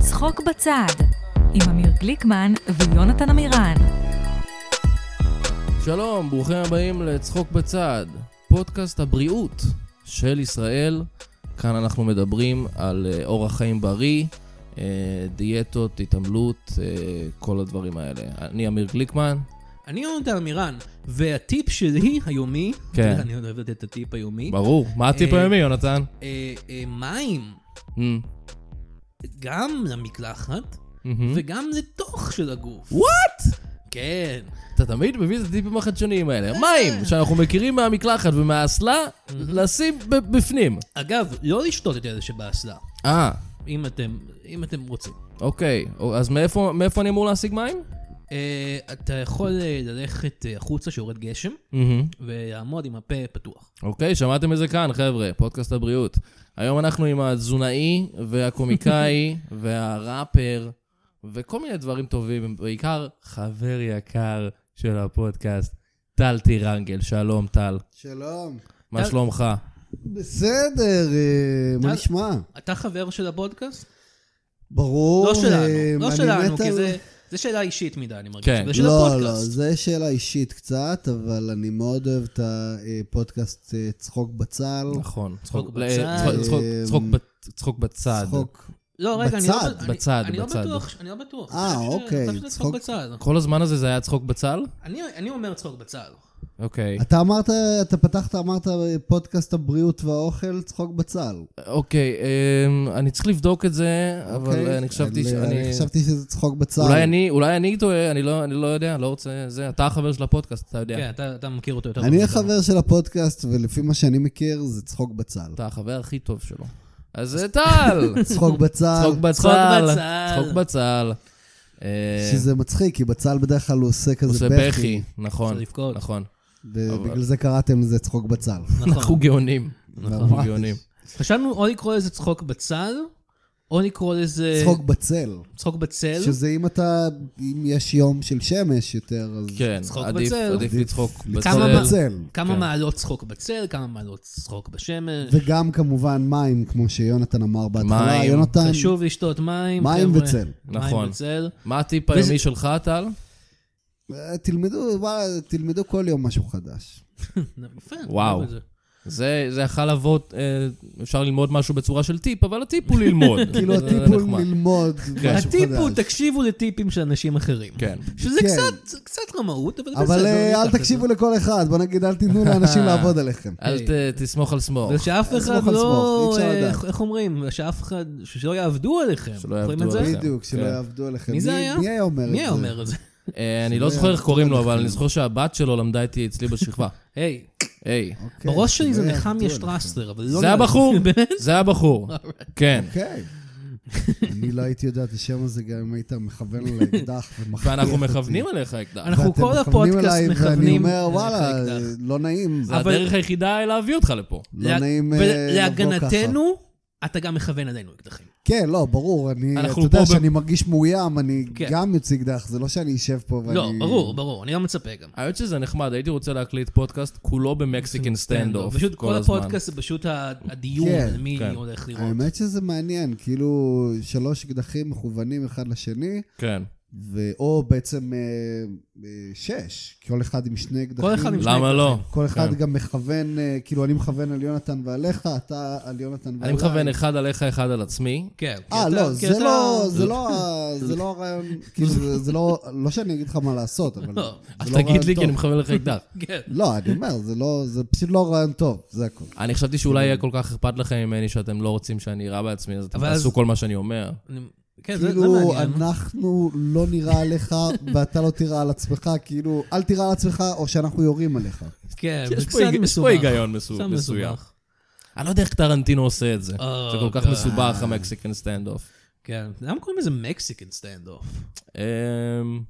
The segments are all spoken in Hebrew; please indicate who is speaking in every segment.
Speaker 1: צחוק בצד, עם אמיר גליקמן ויונתן עמירן.
Speaker 2: שלום, ברוכים הבאים לצחוק בצד, פודקאסט הבריאות של ישראל. כאן אנחנו מדברים על אה, אורח חיים בריא, אה, דיאטות, התעמלות, אה, כל הדברים האלה. אני אמיר גליקמן,
Speaker 3: אני יונתן עמירן, והטיפ שלי היומי,
Speaker 2: כן.
Speaker 3: אני אוהב לתת את הטיפ היומי,
Speaker 2: ברור. מה הטיפ
Speaker 3: אה,
Speaker 2: היומי, יונתן?
Speaker 3: אה, אה, מים,
Speaker 2: אמ,
Speaker 3: גם למקלחת,
Speaker 2: אמ.
Speaker 4: Mm-hmm.
Speaker 3: וגם לתוך של הגוף. וואט? כן.
Speaker 2: אתה תמיד מביא את הטיפים החדשניים האלה. מים, שאנחנו מכירים מהמקלחת ומהאסלה, לשים ב- בפנים.
Speaker 3: אגב, לא לשתות את אלה שבאסלה,
Speaker 2: אה,
Speaker 3: אם אתם, אם אתם רוצים.
Speaker 2: אוקיי. או- אז מאיפה מאיפה אני אמור להשיג מים?
Speaker 3: אה, אתה יכול אה, ללכת אה, החוצה שיורד גשם,
Speaker 2: אמ.
Speaker 3: ולעמוד עם הפה פתוח.
Speaker 2: אוקיי, שמעתם את זה כאן, חבר'ה, פודקאסט הבריאות. היום אנחנו עם התזונאי והקומיקאי והראפר וכל מיני דברים טובים, בעיקר חבר יקר של הפודקאסט, טל טירנגל. שלום, טל.
Speaker 4: שלום.
Speaker 2: מה
Speaker 3: טל-
Speaker 2: שלומך?
Speaker 4: בסדר, אה,
Speaker 3: טל-
Speaker 4: מה נשמע?
Speaker 3: אתה חבר של הפודקאסט?
Speaker 4: ברור.
Speaker 3: לא
Speaker 4: אה,
Speaker 3: שלנו, לא
Speaker 4: אני
Speaker 3: שלנו,
Speaker 4: מת
Speaker 3: כי
Speaker 4: על-
Speaker 3: זה- זה שאלה אישית מדי, אני מרגיש.
Speaker 2: כן.
Speaker 3: זה של
Speaker 4: לא, לא,
Speaker 3: הפודקאסט.
Speaker 4: זה שאלה אישית קצת, אבל אני מאוד אוהב את הפודקאסט אה, צחוק בצל.
Speaker 2: נכון.
Speaker 3: צחוק
Speaker 2: לא,
Speaker 3: בצד.
Speaker 2: צחוק- צחוק-
Speaker 4: אמ,
Speaker 2: צחוק ב- צחוק בצד.
Speaker 4: צחוק.
Speaker 3: לא, רגע, אני לא
Speaker 4: בצד,
Speaker 3: אני-
Speaker 2: בצד,
Speaker 3: אני לא
Speaker 2: בצד.
Speaker 3: בטוח, ש- אני לא בטוח.
Speaker 4: אה,
Speaker 3: אני חושב ש-
Speaker 4: אוקיי,
Speaker 3: אני חושב שזה צחוק
Speaker 4: צחוק.
Speaker 3: בצד.
Speaker 2: כל הזמן הזה זה היה צחוק בצל?
Speaker 3: אני אני אומר צחוק בצד.
Speaker 2: אוקיי.
Speaker 4: אתה אמרת, אתה פתחת, אמרת אה, פודקאסט הבריאות והאוכל, צחוק בצל.
Speaker 2: אוקיי, אמ, אני צריך לבדוק את זה, אבל
Speaker 4: אוקיי?
Speaker 2: אני חשבתי
Speaker 4: אני- אני
Speaker 2: שאני...
Speaker 4: חשבתי שזה צחוק בצל.
Speaker 2: אולי אני, אולי אני טועה, אני לא, אני לא יודע, לא רוצה... זה, אתה החבר של הפודקאסט, אתה יודע.
Speaker 3: כן, אתה אתה מכיר אותו יותר טוב.
Speaker 4: אני
Speaker 3: מאיתנו.
Speaker 4: החבר של הפודקאסט, ולפי מה שאני מכיר, זה צחוק בצל.
Speaker 2: אתה החבר הכי טוב שלו. אז זה טל!
Speaker 4: צחוק בצל,
Speaker 2: צחוק בצל!
Speaker 3: בצל.
Speaker 2: צחוק בצל! אה,
Speaker 4: שזה מצחיק, כי בצל בדרך כלל הוא עושה
Speaker 2: עושה
Speaker 4: כזה
Speaker 2: בכי,
Speaker 4: בכי.
Speaker 2: נכון,
Speaker 3: צריך לבכות.
Speaker 2: נכון. אבל-
Speaker 4: ובגלל זה קראתם לזה צחוק בצל.
Speaker 2: אנחנו
Speaker 3: נכון.
Speaker 2: גאונים, אנחנו
Speaker 4: ממש.
Speaker 2: גאונים.
Speaker 3: חשבנו או לקרוא לזה צחוק בצד, או לקרוא לזה
Speaker 4: צחוק בצל.
Speaker 3: צחוק בצל.
Speaker 4: שזה אם אתה, אם יש יום של שמש יותר, אז...
Speaker 2: כן,
Speaker 3: צחוק
Speaker 2: עדיף-
Speaker 3: בצל.
Speaker 2: עדיף לצחוק
Speaker 3: כמה
Speaker 2: בצל.
Speaker 4: בצל.
Speaker 3: כמה
Speaker 2: כן.
Speaker 3: מעלות צחוק בצל, כמה מעלות צחוק בשמש.
Speaker 4: וגם כמובן מים, כמו שיונתן אמר בהתחלה.
Speaker 2: מים,
Speaker 4: יונתן,
Speaker 3: חשוב לשתות מים.
Speaker 4: מים
Speaker 3: חבר'ה.
Speaker 4: וצל.
Speaker 2: נכון.
Speaker 3: מים וצל.
Speaker 2: מה הטיפ
Speaker 3: וזה-
Speaker 2: היומי שלך, טל?
Speaker 4: אה, תלמדו, וואלה, תלמדו כל יום משהו חדש.
Speaker 3: יפה,
Speaker 2: וואו.
Speaker 3: אוהב את זה.
Speaker 2: זה זה יכול לבוא, אה, אפשר ללמוד משהו בצורה של טיפ, אבל הטיפ הוא ללמוד.
Speaker 4: כאילו
Speaker 2: זה
Speaker 4: הטיפ הוא
Speaker 2: נחמד.
Speaker 4: ללמוד
Speaker 2: כן.
Speaker 4: משהו
Speaker 3: הטיפ הוא,
Speaker 4: חדש.
Speaker 3: תקשיבו לטיפים של אנשים אחרים.
Speaker 2: כן.
Speaker 3: שזה
Speaker 4: כן.
Speaker 3: קצת, קצת רמאות, אבל בסדר. אה,
Speaker 4: אבל אה,
Speaker 3: ניקח
Speaker 4: אל
Speaker 3: את זה.
Speaker 4: תקשיבו לכל אחד, בוא נגיד, אל תיתנו לאנשים לעבוד עליכם.
Speaker 2: אל ת- תסמוך על סמוך.
Speaker 3: ושאף אחד
Speaker 4: סמוך על
Speaker 3: לא,
Speaker 4: סמוך, אי אפשר
Speaker 3: אה,
Speaker 4: לדעת.
Speaker 3: איך- איך אומרים? שאף אחד, שלא יעבדו עליכם.
Speaker 2: שלא
Speaker 3: זוכרים
Speaker 2: יעבדו
Speaker 3: את זה?
Speaker 2: עליכם.
Speaker 4: בדיוק, שלא
Speaker 2: כן.
Speaker 4: יעבדו עליכם.
Speaker 3: מי זה היה?
Speaker 4: מי היה אומר את זה?
Speaker 3: מי היה אומר את זה?
Speaker 2: אה, אני לא זוכר איך קוראים לו, אבל אני זוכר שהבת שלו למדה איתי אצלי בשכבה.
Speaker 3: היי,
Speaker 2: היי.
Speaker 4: אוקיי,
Speaker 3: בראש שלי זה
Speaker 4: שלא
Speaker 3: נחמיה
Speaker 4: יעבדו עליכם.
Speaker 3: שטרסלר, אבל לא...
Speaker 2: זה
Speaker 3: נראה לי.
Speaker 2: הבחור,
Speaker 3: באמת?
Speaker 2: זה הבחור. כן.
Speaker 4: אוקיי. אני לא הייתי יודע את השם הזה גם אם היית מכוון על האקדח ומכריח
Speaker 2: ואנחנו
Speaker 4: אותי.
Speaker 2: מכוונים אליך אקדח.
Speaker 3: אנחנו
Speaker 4: ואתם
Speaker 3: כל
Speaker 4: מכוונים
Speaker 3: הפודקאסט
Speaker 4: אליי,
Speaker 3: מכוונים
Speaker 4: ואני אומר,
Speaker 3: אליך
Speaker 4: וואלה,
Speaker 3: אקדח."
Speaker 4: לא נעים.
Speaker 2: זה
Speaker 3: אבל-
Speaker 2: הדרך היחידה להביא אותך לפה.
Speaker 4: לא נעים אה, לבוא ככה.
Speaker 3: להגנתנו, אתה גם מכוון עלינו אקדחים.
Speaker 4: כן, לא, ברור. אני, אתה
Speaker 2: אנחנו פה
Speaker 4: יודע
Speaker 2: ב-
Speaker 4: שאני מרגיש מאוים, אני
Speaker 3: כן.
Speaker 4: גם יוצא אקדח, זה לא שאני אשב פה ואני...
Speaker 3: לא, ברור, ברור, אני לא מצפה גם.
Speaker 2: האמת שזה נחמד, הייתי רוצה להקליט פודקאסט כולו במקסיקן סטנד אוף
Speaker 3: כן, לא, פשוט
Speaker 2: כל
Speaker 3: כל
Speaker 2: הזמן.
Speaker 3: הפודקאסט זה פשוט ה- הדיון,
Speaker 4: כן,
Speaker 3: על מי
Speaker 2: כן.
Speaker 3: הולך לראות.
Speaker 4: האמת שזה מעניין, כאילו, שלוש אקדחים מכוונים אחד לשני,
Speaker 2: כן.
Speaker 4: ו- או בעצם אה, אה, שש, כל אחד עם שני אקדחים.
Speaker 3: אחד עם
Speaker 2: למה לא?
Speaker 4: כל אחד
Speaker 2: כן.
Speaker 4: גם מכוון, אה, כאילו, אני מכוון על יונתן ועליך, אתה על יונתן ועליי.
Speaker 2: אני מכוון אחד עליך, אחד על עצמי.
Speaker 3: כן. כי
Speaker 4: אה,
Speaker 3: אתה-
Speaker 4: לא,
Speaker 3: כי
Speaker 4: זה
Speaker 3: אתה-
Speaker 4: לא, זה לא, ה- זה לא הרעיון, כאילו, זה- זה לא, לא שאני אגיד לך מה לעשות, אבל זה
Speaker 3: לא,
Speaker 2: אז
Speaker 4: לא
Speaker 2: תגיד לי,
Speaker 4: רעיון
Speaker 2: כי אני
Speaker 4: טוב.
Speaker 2: מכוון לך אקדח.
Speaker 3: כן.
Speaker 4: לא, אני אומר, זה לא, זה פשוט לא רעיון טוב, זה הכול.
Speaker 2: אני חשבתי שאולי יהיה כל כך אכפת לכם ממני שאתם לא רוצים שאני אירע בעצמי, אז אתם
Speaker 3: אבל אז-
Speaker 2: תעשו כל מה שאני אומר.
Speaker 3: אני- כן, זה זה
Speaker 4: כאילו,
Speaker 3: מעניין.
Speaker 4: אנחנו לא נראה עליך, ואתה לא תירא על עצמך, כאילו, אל תירא על עצמך, או שאנחנו יורים עליך.
Speaker 3: כן,
Speaker 2: יש
Speaker 3: זה
Speaker 2: פה
Speaker 3: קצת
Speaker 2: היג- יש פה
Speaker 3: מסובך.
Speaker 2: היגיון מסו-
Speaker 3: קצת
Speaker 2: מסוים.
Speaker 3: מסובך.
Speaker 2: אני לא יודע איך טרנטינו עושה את זה.
Speaker 3: אה,
Speaker 2: זה כל כך
Speaker 3: God.
Speaker 2: מסובך, המקסיקן סטנד אוף.
Speaker 3: כן. למה קוראים לזה מקסיקן סטנד אוף?
Speaker 2: אמ,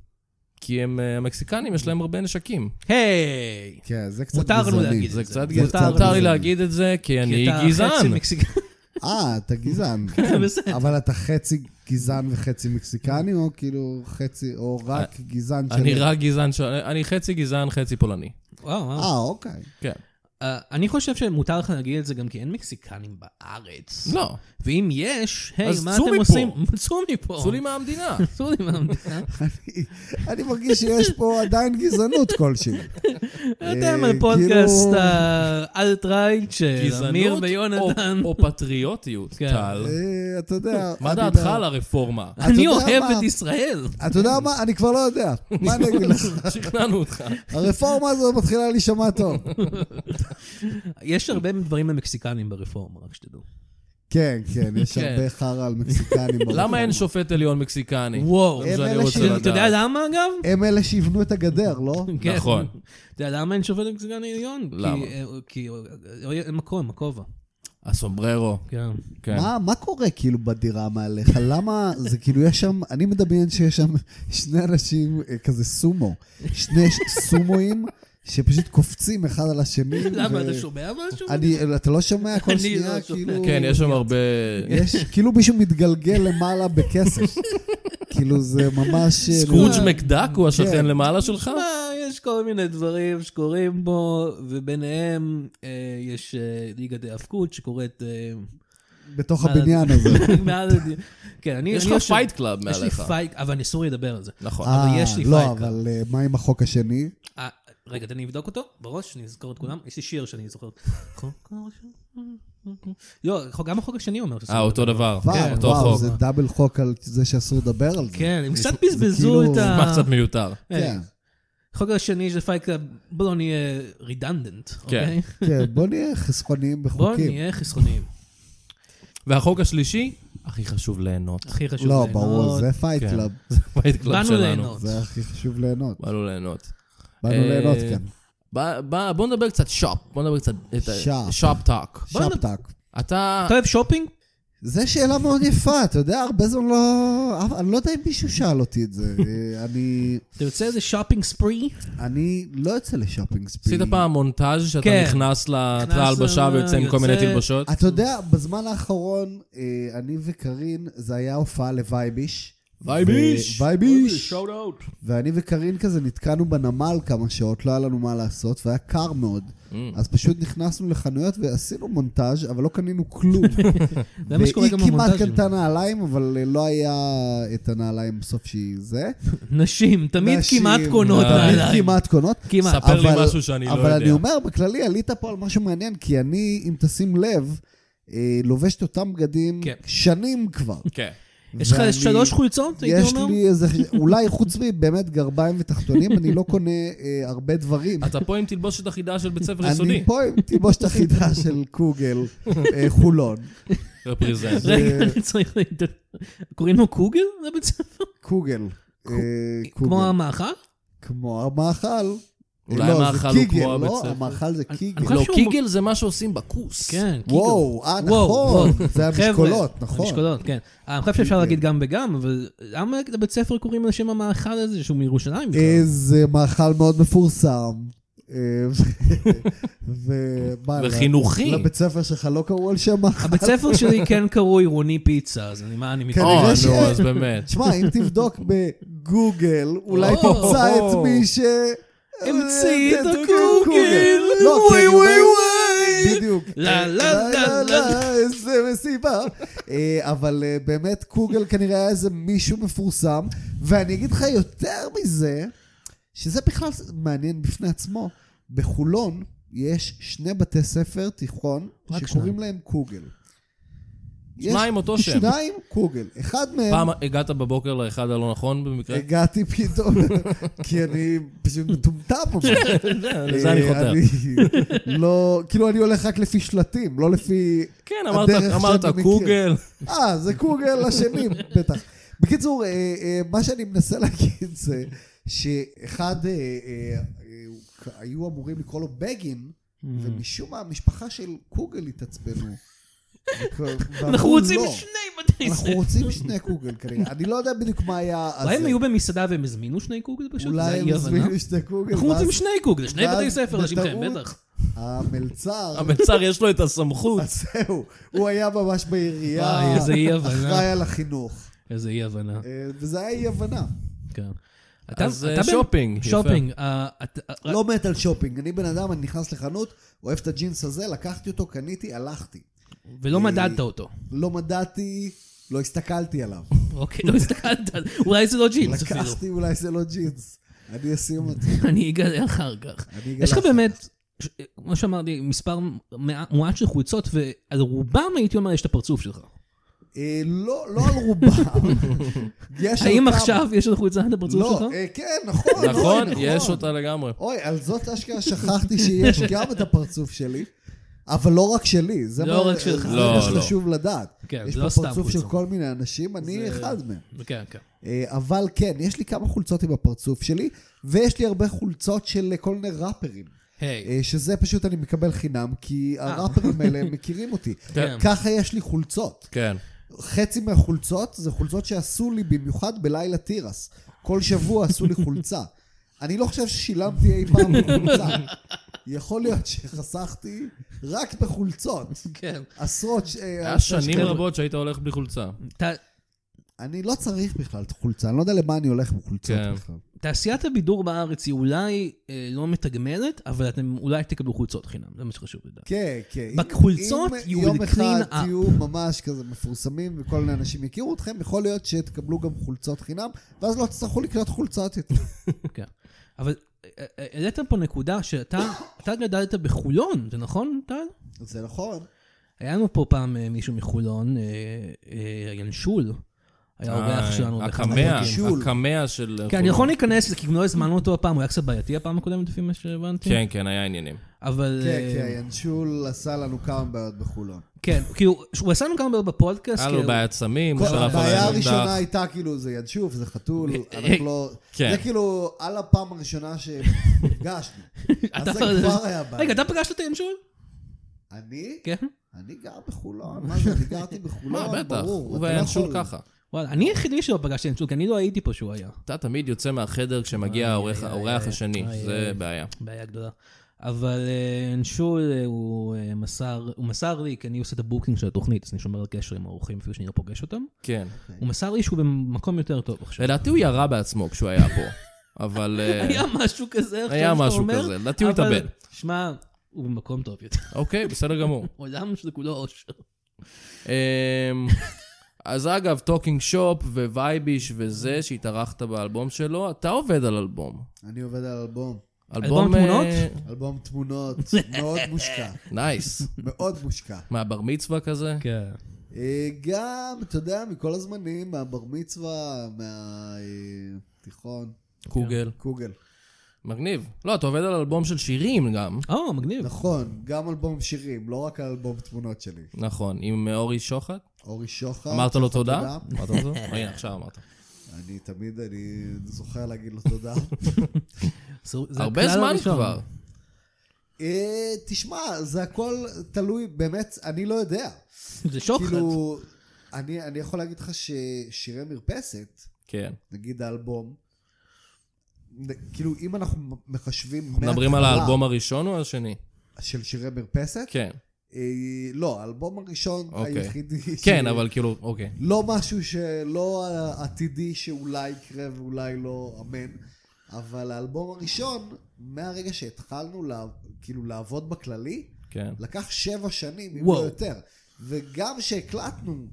Speaker 2: כי הם, אה, המקסיקנים, יש להם הרבה נשקים.
Speaker 3: היי!
Speaker 4: כן, זה קצת
Speaker 3: מותר לנו
Speaker 4: גזעני.
Speaker 3: להגיד את זה.
Speaker 2: זה קצת
Speaker 4: זה
Speaker 2: גזען.
Speaker 4: קצת
Speaker 2: מותר לי
Speaker 4: גזעני.
Speaker 2: להגיד את זה, כי אני גזען.
Speaker 4: אה, אתה גזען.
Speaker 2: כן,
Speaker 3: בסדר.
Speaker 4: אבל אתה חצי גזען וחצי מקסיקני, או כאילו חצי, או רק
Speaker 2: אה,
Speaker 4: גזען של...
Speaker 2: אני רק גזען, ש- אני חצי גזען, חצי פולני.
Speaker 3: וואו, וואו.
Speaker 4: אה, אוקיי.
Speaker 2: כן.
Speaker 3: אה, אני חושב שמותר לך להגיד את זה גם כי אין מקסיקנים בארץ.
Speaker 2: לא,
Speaker 3: ואם יש, היי,
Speaker 2: אז
Speaker 3: מה
Speaker 2: צאו
Speaker 3: אתם
Speaker 2: מפה.
Speaker 3: עושים? צאו מפה.
Speaker 2: צאו לי אה, מהמדינה.
Speaker 3: צאו לי מהמדינה.
Speaker 4: אני מרגיש שיש פה עדיין גזענות כלשהי.
Speaker 3: אתם
Speaker 4: אה,
Speaker 3: על פודקאסט
Speaker 4: כאילו-
Speaker 3: האלט-רייט של אה, אמיר
Speaker 2: גזענות
Speaker 3: ויונתן.
Speaker 2: או- או פטריוטיות,
Speaker 3: כן.
Speaker 2: טל.
Speaker 4: אה, אתה יודע...
Speaker 2: מה
Speaker 4: אני
Speaker 2: דעתך
Speaker 4: יודע-
Speaker 2: על הרפורמה?
Speaker 4: אתה
Speaker 3: אני
Speaker 4: יודע
Speaker 3: אוהב
Speaker 4: מה?
Speaker 3: את ישראל.
Speaker 4: אתה יודע מה? אני כבר לא יודע. מה אני אגיד לך?
Speaker 3: אה,
Speaker 2: שכנענו אותך.
Speaker 4: הרפורמה הזאת מתחילה להישמע טוב.
Speaker 3: יש הרבה דברים למקסיקנים ברפורמה, רק שתדעו.
Speaker 4: כן, כן, יש
Speaker 2: כן.
Speaker 4: הרבה חרא על מקסיקנים. ברחוב.
Speaker 2: למה אין שופט עליון מקסיקני?
Speaker 3: וואו.
Speaker 2: זה מה שאני
Speaker 4: אלה
Speaker 2: רוצה
Speaker 4: של-
Speaker 2: לדעת.
Speaker 3: אה, אתה יודע למה אגב?
Speaker 4: הם אלה שיבנו את הגדר, לא?
Speaker 3: כן.
Speaker 2: נכון.
Speaker 3: אתה יודע למה אין שופט מקסיקן עליון? כי-
Speaker 2: למה?
Speaker 3: אה, כי אה, אה, אין מקום, הכובע.
Speaker 2: הסומבררו,
Speaker 3: כן.
Speaker 2: כן.
Speaker 4: מה, מה קורה כאילו בדירה מעליך? למה זה כאילו יש שם, אני מדמיין שיש שם שני אנשים אה, כזה סומו, שני ש- סומואים שפשוט קופצים אחד על השני.
Speaker 3: למה,
Speaker 4: ו-
Speaker 3: אתה שומע משהו?
Speaker 4: אני, אתה לא שומע כל
Speaker 3: אני
Speaker 4: שנייה,
Speaker 3: לא שומע.
Speaker 4: כאילו...
Speaker 2: כן, יש שם הרבה...
Speaker 3: אה,
Speaker 4: יש, כאילו מישהו מתגלגל למעלה בכסף. כאילו זה ממש... אה,
Speaker 2: סקרוג'
Speaker 4: לא-
Speaker 2: מקדק הוא השכן
Speaker 4: כן.
Speaker 2: למעלה שלך?
Speaker 3: מה, יש כל מיני דברים שקורים פה, וביניהם אה, יש אה, ליגת ההאבקות שקורית אה,
Speaker 4: בתוך הבניין הזה.
Speaker 3: מעל... הדי- כן, אני...
Speaker 2: יש
Speaker 3: אני
Speaker 2: לך
Speaker 3: יושב-
Speaker 2: פייט קלאב
Speaker 3: יש לי
Speaker 2: מעליך.
Speaker 3: פייט, אבל אסור לי לדבר על זה.
Speaker 2: נכון.
Speaker 4: אה,
Speaker 3: אבל יש לי
Speaker 4: לא,
Speaker 3: פייט
Speaker 4: אבל אה, מה עם החוק השני?
Speaker 3: אה, רגע, תן לי לבדוק אותו בראש, שאני אזכור את כולם. יש לי שיר שאני זוכר. חוק הראשון. לא, גם החוק השני אומר שאסור
Speaker 2: אה, אותו דבר.
Speaker 4: וואו,
Speaker 2: אותו
Speaker 4: וואו,
Speaker 2: חוק.
Speaker 4: זה דאבל חוק על זה שאסור לדבר על זה.
Speaker 3: כן, הם קצת בזבזו
Speaker 4: כאילו-
Speaker 3: את ה...
Speaker 2: מה קצת מיותר.
Speaker 4: כן,
Speaker 3: החוק אה, השני של פייט קלאב, בואו נהיה רידנדנט, אוקיי?
Speaker 4: כן, בוא נהיה חסכוניים
Speaker 3: בואו
Speaker 4: בחוקים.
Speaker 3: נהיה חסכוניים.
Speaker 2: והחוק השלישי, הכי חשוב ליהנות.
Speaker 3: הכי חשוב
Speaker 4: לא,
Speaker 3: ליהנות.
Speaker 4: ברור, זה פייט
Speaker 2: כן. אה,
Speaker 4: קלאב.
Speaker 2: זה פייט קלאב
Speaker 3: אה, באנו
Speaker 2: שלנו.
Speaker 3: ליהנות.
Speaker 4: זה הכי חשוב ליהנות.
Speaker 2: באנו ליהנות.
Speaker 4: באנו
Speaker 2: אה,
Speaker 4: ליהנות כן. כאן.
Speaker 2: ב- ב- בוא נדבר קצת שופ. בוא נדבר קצת...
Speaker 4: שופ.
Speaker 2: שופ טאק.
Speaker 4: שפטק.
Speaker 2: אתה...
Speaker 3: אתה אוהב שופינג?
Speaker 4: זה שאלה מאוד יפה, אתה יודע, הרבה זמן לא... אף- אני לא יודע אם מישהו שאל אותי את זה. אה, אני...
Speaker 3: אתה יוצא איזה שופינג ספרי?
Speaker 4: אני לא יוצא לשופינג ספי.
Speaker 2: עשית פעם מונטאז' שאתה
Speaker 3: כן.
Speaker 2: נכנס
Speaker 3: נכנס
Speaker 2: לתל ההלבשה
Speaker 3: ל-
Speaker 2: ויוצא עם כל מיני
Speaker 3: יוצא-
Speaker 2: תלבשות?
Speaker 4: אתה יודע, בזמן האחרון, אה, אני וקארין, זה היה הופעה לווייביש.
Speaker 2: וייביש!
Speaker 4: ו- וייביש!
Speaker 3: שאוט אאוט.
Speaker 4: ואני וקארין כזה נתקענו בנמל כמה שעות, לא היה לנו מה לעשות, והיה קר מאוד.
Speaker 3: Mm.
Speaker 4: אז פשוט נכנסנו לחנויות ועשינו מונטאז', אבל לא קנינו כלום.
Speaker 3: זה מה שקורה גם
Speaker 4: והיא כמעט
Speaker 3: במונטאז'ים.
Speaker 4: קנתה נעליים, אבל אה, לא היה את הנעליים בסוף שהיא זה.
Speaker 3: נשים, תמיד
Speaker 4: נשים, אה,
Speaker 3: כמעט קונות
Speaker 4: תמיד
Speaker 3: נעליים.
Speaker 4: כמעט קונות.
Speaker 3: כמעט.
Speaker 2: ספר לי משהו שאני לא
Speaker 4: אבל
Speaker 2: יודע.
Speaker 4: אני אומר, בכללי עלית פה על משהו מעניין, כי אני, אם תשים לב, אה, לובש את אותם בגדים
Speaker 3: כן.
Speaker 4: שנים כבר.
Speaker 2: כן.
Speaker 3: יש לך
Speaker 4: ואני-
Speaker 3: שלוש חולצות, הייתי
Speaker 4: יש
Speaker 3: אומר?
Speaker 4: לי איזה, אולי חוץ מבאמת גרביים ותחתונים, אני לא קונה אה, הרבה דברים.
Speaker 2: אתה פה עם תלבושת אחידה של בית ספר יסודי.
Speaker 4: אני פה עם תלבושת אחידה של קוגל, אה, חולון.
Speaker 2: רפריזנט.
Speaker 3: רגע, אני צריך... לה- קוראים לו קוגל? זה בעצם-
Speaker 4: קוגל. אה, קוגל.
Speaker 3: כמו המאכל?
Speaker 4: כמו המאכל.
Speaker 2: אולי
Speaker 4: לא, זה
Speaker 2: המאכל הוא
Speaker 4: קיגל,
Speaker 2: כמו הבית
Speaker 4: לא,
Speaker 2: ספר.
Speaker 4: המאכל זה
Speaker 3: אני-
Speaker 4: קיגל.
Speaker 3: אני חושב
Speaker 2: לא,
Speaker 3: שהוא-
Speaker 2: קיגל זה מה שעושים בכוס.
Speaker 3: כן, קיגל.
Speaker 4: וואו, אה,
Speaker 3: וואו,
Speaker 4: נכון,
Speaker 3: וואו.
Speaker 4: זה
Speaker 3: חבר'ה,
Speaker 4: המשקולות, נכון.
Speaker 3: המשקולות, כן. אני חושב שאפשר להגיד גם וגם, אבל למה לבית ספר קוראים לשם המאכל הזה שהוא מירושלים בכלל?
Speaker 4: אה, זה מאכל מאוד מפורסם. אה, ו- ומה, ל-
Speaker 2: וחינוכי.
Speaker 4: לבית ספר שלך לא קראו על שם מאכל.
Speaker 3: הבית ספר שלי כן קרוי עירוני פיצה, אז אני- מה אני
Speaker 4: כן.
Speaker 2: או,
Speaker 3: מתכוון?
Speaker 4: כנראה
Speaker 2: אה, נו,
Speaker 4: שאין.
Speaker 2: אז באמת.
Speaker 4: תשמע, אם תבדוק בגוגל, אולי
Speaker 2: או,
Speaker 4: תמצא
Speaker 2: או.
Speaker 4: את מי ש...
Speaker 3: המציא את
Speaker 4: אה,
Speaker 3: הקוגל,
Speaker 4: לא,
Speaker 3: כן.
Speaker 4: כי
Speaker 3: וואי וואי
Speaker 4: אני אומר-
Speaker 3: וואי.
Speaker 4: בדיוק. אה,
Speaker 3: לה, לה, לה, לה.
Speaker 4: איזה מסיבה. אה, אבל אה, באמת, קוגל כנראה היה איזה מישהו מפורסם, ואני אגיד לך יותר מזה, שזה בכלל מעניין בפני עצמו. בחולון יש שני בתי ספר תיכון
Speaker 3: רק
Speaker 4: שקוראים
Speaker 3: שניים.
Speaker 4: להם קוגל. יש
Speaker 2: שניים אותו שם.
Speaker 4: שניים קוגל. אחד מהם...
Speaker 2: פעם הגעת בבוקר לאחד הלא נכון במקרה?
Speaker 4: הגעתי פתאום, כי אני פשוט מטומטם. ממש.
Speaker 2: כן, לזה אני
Speaker 4: אה,
Speaker 2: חותר.
Speaker 4: אני לא, כאילו אני הולך רק לפי שלטים, לא לפי...
Speaker 2: כן,
Speaker 4: הדרך
Speaker 2: אמרת-
Speaker 4: שאני
Speaker 2: אמרת
Speaker 4: מכיר.
Speaker 2: קוגל.
Speaker 4: אה, זה קוגל השני, בטח. בקיצור, אה, אה, מה שאני מנסה להגיד זה שאחד, אה, אה, אה, הוא- היו אמורים לקרוא לו בגין, ומשום מה המשפחה של קוגל התעצבנו. ואמרו
Speaker 3: אנחנו רוצים
Speaker 4: לא.
Speaker 3: שני בתי
Speaker 4: אנחנו
Speaker 3: ספר.
Speaker 4: רוצים שני קוגל כנראה. אני לא יודע בדיוק מה היה... אז
Speaker 3: אולי הם
Speaker 4: זה-
Speaker 3: היו במסעדה והם הזמינו שני קוגל פשוט? זה
Speaker 4: אולי הם
Speaker 3: אי-הבנה.
Speaker 4: הזמינו שני קוגל.
Speaker 3: אנחנו רוצים
Speaker 4: ואז
Speaker 3: שני קוגל, שני
Speaker 4: ואז
Speaker 3: בתי ספר לשמכם,
Speaker 4: בטעות-
Speaker 3: בטח.
Speaker 4: המלצר,
Speaker 2: המלצר יש לו את הסמכות.
Speaker 4: אז זהו, הוא היה ממש
Speaker 3: וואי,
Speaker 4: בעירייה,
Speaker 3: איזה אי-הבנה.
Speaker 4: אחראי על החינוך.
Speaker 3: איזה אי-הבנה.
Speaker 4: אה, וזה היה אי הבנה.
Speaker 3: כן. אתה-
Speaker 2: אז,
Speaker 3: אתה
Speaker 2: אה,
Speaker 3: בן-
Speaker 2: שופינג, יפה.
Speaker 3: שופינג. אה, את- אה,
Speaker 4: לא מת על שופינג. אני בן אדם, אני נכנס לחנות, אוהב את הג'ינס הזה, לקחתי אותו, קניתי, הלכתי.
Speaker 3: ולא מדדת אותו.
Speaker 4: לא מדעתי, לא הסתכלתי עליו.
Speaker 3: אוקיי, לא הסתכלת, אולי זה לא ג'ינס אפילו.
Speaker 4: לקחתי, אולי זה לא ג'ינס. אני אשים אותו.
Speaker 3: אני אגלה אחר כך.
Speaker 4: אני אגלה
Speaker 3: יש לך
Speaker 4: אחר
Speaker 3: באמת, ש- אה, כמו שאמרתי, מספר מע- מועט של חולצות, ועל רובם הייתי אומר יש את הפרצוף שלך.
Speaker 4: אה, לא, לא על רובם. יש על
Speaker 3: האם
Speaker 4: כמה.
Speaker 3: עכשיו יש לך חולצה על הפרצוף
Speaker 4: לא,
Speaker 3: שלך?
Speaker 4: אה, כן, נכון.
Speaker 2: נכון,
Speaker 4: אוי,
Speaker 2: יש אותה לגמרי.
Speaker 4: אוי, על זאת אשכרה שכחתי שיש גם את הפרצוף שלי, אבל לא רק שלי. זה
Speaker 3: לא
Speaker 4: מה-
Speaker 3: רק שלך.
Speaker 4: זה
Speaker 2: לא,
Speaker 4: מה
Speaker 2: לא.
Speaker 4: שחשוב לדעת.
Speaker 3: כן,
Speaker 4: יש
Speaker 3: זה
Speaker 4: פה
Speaker 3: לא סתם
Speaker 4: פרצוף של
Speaker 3: חולצה.
Speaker 4: כל מיני אנשים, אני אחד מהם.
Speaker 3: כן, כן.
Speaker 4: אה, אבל כן, יש לי כמה חולצות עם הפרצוף שלי, ויש לי הרבה חולצות של אה, כל מיני ראפרים.
Speaker 3: היי,
Speaker 4: אה, שזה פשוט אני מקבל חינם, כי הראפרים האלה מכירים אותי.
Speaker 3: אה. כן.
Speaker 4: ככה יש לי חולצות.
Speaker 2: כן.
Speaker 4: חצי מהחולצות זה חולצות שעשו לי במיוחד בלילה תירס. כל שבוע עשו לי חולצה. אני לא חושב ששילמתי אי פעם בחולצה. יכול להיות שחסכתי רק בחולצות.
Speaker 3: כן.
Speaker 4: עשרות... ש- אה,
Speaker 2: היה
Speaker 4: עשרות
Speaker 2: שנים
Speaker 4: שקלים.
Speaker 2: רבות שהיית הולך בלי חולצה.
Speaker 3: ת-
Speaker 4: אני לא צריך בכלל את החולצה, אני לא יודע למה אני הולך בחולצות
Speaker 2: כן.
Speaker 4: בכלל.
Speaker 3: תעשיית הבידור בארץ היא אולי אה, לא מתגמלת, אבל אתם אולי תקבלו חולצות חינם, זה מה שחשוב לדעת.
Speaker 4: כן, כן. אם-
Speaker 3: בחולצות,
Speaker 4: אם
Speaker 3: you will
Speaker 4: יום אחד
Speaker 3: clean up.
Speaker 4: תהיו ממש כזה מפורסמים וכל מיני אנשים יכירו אתכם, יכול להיות שתקבלו גם חולצות חינם, ואז לא תצטרכו לקנות חולצות יותר.
Speaker 3: כן. אבל אה, אה, העלית פה נקודה שאתה אתה גדלת בחולון, זה נכון, טל?
Speaker 4: זה נכון.
Speaker 3: היה לנו פה פעם אה, מישהו מחולון, אה, אה, ינשול, היה
Speaker 2: אה,
Speaker 3: אורח שלנו. באחד
Speaker 2: הקמע,
Speaker 3: הפרקים.
Speaker 4: שול.
Speaker 2: הקמע של...
Speaker 3: כן, אני יכול להיכנס לזה, כי גם לא הזמנו אותו הפעם, הוא היה קצת בעייתי הפעם הקודמת לפי מה שהבנתי.
Speaker 2: כן, כן, היה עניינים.
Speaker 3: אבל...
Speaker 4: כן,
Speaker 3: אה,
Speaker 4: כן, ינשול עשה לנו כמה בעיות בחולון.
Speaker 3: כן, כאילו, הוא עשה לנו כמה בעיות בפודקאסט.
Speaker 2: היה לו
Speaker 3: כאילו,
Speaker 2: בעיית סמים, הוא
Speaker 4: כל-
Speaker 2: שלף עליי
Speaker 4: הבעיה
Speaker 2: אקדח.
Speaker 4: הראשונה הייתה כאילו, זה ינשוף, זה חתול, אנחנו לא...
Speaker 2: כן.
Speaker 4: זה כאילו על הפעם הראשונה שנפגשנו. אז
Speaker 3: אתה
Speaker 4: זה
Speaker 3: פר-
Speaker 4: כבר היה בעיה.
Speaker 3: רגע, אתה פגשת את ינשול?
Speaker 4: אני?
Speaker 3: כן.
Speaker 4: אני גר בחולון, מה זה, אני גרתי
Speaker 2: מה,
Speaker 4: בחולון,
Speaker 2: בטח,
Speaker 4: ברור.
Speaker 2: הוא
Speaker 4: אתה לא
Speaker 2: והינשול
Speaker 4: יכול-
Speaker 2: ככה.
Speaker 3: וואלה, אני היחידי שלא פגשתי את ינשול, כי אני לא הייתי פה שהוא היה.
Speaker 2: אתה תמיד יוצא מהחדר כשמגיע
Speaker 3: איי,
Speaker 2: האורח-
Speaker 3: איי,
Speaker 2: האורח
Speaker 3: איי,
Speaker 2: השני,
Speaker 3: איי,
Speaker 2: זה
Speaker 3: איי.
Speaker 2: בעיה.
Speaker 3: בעיה גדולה. אבל אה, אנשול אה, הוא אה, מסר, הוא מסר לי, כי אני עושה את הבוקינג של התוכנית, אז אני שומר על קשר עם האורחים אפילו שאני לא פוגש אותם.
Speaker 4: אוקיי.
Speaker 2: כן.
Speaker 3: הוא מסר לי שהוא במקום יותר טוב עכשיו.
Speaker 2: לדעתי הוא ירה בעצמו כשהוא היה פה, אבל... אה,
Speaker 3: היה משהו כזה, עכשיו
Speaker 2: היה
Speaker 3: שאתה
Speaker 2: משהו
Speaker 3: אומר,
Speaker 2: כזה, לדעתי הוא
Speaker 3: אבל,
Speaker 2: התאבד.
Speaker 3: שמע, הוא במקום טוב יותר.
Speaker 2: אוקיי, בסדר גמור.
Speaker 3: עולם שזה כולו אושר.
Speaker 2: אמ, אז אגב, טוקינג שופ ווייביש וזה, שהתארחת באלבום שלו, אתה עובד על אלבום.
Speaker 4: אני עובד על אלבום.
Speaker 3: אלבום
Speaker 2: אה,
Speaker 3: תמונות?
Speaker 4: אלבום תמונות, מאוד מושקע.
Speaker 2: נייס.
Speaker 4: מאוד מושקע.
Speaker 2: מה, בר מצווה כזה?
Speaker 3: כן.
Speaker 4: אה, גם, אתה יודע, מכל הזמנים, מהבר מצווה, אה, מהתיכון,
Speaker 3: כן.
Speaker 2: קוגל.
Speaker 4: קוגל.
Speaker 2: מגניב. לא, אתה עובד על אלבום של שירים גם.
Speaker 3: או, מגניב.
Speaker 4: נכון, גם אלבום שירים, לא רק אלבום תמונות שלי.
Speaker 2: נכון, עם אורי שוחט?
Speaker 4: אורי שוחט.
Speaker 2: אמרת לו תודה? אמרת לו תודה? הנה, עכשיו אמרת.
Speaker 4: אני תמיד, אני זוכר להגיד לו תודה.
Speaker 3: זה- זה
Speaker 2: הרבה
Speaker 3: הכלל
Speaker 2: זמן
Speaker 3: הראשון.
Speaker 2: כבר.
Speaker 4: אה, תשמע, זה הכל תלוי, באמת, אני לא יודע.
Speaker 3: זה שוחד.
Speaker 4: כאילו, אני אני יכול להגיד לך ששירי מרפסת,
Speaker 2: כן.
Speaker 4: נגיד האלבום, נ- כאילו, אם אנחנו מחשבים...
Speaker 2: מדברים על
Speaker 4: מההתחלה
Speaker 2: האלבום הראשון או השני?
Speaker 4: של שירי מרפסת?
Speaker 2: כן.
Speaker 4: אה, לא, האלבום הראשון
Speaker 2: אוקיי.
Speaker 4: היחידי.
Speaker 2: כן,
Speaker 4: ש-
Speaker 2: אבל כאילו, אוקיי.
Speaker 4: לא משהו שלא עתידי שאולי יקרה ואולי לא אמן, אבל האלבום הראשון, מהרגע שהתחלנו לה, כאילו לעבוד בכללי,
Speaker 2: כן.
Speaker 4: לקח שבע שנים, אם
Speaker 3: וואו.
Speaker 4: לא יותר. וגם שהקלטנו,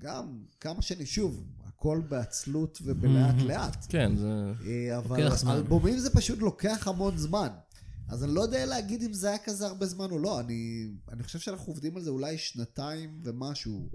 Speaker 4: גם כמה שנים, שוב, הכל בעצלות ובלאט לאט.
Speaker 2: כן, זה...
Speaker 4: אה, אבל
Speaker 3: לוקח זמן.
Speaker 4: אלבומים זה פשוט לוקח המון זמן. אז אני לא יודע להגיד אם זה היה כזה הרבה זמן או לא. אני, אני חושב שאנחנו עובדים על זה אולי שנתיים ומשהו,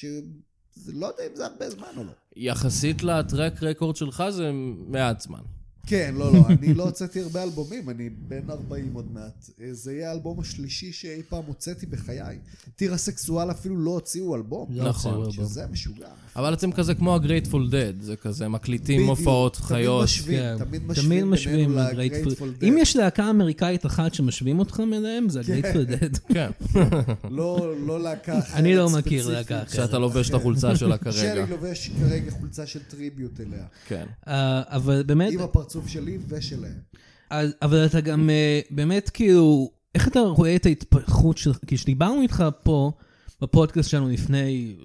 Speaker 4: שזה לא יודע אם זה הרבה זמן או לא.
Speaker 2: יחסית לטרק רקורד שלך זה מעט זמן.
Speaker 4: כן, לא, לא, אני לא הוצאתי הרבה אלבומים, אני בן 40 עוד מעט. אה, זה יהיה האלבום השלישי שאי פעם הוצאתי בחיי. טיר הסקסואל אפילו לא הוציאו אלבום.
Speaker 3: לא
Speaker 2: נכון,
Speaker 3: הוציאו אלבום.
Speaker 4: שזה משוגע.
Speaker 2: אבל אתם כזה כמו ה-Grateful Dead, זה כזה מקליטים
Speaker 4: בדיוק,
Speaker 2: הופעות,
Speaker 4: תמיד
Speaker 2: חיות.
Speaker 4: משווים,
Speaker 3: כן,
Speaker 4: תמיד
Speaker 3: תמיד
Speaker 4: משווים
Speaker 3: משווים
Speaker 4: בינינו
Speaker 3: לגרייטפול.
Speaker 4: ל-Grateful Dead.
Speaker 3: אם יש להקה אמריקאית אחת שמשווים אותכם אליהם, זה הגרייטפול דד.
Speaker 2: כן,
Speaker 4: לא, לא להקה אחרת
Speaker 3: אני לא מכיר
Speaker 4: ספציפית.
Speaker 3: להקה אחרת.
Speaker 2: שאתה לובש את החולצה שלה כרגע.
Speaker 4: שלי לא. לובש כרגע חולצה של טריביוט אליה.
Speaker 2: כן.
Speaker 3: אה, אבל באמת,
Speaker 4: עם הפרצוף שלי ושלהם.
Speaker 3: אז- אבל אתה גם אה, באמת כאילו, איך אתה רואה את ההתפתחות שלך? כי כשדיברנו איתך פה, בפודקאסט שלנו לפני אה,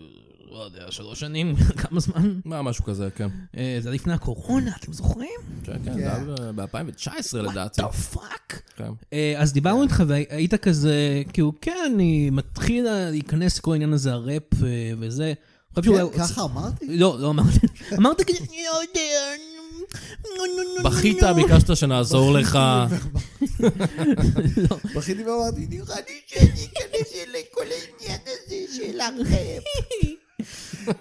Speaker 3: לא יודע, שלוש שנים, כמה זמן?
Speaker 2: מה, משהו כזה, כן.
Speaker 3: אה, זה היה לפני הקורונה, אתם זוכרים?
Speaker 2: כן, כן, זה היה ב-2019 לדעתי.
Speaker 3: דה
Speaker 4: Oh,
Speaker 3: פאק?
Speaker 2: כן.
Speaker 3: אה, אז דיברנו איתך והיית כזה, כאילו, כן, אני מתחיל להיכנס לכל העניין הזה, הראפ אה, וזה. אני חושב שאולי-
Speaker 4: כן, ככה אמרתי?
Speaker 3: לא, לא אמרתי. אמרתי כזה, אני לא יודע. נו, נו, נו, נו,
Speaker 2: בכית,
Speaker 3: נו."
Speaker 2: ביקשת שנעזור לך.
Speaker 3: לא.
Speaker 4: בכיתי ואמרתי, נראה לי שאני אכנס לכל העניין הזה שלכם.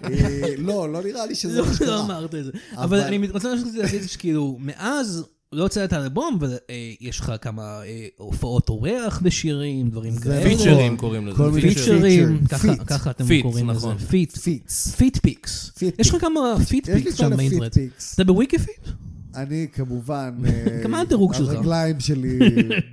Speaker 4: אה, לא, לא נראה לי שזה
Speaker 3: לא,
Speaker 4: מה
Speaker 3: לא
Speaker 4: שקרה.
Speaker 3: אמרת את זה. אבל
Speaker 4: אבל-
Speaker 3: אני רוצה להגיד שכאילו, מאז לא יוצא את האלבום, אבל אה, יש לך כמה אה, הופעות אורח בשירים, דברים כאלה.
Speaker 2: פיצ'רים קוראים לזה.
Speaker 4: כל מיני
Speaker 2: פיצ'רים.
Speaker 3: פיצ'רים,
Speaker 4: פיצ'רים.
Speaker 3: ככה-
Speaker 4: פיט.
Speaker 3: ככה אתם
Speaker 2: פיט,
Speaker 3: קוראים לזה.
Speaker 2: נכון.
Speaker 3: פיט.
Speaker 4: פיץ.
Speaker 3: פיט פיקס.
Speaker 4: פיט
Speaker 3: יש לך כמה פיט
Speaker 4: יש לי
Speaker 3: פיקס שם
Speaker 4: כל
Speaker 3: באינטרנט.
Speaker 4: הפיטפיקס.
Speaker 3: אתה בוויקי פיט?
Speaker 4: אני כמובן... אה,
Speaker 3: כמה הדירוג שלך?
Speaker 4: הרגליים שלי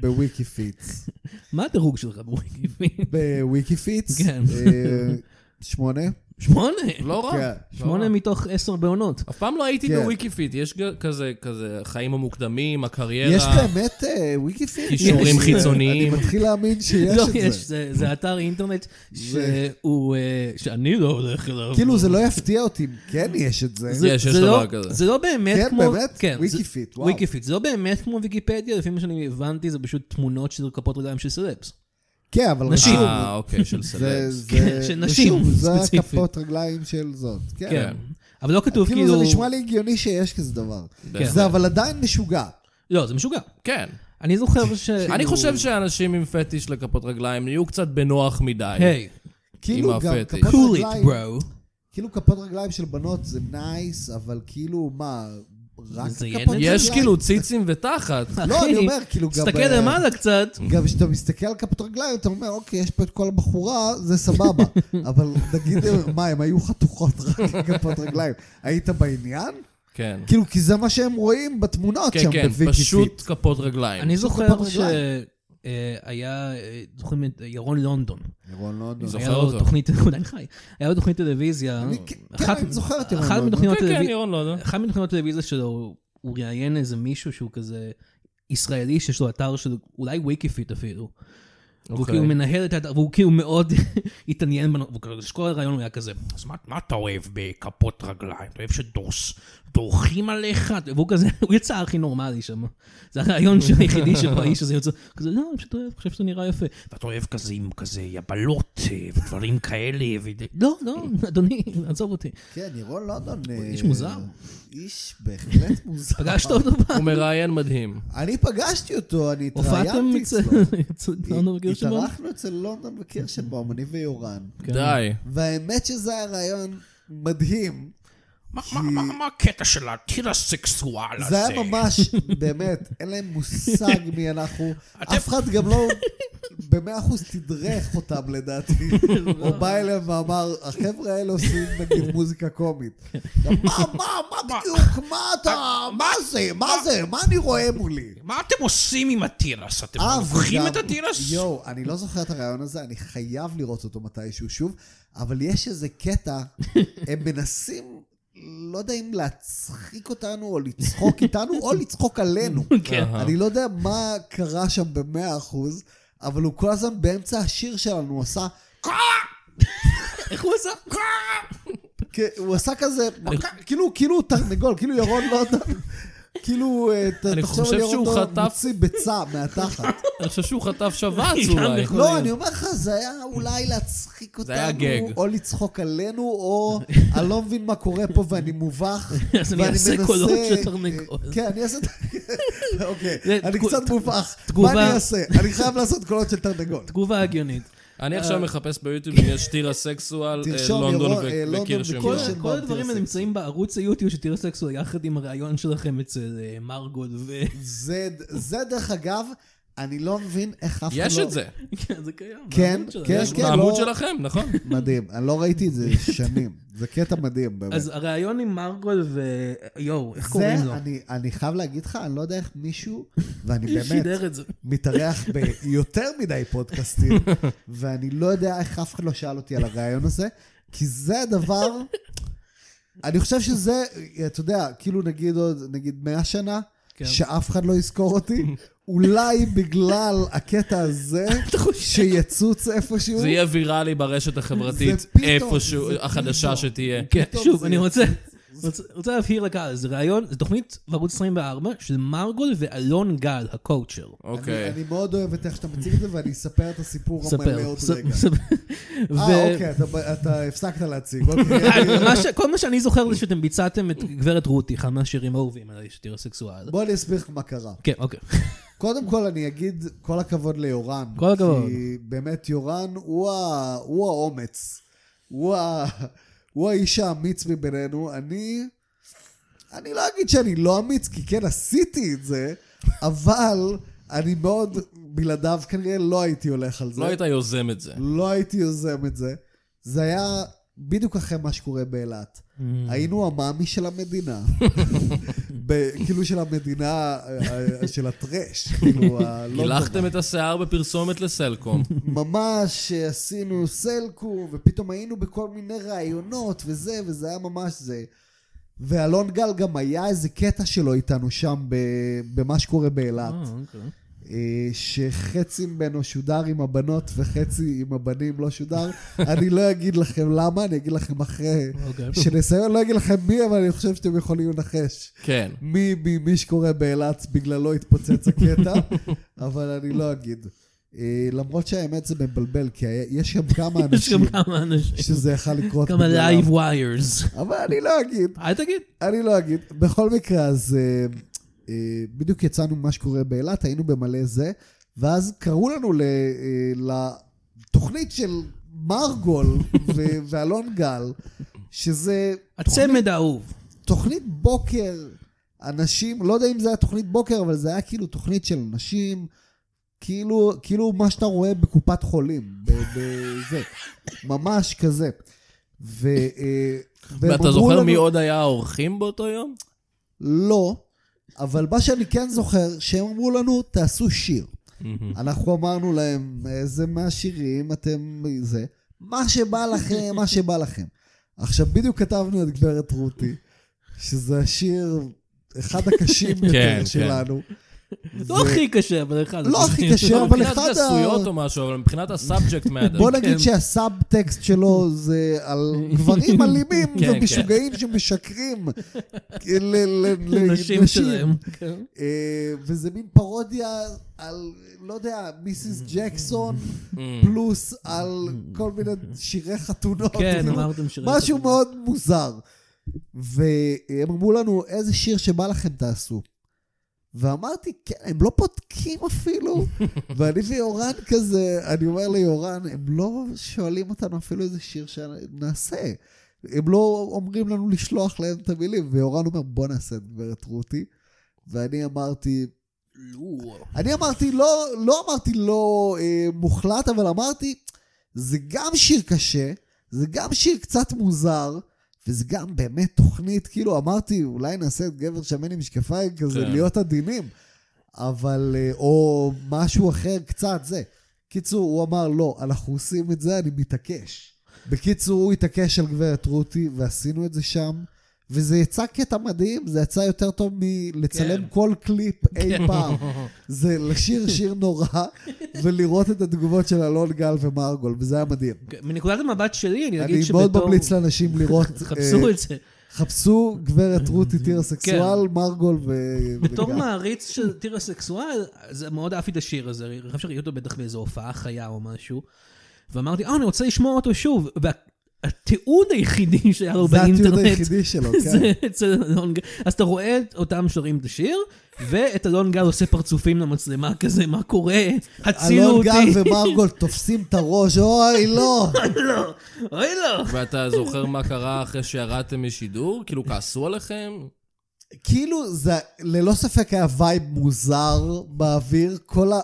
Speaker 4: בוויקי פיץ.
Speaker 3: מה הדירוג שלך בוויקי פיט?
Speaker 4: בוויקי פיץ?
Speaker 3: כן.
Speaker 4: אה, שמונה?
Speaker 3: שמונה.
Speaker 2: לא רע.
Speaker 4: כן.
Speaker 2: לא
Speaker 3: שמונה
Speaker 2: רע.
Speaker 3: מתוך עשר בעונות.
Speaker 2: אף פעם לא הייתי
Speaker 4: כן.
Speaker 2: בוויקיפיט, יש ג- כזה, כזה, החיים המוקדמים, הקריירה.
Speaker 4: יש באמת אה, וויקי פיץ?
Speaker 2: קישורים
Speaker 4: יש,
Speaker 2: חיצוניים.
Speaker 4: אני מתחיל להאמין שיש
Speaker 3: לא,
Speaker 4: את
Speaker 3: יש,
Speaker 4: זה.
Speaker 3: זה- זה אתר אינטרנט שהוא, אה, שאני לא הולך אליו.
Speaker 4: כאילו, זה לא יפתיע אותי אם כן יש את זה.
Speaker 2: זה- יש, יש
Speaker 3: זה
Speaker 2: דבר
Speaker 3: לא-
Speaker 2: כזה.
Speaker 3: זה לא באמת
Speaker 4: כן,
Speaker 3: כמו...
Speaker 4: באמת?
Speaker 3: כן,
Speaker 4: ויקי
Speaker 3: זה-
Speaker 4: פיט, וואו.
Speaker 3: וויקיפיט. זה לא באמת כמו ויקיפדיה, לפי מה שאני הבנתי, זה פשוט תמונות של כפות רגליים של סלבס.
Speaker 4: כן, אבל
Speaker 3: נשים.
Speaker 4: רשום.
Speaker 2: אה, אוקיי, של
Speaker 4: זה-
Speaker 2: סלבס.
Speaker 4: זה-
Speaker 3: כן, של נשים,
Speaker 4: רשום, זה
Speaker 3: ספציפית.
Speaker 4: הכפות רגליים של זאת. כן.
Speaker 3: כן. אבל לא כתוב כאילו...
Speaker 4: כאילו, זה נשמע לי הגיוני שיש כזה דבר.
Speaker 2: כן.
Speaker 4: זה אבל עדיין משוגע.
Speaker 3: לא, זה משוגע.
Speaker 2: כן.
Speaker 3: אני זוכר ש...
Speaker 2: אני חושב שאנשים עם פטיש לכפות רגליים יהיו קצת בנוח מדי.
Speaker 3: היי,
Speaker 4: כאילו, גם
Speaker 2: הפטיש.
Speaker 4: כפות
Speaker 3: cool it,
Speaker 4: רגליים...
Speaker 3: bro.
Speaker 4: כאילו כפות רגליים של בנות זה נייס, אבל כאילו, מה, רק
Speaker 3: זה
Speaker 4: כפות
Speaker 3: ילד?
Speaker 4: רגליים?
Speaker 2: יש כאילו ציצים ותחת.
Speaker 4: לא,
Speaker 3: אחי,
Speaker 4: אני אומר, כאילו, גם...
Speaker 3: תסתכל
Speaker 4: אה,
Speaker 3: למעלה קצת.
Speaker 4: גם כשאתה מסתכל על כפות רגליים, אתה אומר, אוקיי, יש פה את כל הבחורה, זה סבבה. אבל נגיד, אה, מה, הם היו חתוכות רק עם כפות רגליים. היית בעניין?
Speaker 2: כן.
Speaker 4: כאילו, כי זה מה שהם רואים בתמונות
Speaker 2: כן,
Speaker 4: שם
Speaker 2: כן,
Speaker 4: בוויקי
Speaker 2: פשוט
Speaker 4: פיט.
Speaker 2: כפות רגליים.
Speaker 3: אני
Speaker 4: כפות
Speaker 3: זוכר
Speaker 4: רגליים.
Speaker 3: שהיה, זוכרים את אה, ירון לונדון.
Speaker 4: ירון לונדון.
Speaker 2: זוכר
Speaker 3: היה לו
Speaker 2: אותו.
Speaker 3: תוכנית, הוא עדיין חי. היה לו תוכנית טלוויזיה.
Speaker 4: אני- כן,
Speaker 3: אחת-
Speaker 4: אני זוכר את ירון
Speaker 3: אחת
Speaker 4: לונדון.
Speaker 3: מתוכניות
Speaker 2: כן, כן,
Speaker 3: טלוויזיה-
Speaker 2: ירון, לא יודע.
Speaker 3: אחת מתוכניות הטלוויזיה שלו, הוא- הוא ראיין איזה מישהו שהוא כזה ישראלי, שיש לו אתר של אולי ויקיפיט אפילו. והוא
Speaker 2: אוקיי.
Speaker 3: כאילו מנהל את האתר, והוא כאילו מאוד התעניין בנו, והוא כאילו, כל הרעיון הוא היה כזה.
Speaker 5: אז מה, מה אתה אוהב בכפות רגליים? אתה אוהב שדורכים עליך?
Speaker 3: והוא כזה, הוא יצא הכי נורמלי שם. זה הרעיון של- היחידי שבו האיש הזה יוצא, כזה, לא, אני פשוט אוהב, חושב שזה נראה יפה.
Speaker 5: ואתה אוהב כזה עם כזה יבלות אה, ודברים כאלה? ו-
Speaker 3: לא, לא, אדוני, עזוב אותי.
Speaker 4: כן, ירון לונדון. אה,
Speaker 3: איש מוזר.
Speaker 4: איש בהחלט מוזר.
Speaker 3: פגשת אותו פעם?
Speaker 2: הוא מראיין מדהים.
Speaker 4: אני פגשתי אותו, אני
Speaker 3: הופעתם
Speaker 4: התראיינתי
Speaker 3: אצל... לא כאילו
Speaker 4: אצלו.
Speaker 3: אצל לונדון וקירשנבאום?
Speaker 4: התארחנו אצל לונדון וקירשנבאום, אני ויורן.
Speaker 2: די.
Speaker 4: והאמת שזה היה רעיון מדהים.
Speaker 5: מה- מה- מה מה הקטע של הטירסקסואל הזה?
Speaker 4: זה היה ממש, באמת, אין להם מושג מי אנחנו. אף אחד גם לא במאה אחוז תדרך אותם לדעתי. או בא אליהם ואמר, החבר'ה האלה עושים נגיד מוזיקה קומית. גם, מה, מה, מה בדיוק, מה אתה, מה זה, מה זה, מה אני רואה מולי?
Speaker 5: מה אתם עושים עם התירס? אתם
Speaker 4: אה,
Speaker 5: לוקחים
Speaker 4: וגם-
Speaker 5: את התירס?
Speaker 4: יואו, אני לא זוכר את הרעיון הזה, אני חייב לראות אותו מתישהו שוב, אבל יש איזה קטע, הם מנסים, לא יודע אם להצחיק אותנו, או לצחוק איתנו, או לצחוק עלינו.
Speaker 3: כן.
Speaker 2: אהה.
Speaker 4: אני לא יודע מה קרה שם במאה אחוז, אבל הוא כל הזמן באמצע השיר שלנו עשה,
Speaker 3: איך הוא עשה?
Speaker 4: כ- הוא עשה כזה, כאילו, כאילו הוא תרנגול, כאילו ירון לא יודע. כאילו, אה, ת-
Speaker 2: אני
Speaker 4: תחשוב
Speaker 2: חושב
Speaker 4: על ירון
Speaker 2: שהוא
Speaker 4: לא
Speaker 2: חטף-
Speaker 4: מוציא ביצה מהתחת.
Speaker 2: אני חושב שהוא חטף שבץ
Speaker 3: גם
Speaker 2: אולי.
Speaker 3: יכול-
Speaker 4: לא, אני אומר לך, זה היה אולי להצחיק אותנו,
Speaker 2: זה היה גג.
Speaker 4: או לצחוק עלינו, או אני לא מבין מה קורה פה ואני מובך.
Speaker 3: אז אני
Speaker 4: ואני
Speaker 3: אעשה
Speaker 4: מנסה-
Speaker 3: קולות של תרנגול.
Speaker 4: כן, אני אעשה... אוקיי,
Speaker 3: זה
Speaker 4: אני
Speaker 3: תגו-
Speaker 4: קצת מובך.
Speaker 3: תגובה-
Speaker 4: מה אני אעשה? אני חייב לעשות קולות של תרנגול.
Speaker 3: תגובה הגיונית.
Speaker 2: אני עכשיו מחפש ביוטיוב אם יש טירה סקסואל, אה,
Speaker 4: אה. תרשום,
Speaker 2: לונדון
Speaker 4: ירון, אה, לונדון
Speaker 2: וקירשנבאום.
Speaker 3: כל-
Speaker 4: וקירשנבאום. של
Speaker 3: כל
Speaker 4: בום,
Speaker 3: הדברים האלה
Speaker 4: תראה
Speaker 3: נמצאים בערוץ היוטיוב של תראה סקסואל, יחד עם הריאיון שלכם אצל אה, מרגול ו...
Speaker 4: זה, זה דרך אגב, אני לא מבין איך אף אחד לא...
Speaker 2: יש את זה.
Speaker 3: כן, זה קיים.
Speaker 4: כן,
Speaker 3: בערוץ שלכם.
Speaker 4: כן.
Speaker 2: יש בעמוד
Speaker 4: לא-
Speaker 2: שלכם, נכון?
Speaker 4: מדהים, אני לא ראיתי את זה שנים. זה קטע מדהים, באמת.
Speaker 3: אז הריאיון עם מרגול ו... יואו, איך קוראים לו?
Speaker 4: זה, אני, אני חייב להגיד לך, אני לא יודע איך מישהו, ואני
Speaker 3: מי
Speaker 4: באמת
Speaker 3: שידר את זה?
Speaker 4: מתארח ביותר מדי פודקאסטים, ואני לא יודע איך אף אחד לא שאל אותי על הרעיון הזה, כי זה הדבר, אני חושב שזה, אתה יודע, כאילו נגיד עוד, נגיד 100 שנה,
Speaker 3: כן.
Speaker 4: שאף אחד לא יזכור אותי, אולי בגלל הקטע הזה, שיצוץ איפשהו.
Speaker 2: זה יהיה ויראלי ברשת החברתית,
Speaker 4: זה פתאום,
Speaker 2: איפשהו,
Speaker 4: זה
Speaker 2: החדשה
Speaker 4: פתאום.
Speaker 2: שתהיה.
Speaker 3: כן,
Speaker 4: פתאום
Speaker 3: שוב,
Speaker 4: זה-
Speaker 3: אני רוצה... רוצה- רוצה להבהיר לקהל, זה ראיון, זו תוכנית בערוץ 24 של מרגול ואלון גל, הקואוצ'ר.
Speaker 4: אני
Speaker 2: אוקיי.
Speaker 4: אני מאוד אוהב את איך שאתה מציג את זה, ואני אספר את הסיפור המלא
Speaker 3: ספר.
Speaker 4: לא עוד
Speaker 3: ס-
Speaker 4: רגע.
Speaker 3: ספר.
Speaker 4: אה,
Speaker 3: ו-
Speaker 4: אוקיי, אתה- אתה הפסקת להציג. אוקיי.
Speaker 3: אני- מה ש- כל מה שאני זוכר זה שאתם ביצעתם את גברת רותי, אחד מהשירים האהובים עליי, שתראה סקסואל.
Speaker 4: בוא אני אסביר לך מה קרה.
Speaker 3: כן, אוקיי.
Speaker 4: קודם כל אני אגיד כל הכבוד ליורן.
Speaker 3: כל הכבוד.
Speaker 4: כי באמת יורן הוא, ה... הוא האומץ. הוא, ה... הוא האיש האמיץ מבינינו. אני... אני לא אגיד שאני לא אמיץ, כי כן עשיתי את זה, אבל אני מאוד, בלעדיו כנראה לא הייתי הולך על זה.
Speaker 2: לא היית יוזם את זה.
Speaker 4: לא הייתי יוזם את זה. זה היה בדיוק אחרי מה שקורה באילת. היינו המאמי של המדינה. ב- כאילו של המדינה, אה, אה, של הטרש. כאילו, ה- לא טוב.
Speaker 2: הילכתם את השיער בפרסומת לסלקום.
Speaker 4: ממש אה, עשינו סלקום, ופתאום היינו בכל מיני ראיונות וזה, וזה היה ממש זה. ואלון גל גם היה איזה קטע שלו איתנו שם, ב- במה שקורה באילת.
Speaker 3: אה, אוקיי.
Speaker 4: אה, שחצי ממנו שודר עם הבנות וחצי עם הבנים לא שודר. אני לא אגיד לכם למה, אני אגיד לכם אחרי
Speaker 3: אוקיי.
Speaker 4: שנסיים, לא אגיד לכם מי, אבל אני חושב שאתם יכולים לנחש.
Speaker 2: כן.
Speaker 4: מי, מי, מי שקורא באילת, בגללו התפוצץ הקטע, אבל אני לא אגיד. אה, למרות שהאמת זה מבלבל, כי היה- יש שם כמה
Speaker 3: יש
Speaker 4: אנשים
Speaker 3: גם כמה אנשים.
Speaker 4: שזה יכול לקרות
Speaker 3: כמה
Speaker 4: בגללם.
Speaker 3: לייב ויירס.
Speaker 4: אבל אני לא אגיד.
Speaker 3: אל תגיד.
Speaker 4: אני לא אגיד. בכל מקרה, אז אה, אה, בדיוק יצאנו ממה שקורה באילת, היינו במלא זה, ואז קראו לנו ל- אה, לתוכנית של מרגול ו- ואלון גל, שזה
Speaker 3: הצמד האהוב.
Speaker 4: תוכנית בוקר, אנשים, לא יודע אם זה היה תוכנית בוקר, אבל זה היה כאילו תוכנית של נשים, כאילו, כאילו מה שאתה רואה בקופת חולים, בזה, ממש כזה. ו... אה, והם
Speaker 2: ואתה
Speaker 4: אמרו
Speaker 2: זוכר
Speaker 4: לנו-
Speaker 2: מי עוד היה האורחים באותו יום?
Speaker 4: לא, אבל מה שאני כן זוכר, שהם אמרו לנו, תעשו שיר. אנחנו אמרנו להם, איזה מהשירים אתם... זה. מה שבא לכם, מה שבא לכם. עכשיו, בדיוק כתבנו את גברת רותי, שזה השיר, אחד הקשים
Speaker 2: כן,
Speaker 4: יותר
Speaker 2: כן.
Speaker 4: שלנו.
Speaker 3: לא הכי קשה, אבל אחד.
Speaker 4: לא הכי קשה, אבל
Speaker 2: מבחינת
Speaker 4: אחד
Speaker 2: גסויות
Speaker 4: ה...
Speaker 2: או משהו, אבל מבחינת הסאבג'קט כן. מהדר.
Speaker 4: בוא נגיד שהסאבטקסט שלו זה על גברים אלימים
Speaker 2: כן, כן.
Speaker 4: ומשוגעים שמשקרים ל- ל-
Speaker 3: נשים שלהם. כן.
Speaker 4: אה, וזה מין פרודיה על, לא יודע, מיסיס ג'קסון, פלוס על כל מיני שירי חתונות.
Speaker 3: כן,
Speaker 4: כאילו,
Speaker 3: אמרתם שראיתם.
Speaker 4: משהו מאוד מוזר. והם אמרו לנו, איזה שיר שבא לכם תעשו. ואמרתי, כן, הם לא בודקים אפילו. ואני ויורן כזה, אני אומר ליורן, הם לא שואלים אותנו אפילו איזה שיר שנעשה. הם לא אומרים לנו לשלוח להם את המילים, ויורן אומר, בוא נעשה את גברת רותי. ואני אמרתי, אני אמרתי, לא, לא אמרתי לא אה, מוחלט, אבל אמרתי, זה גם שיר קשה, זה גם שיר קצת מוזר, וזה גם באמת תוכנית, כאילו אמרתי, אולי נעשה את גבר שמן עם משקפיים, כזה
Speaker 2: כן.
Speaker 4: להיות עדינים, אבל, אה, או משהו אחר קצת, זה. קיצור, הוא אמר, לא, אנחנו עושים את זה, אני מתעקש. בקיצור, הוא התעקש על גברת רותי, ועשינו את זה שם. וזה יצא קטע מדהים, זה יצא יותר טוב מלצלם
Speaker 3: כן.
Speaker 4: כל קליפ אי פעם. זה לשיר שיר נורא, ולראות את התגובות של אלון גל ומרגול, וזה היה מדהים.
Speaker 3: כן, מנקודת המבט שלי, אני
Speaker 4: אני
Speaker 3: אגיד שבתור...
Speaker 4: מאוד ממליץ לאנשים לראות,
Speaker 3: חפשו
Speaker 4: אה,
Speaker 3: את זה.
Speaker 4: חפשו גברת רותי טיר הסקסואל, מרגול ו...
Speaker 3: בתור
Speaker 4: וגל.
Speaker 3: מעריץ של טיר הסקסואל, זה מאוד אהבתי את השיר הזה, אני חושב שראיתי אותו בטח באיזו הופעה חיה או משהו, ואמרתי, אה, אני רוצה לשמוע אותו שוב, והתיעוד היחידי שהיה לו
Speaker 4: זה
Speaker 3: באינטרנט,
Speaker 4: התיעוד היחידי שלו, כן.
Speaker 3: זה אצל אלון גל. אז אתה רואה את אותם שרים את השיר, ואת אלון גל עושה פרצופים למצלמה כזה, מה קורה? הצילו
Speaker 4: אלון
Speaker 3: אותי.
Speaker 4: גל ומרגול תופסים את הראש, אוי, לא.
Speaker 3: לא, אוי לא.
Speaker 2: ואתה זוכר מה קרה אחרי שירדתם משידור? כאילו, כעסו עליכם?
Speaker 4: כאילו, זה ללא ספק היה וייב מוזר באוויר. כל ה...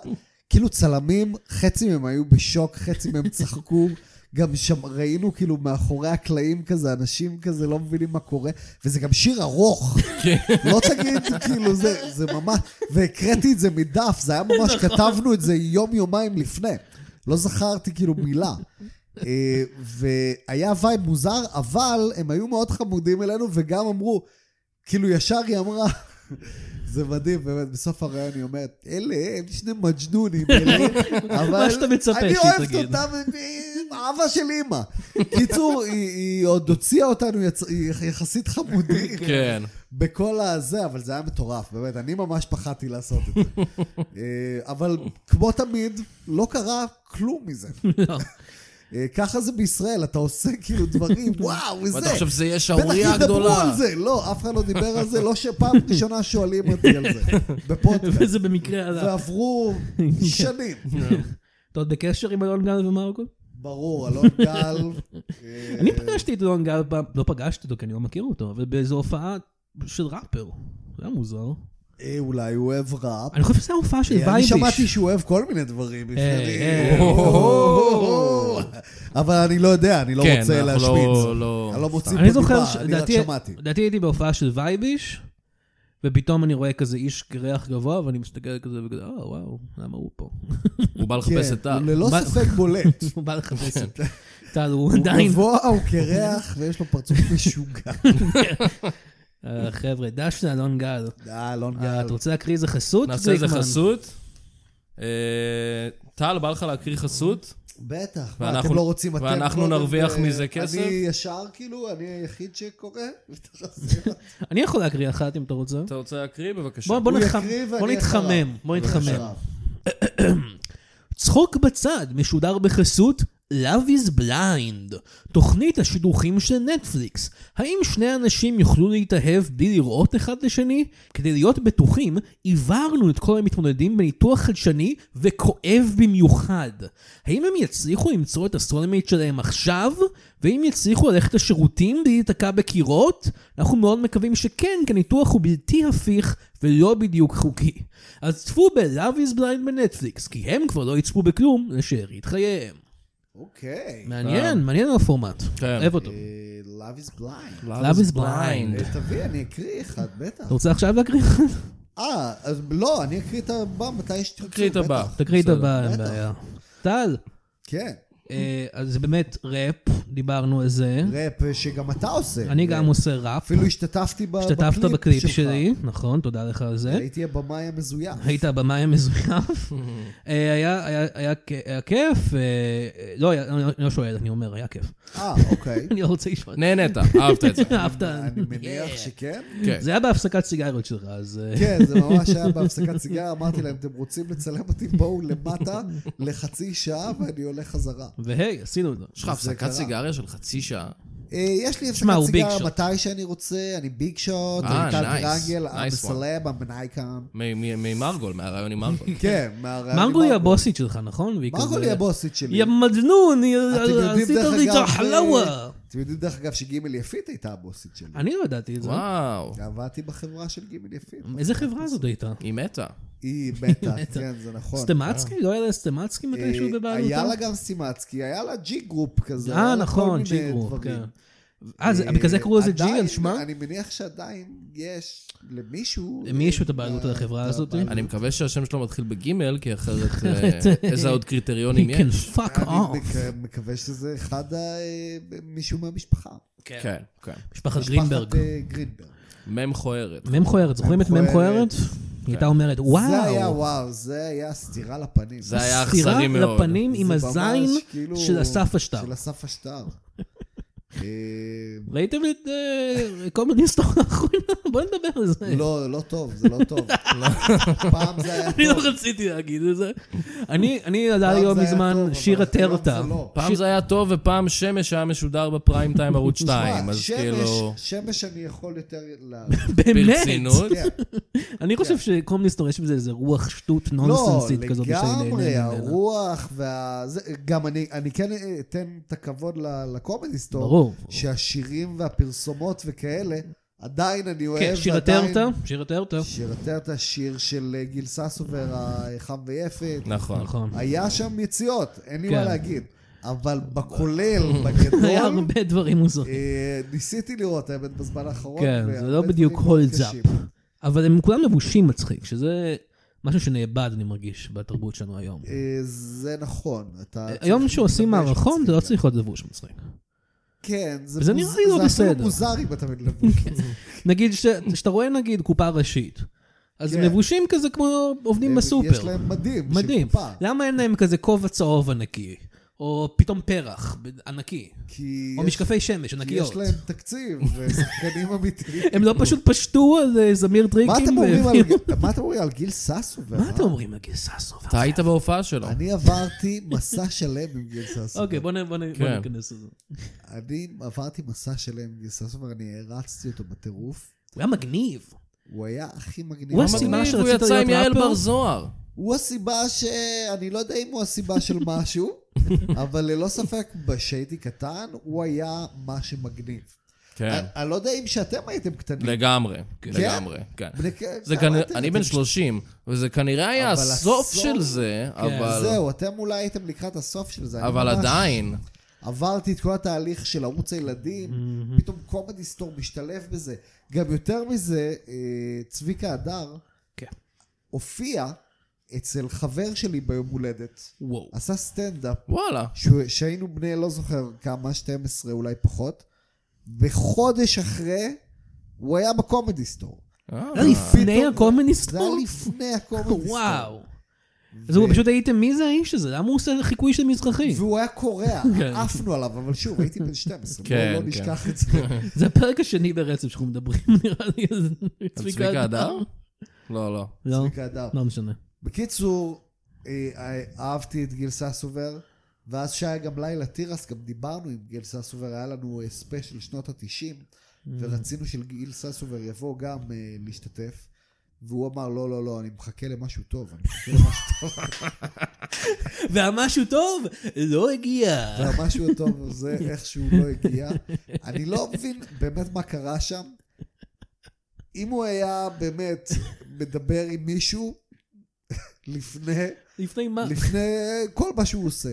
Speaker 4: כאילו צלמים, חצי מהם היו בשוק, חצי מהם צחקו. גם שם ראינו כאילו מאחורי הקלעים כזה, אנשים כזה לא מבינים מה קורה, וזה גם שיר ארוך. לא תגיד, כאילו, זה, זה ממש... והקראתי את זה מדף, זה היה ממש,
Speaker 3: נכון.
Speaker 4: כתבנו את זה יום-יומיים לפני. לא זכרתי כאילו מילה. אה, והיה וייב מוזר, אבל הם היו מאוד חמודים אלינו, וגם אמרו, כאילו ישר היא אמרה, זה מדהים, באמת, בסוף הראיון היא אומרת, אלה הם שני מג'נונים, אלה, אבל
Speaker 3: שאתה מצפה
Speaker 4: אני
Speaker 3: שהיא
Speaker 4: אוהבת
Speaker 3: תגיד.
Speaker 4: אותם, הם- הם אהבה של אימא. קיצור, היא- היא עוד הוציאה אותנו יצ- היא יחסית חמודים.
Speaker 2: כן.
Speaker 4: בכל הזה, אבל זה היה מטורף, באמת, אני ממש פחדתי לעשות את זה. אה, אבל כמו תמיד, לא קרה כלום מזה.
Speaker 3: לא.
Speaker 4: אה, ככה זה בישראל, אתה עושה כאילו דברים, וואו, וזה.
Speaker 2: ואתה חושב שזה יהיה
Speaker 4: בטח
Speaker 2: שערורייה
Speaker 4: ידברו
Speaker 2: גדולה.
Speaker 4: על זה, לא, אף אחד לא דיבר על זה, לא שפעם ראשונה שואלים אותי על זה, בפודקאסט,
Speaker 3: וזה במקרה עלה.
Speaker 4: ועברו
Speaker 2: כן.
Speaker 4: שנים.
Speaker 3: אתה עוד בקשר עם אלון גל ומרקו?
Speaker 4: אה, ברור, אלון גל, אה,
Speaker 3: אני פגשתי את אלון גל פעם, לא פגשתי אותו כי אני לא מכיר אותו, אבל באיזו הופעה של ראפר. זה היה מוזר.
Speaker 4: אה, אולי הוא אוהב ראפ.
Speaker 3: אני חושב שזו הופעה של
Speaker 4: אה, אני שמעתי
Speaker 3: וייביש.
Speaker 4: שהוא אוהב כל מיני דברים.
Speaker 3: אה,
Speaker 4: בפנים.
Speaker 3: היי.
Speaker 4: או. אבל אני לא יודע, אני לא
Speaker 2: כן,
Speaker 4: רוצה
Speaker 2: אנחנו
Speaker 4: להשמיץ.
Speaker 2: לא- לא-
Speaker 4: אני לא מוציא
Speaker 3: אני
Speaker 4: פה
Speaker 3: זוכר,
Speaker 4: דיבה,
Speaker 3: ש-
Speaker 4: אני רק
Speaker 3: לדעתי-
Speaker 4: שמעתי.
Speaker 3: לדעתי הייתי בהופעה של וייביש, ופתאום אני רואה כזה איש ריח גבוה, ואני מסתכל כזה וכזה, או וואו, למה הוא פה?
Speaker 2: הוא בא לחפש
Speaker 4: כן,
Speaker 2: את
Speaker 4: הוא
Speaker 2: טל.
Speaker 4: ללא
Speaker 3: מה-
Speaker 4: ספק בולט.
Speaker 3: הוא בא לחפש
Speaker 2: כן.
Speaker 3: אותו. טל, הוא
Speaker 4: הוא
Speaker 3: עדיין...
Speaker 4: גבוה, הוא קרח, ויש לו פרצוף משוגע.
Speaker 3: אה, חבר'ה, דש לאלון גל.
Speaker 4: אה, אלון
Speaker 3: אה,
Speaker 4: גל.
Speaker 3: אתה רוצה להקריא איזה חסות?
Speaker 2: נעשה איזה
Speaker 3: גליקמן?
Speaker 2: חסות. אה, טל, בא לך להקריא חסות?
Speaker 4: בטח, מה,
Speaker 2: ואנחנו-
Speaker 4: אתם לא רוצים, אתם...
Speaker 2: ואנחנו
Speaker 4: קודם,
Speaker 2: נרוויח
Speaker 4: אה,
Speaker 2: מזה כסף?
Speaker 4: אני ישר, כאילו, אני היחיד שקורא? לא
Speaker 3: אני יכול להקריא אחת אם אתה רוצה.
Speaker 2: אתה רוצה להקריא? בבקשה.
Speaker 3: בוא- בוא
Speaker 4: הוא
Speaker 3: נתחמם,
Speaker 4: יקריא
Speaker 3: בוא
Speaker 4: ואני
Speaker 3: נתחמם, בוא נתחמם.
Speaker 4: אחריו.
Speaker 3: צחוק בצד משודר בחסות Love is Blind, תוכנית השידוכים של נטפליקס. האם שני אנשים יוכלו להתאהב בלי לראות אחד לשני? כדי להיות בטוחים, עיוורנו את כל המתמודדים בניתוח חדשני וכואב במיוחד. האם הם יצליחו למצוא את הסטרונמית שלהם עכשיו? ואם יצליחו ללכת לשירותים בלי להיתקע בקירות? אנחנו מאוד מקווים שכן, כי הניתוח הוא בלתי הפיך ולא בדיוק חוקי. אז צפו ב-Love is Blind בנטפליקס, כי הם כבר לא יצפו בכלום לשארית חייהם.
Speaker 4: אוקיי.
Speaker 3: מעניין, מעניין הפורמט.
Speaker 2: כן.
Speaker 3: אוהב אותו.
Speaker 4: אה, Love is blind.
Speaker 3: Love is blind.
Speaker 4: אה, תביא, אני אקריא אחד, בטח.
Speaker 3: אתה רוצה עכשיו להקריא?
Speaker 4: אה, אז לא, אני אקריא את הבא מתי שתרצו.
Speaker 2: תקריא את
Speaker 4: בטח.
Speaker 2: הבא.
Speaker 3: תקריא את
Speaker 2: בסדר.
Speaker 3: הבא, אין
Speaker 4: בטח.
Speaker 3: בעיה. טל,
Speaker 4: כן,
Speaker 3: אה, אז זה באמת ראפ, דיברנו על זה.
Speaker 4: ראפ אה, שגם אתה עושה.
Speaker 3: אני גם עושה ראפ.
Speaker 4: אפילו השתתפתי ב-
Speaker 3: השתתפת
Speaker 4: בקליפ
Speaker 3: בקליפ
Speaker 4: שלך.
Speaker 3: שלי, נכון, תודה לך על זה.
Speaker 4: הייתי הבמאי המזויף.
Speaker 3: היית הבמאי המזויף. אה, היה- היה- היה כ- היה כיף, אה, אה, לא, היה- אני לא- אני לא שואל, אני אומר, היה כיף.
Speaker 4: אה, אוקיי.
Speaker 3: אני לא רוצה לשאול.
Speaker 2: נהנית, אהבת את זה.
Speaker 3: אהבת.
Speaker 4: אני מניח שכן.
Speaker 2: כן.
Speaker 3: זה היה בהפסקת סיגריות שלך, אז... אה,
Speaker 4: כן, זה ממש היה בהפסקת סיגר, אמרתי להם, אתם רוצים לצלם אותי, בואו למטה לחצי שעה ואני הולך חזרה.
Speaker 3: והי, עשינו את זה.
Speaker 2: יש לך הפסקת סיגריה של חצי שעה?
Speaker 4: אה, יש לי
Speaker 3: שמע,
Speaker 4: הפסקת
Speaker 3: הוא ביג
Speaker 4: סיגר
Speaker 3: שוט.
Speaker 4: מתי שאני רוצה, אני ביג שוט,
Speaker 2: אה,
Speaker 4: ריטל
Speaker 2: nice.
Speaker 4: דרגל,
Speaker 2: Nice
Speaker 4: I'm a
Speaker 2: one.
Speaker 4: celeb, I'm an icon.
Speaker 2: מ- מ- ממרגול, מהרעיון עם מרגול.
Speaker 4: כן, מהרעיון עם
Speaker 3: מרגו היא
Speaker 4: מרגול.
Speaker 3: הבוסית שלך, נכון? והיא
Speaker 4: מרגול
Speaker 3: כזה-
Speaker 4: היא הבוסית שלי.
Speaker 3: יא מג'נון, יא- אה,
Speaker 4: אתם יודעים,
Speaker 3: עשית
Speaker 4: דרך
Speaker 3: לי את
Speaker 4: אגב, אה,
Speaker 3: החלאווה.
Speaker 4: אתם יודעים דרך אגב שגימל יפית הייתה הבוסית שלי.
Speaker 3: אני לא ידעתי את זה.
Speaker 2: וואו,
Speaker 4: עבדתי בחברה של גימל יפית.
Speaker 3: איזה חברה זאת הייתה?
Speaker 2: היא מתה.
Speaker 4: היא מתה, כן, זה נכון.
Speaker 3: סטמצקי? לא היה לה סטמצקי
Speaker 4: אה,
Speaker 3: מתישהו בבעלותה?
Speaker 4: היה לה גם סטימצקי, היה לה ג'י גרופ כזה. היה
Speaker 3: אה,
Speaker 4: לה כל
Speaker 3: נכון,
Speaker 4: מיני
Speaker 3: ג'י גרופ,
Speaker 4: דברים.
Speaker 3: כן. אה, זה-
Speaker 4: אה,
Speaker 3: בגלל זה קראו לזה ג'י על
Speaker 4: עדיין,
Speaker 3: שמה?
Speaker 4: אני מניח שעדיין יש למישהו... אה,
Speaker 3: למישהו את הבעלות על החברה
Speaker 4: את
Speaker 3: הזאת?
Speaker 4: הבעלות.
Speaker 2: אני מקווה שהשם שלו מתחיל בגימל, כי אחרת אה, איזה עוד קריטריונים
Speaker 3: He
Speaker 2: יש.
Speaker 3: can fuck
Speaker 4: אני
Speaker 3: off.
Speaker 4: מק- מקווה שזה אחד ה... אה, מישהו מהמשפחה.
Speaker 2: כן, כן.
Speaker 3: משפחת
Speaker 4: משפחת,
Speaker 3: גרינברג.
Speaker 4: אה, גרינברג.
Speaker 2: מם מכוערת.
Speaker 3: מ"ם חוערת, זוכרים את מ"ם חוערת? היא הייתה אומרת,
Speaker 4: זה היה
Speaker 3: וואו.
Speaker 4: וואו, זה היה סטירה לפנים.
Speaker 2: זה היה
Speaker 3: סטירה
Speaker 2: אכזרי מאוד.
Speaker 3: לפנים עם
Speaker 4: זה
Speaker 3: הזין
Speaker 4: ממש כאילו-
Speaker 3: של אסף אשטר.
Speaker 4: של אסף אשטר. אה,
Speaker 3: ראיתם את קומודיסט האחרונה? בואו נדבר על זה.
Speaker 4: לא, לא טוב, זה לא טוב. פעם זה היה
Speaker 3: אני
Speaker 4: טוב.
Speaker 3: לא רציתי להגיד את זה. אני, אני עלה
Speaker 4: פעם
Speaker 3: לי לא
Speaker 4: זה היה
Speaker 3: מזמן
Speaker 4: טוב, אבל
Speaker 3: שיר
Speaker 4: היום
Speaker 3: הטרטה.
Speaker 4: זה לא.
Speaker 2: פעם זה היה טוב ופעם שמש היה משודר בפריים טיים ערוץ 2, אז
Speaker 4: שמש-
Speaker 2: כאילו...
Speaker 4: שמש אני יכול יותר... לה-
Speaker 3: באמת.
Speaker 2: ברצינות?
Speaker 4: כן.
Speaker 3: אני חושב שקומוניסטור יש בזה איזה רוח שטות
Speaker 4: לא,
Speaker 3: נונסנסית כזאת שאני
Speaker 4: לגמרי,
Speaker 3: נהנה ממנה.
Speaker 4: הרוח וה... זה- גם אני, אני כן אתן את הכבוד ל- לקומדי סטור.
Speaker 3: ברור.
Speaker 4: שהשירים והפרסומות וכאלה, עדיין אני אוהב.
Speaker 3: כן, שיר
Speaker 4: ועדיין-
Speaker 3: הטרטה, שיר הטרטה.
Speaker 4: שיר הטרטה, שיר של אה, גיל ססובר, החם ויפת.
Speaker 2: נכון.
Speaker 3: נכון.
Speaker 4: היה שם יציאות, אין לי
Speaker 3: כן.
Speaker 4: מה להגיד. אבל בכולל, בגדול...
Speaker 3: היה הרבה דברים מוזרים.
Speaker 4: אה, ניסיתי לראות, האמת, בזמן האחרון.
Speaker 3: כן, זה
Speaker 4: נכון? והרבה
Speaker 3: לא בדיוק
Speaker 4: דברים מאוד
Speaker 3: הולדסאפ.
Speaker 4: קשים.
Speaker 3: אבל הם כולם לבושים מצחיק, שזה משהו שנאבד, אני מרגיש, בתרבות שלנו היום.
Speaker 4: אה, זה נכון. אתה
Speaker 3: אה, היום
Speaker 4: צריך
Speaker 3: שעושים
Speaker 4: להתלבש
Speaker 3: מערכון, זה לא
Speaker 4: מצחיק.
Speaker 3: צריך להיות לבוש מצחיק.
Speaker 4: כן, זה
Speaker 3: וזה
Speaker 4: מוז-
Speaker 3: נראה לי לא
Speaker 4: זה אפילו
Speaker 3: בסדר. כן.
Speaker 4: מוזר אם אתה מתלבש.
Speaker 3: נגיד, ש- שאתה רואה נגיד קופה ראשית, אז
Speaker 4: כן.
Speaker 3: הם לבושים כזה כמו עובדים
Speaker 4: הם-
Speaker 3: בסופר.
Speaker 4: יש להם מדים. של
Speaker 3: מדהים.
Speaker 4: קופה.
Speaker 3: למה אין להם כזה כובע צהוב ענקי? או פתאום פרח ב- ענקי?
Speaker 4: כי
Speaker 3: או
Speaker 4: יש-
Speaker 3: משקפי שמש
Speaker 4: כי
Speaker 3: ענקיות?
Speaker 4: יש להם תקציב, ושחקנים אמיתיים.
Speaker 3: הם לא פשוט פשטו על אה, זמיר
Speaker 4: מה
Speaker 3: דריקין?
Speaker 4: אתם
Speaker 3: והביאו-
Speaker 4: אומרים על- מה אתם אומרים על גיל ססו?
Speaker 3: מה אתם אומרים על גיססו?
Speaker 2: אתה היית בהופעה שלו.
Speaker 4: אני עברתי מסע שלם עם גיל ססו.
Speaker 3: אוקיי, בוא נ- בוא נ- בוא
Speaker 2: כן.
Speaker 3: ניכנס לזה. הוא
Speaker 4: אני עברתי מסע שלם עם גיל ססו, ואני הרצתי אותו בטירוף.
Speaker 3: היה מגניב.
Speaker 4: הוא היה הכי מגניב.
Speaker 3: הוא
Speaker 2: כמה
Speaker 3: הסיבה
Speaker 2: מגניב,
Speaker 3: שרצית
Speaker 2: הוא יצא עם
Speaker 3: להיות
Speaker 2: יעל
Speaker 3: ראפר?
Speaker 2: בר זוהר.
Speaker 4: הוא הסיבה ש... אני לא יודע אם הוא הסיבה של משהו, אבל ללא ספק, כשהייתי קטן, הוא היה מה שמגניב.
Speaker 2: כן.
Speaker 4: אני- אני לא יודע אם שאתם הייתם קטנים.
Speaker 2: לגמרי. לגמרי. כן.
Speaker 4: בני- כן,
Speaker 2: זה
Speaker 4: כמה
Speaker 2: כנראה,
Speaker 4: אתם
Speaker 2: אני
Speaker 4: הייתם?
Speaker 2: בן 30, וזה כנראה היה
Speaker 4: אבל
Speaker 2: הסוף
Speaker 4: הסוף- כן,
Speaker 2: של זה, אבל...
Speaker 4: זהו, אתם אולי הייתם לקראת הסוף של זה. אני
Speaker 2: אבל
Speaker 4: ממש-
Speaker 2: עדיין,
Speaker 4: עברתי את כל התהליך של ערוץ הילדים, פתאום קומדי סטור משתלב בזה. גם יותר מזה, אה, צביקה הדר
Speaker 3: כן.
Speaker 4: הופיע אצל חבר שלי ביום הולדת,
Speaker 3: וואו.
Speaker 4: עשה סטנדאפ,
Speaker 2: וואלה.
Speaker 4: שהוא- שהיינו בני, לא זוכר כמה, 12 אולי פחות, וחודש אחרי, הוא היה בקומדי סטור.
Speaker 2: אה,
Speaker 3: זה היה לפני
Speaker 4: פתאום-
Speaker 3: הקומוניסט?
Speaker 4: זה היה לפני הקומדי סטור.
Speaker 3: וואו. אז הוא פשוט הייתם, מי זה האיש הזה? למה הוא עושה חיקוי של מזרחי?
Speaker 4: והוא היה קורע,
Speaker 3: כן.
Speaker 4: עפנו עליו, אבל שוב, הייתי בן 12, בואו
Speaker 2: כן,
Speaker 4: לא
Speaker 2: כן.
Speaker 4: נשכח את זה.
Speaker 3: זה הפרק השני ברצף שאנחנו מדברים, נראה לי. אז
Speaker 2: על צביקה הדר? לא, לא.
Speaker 3: לא,
Speaker 4: צביקה הדר.
Speaker 3: לא משנה.
Speaker 4: בקיצור, אה, אה, אהבתי את גיל ססובר, ואז שהיה גם לילה תירס, גם דיברנו עם גיל ססובר, היה לנו אה, ספיישל שנות התשעים, ורצינו שגיל ססובר יבוא גם אה, להשתתף. והוא אמר, לא, לא, לא, אני מחכה למשהו טוב, אני מחכה למשהו טוב.
Speaker 3: והמשהו טוב לא הגיע.
Speaker 4: והמשהו הטוב הזה איכשהו לא הגיע. אני לא מבין באמת מה קרה שם. אם הוא היה באמת מדבר עם מישהו לפני,
Speaker 3: לפני מה?
Speaker 4: לפני כל מה שהוא עושה,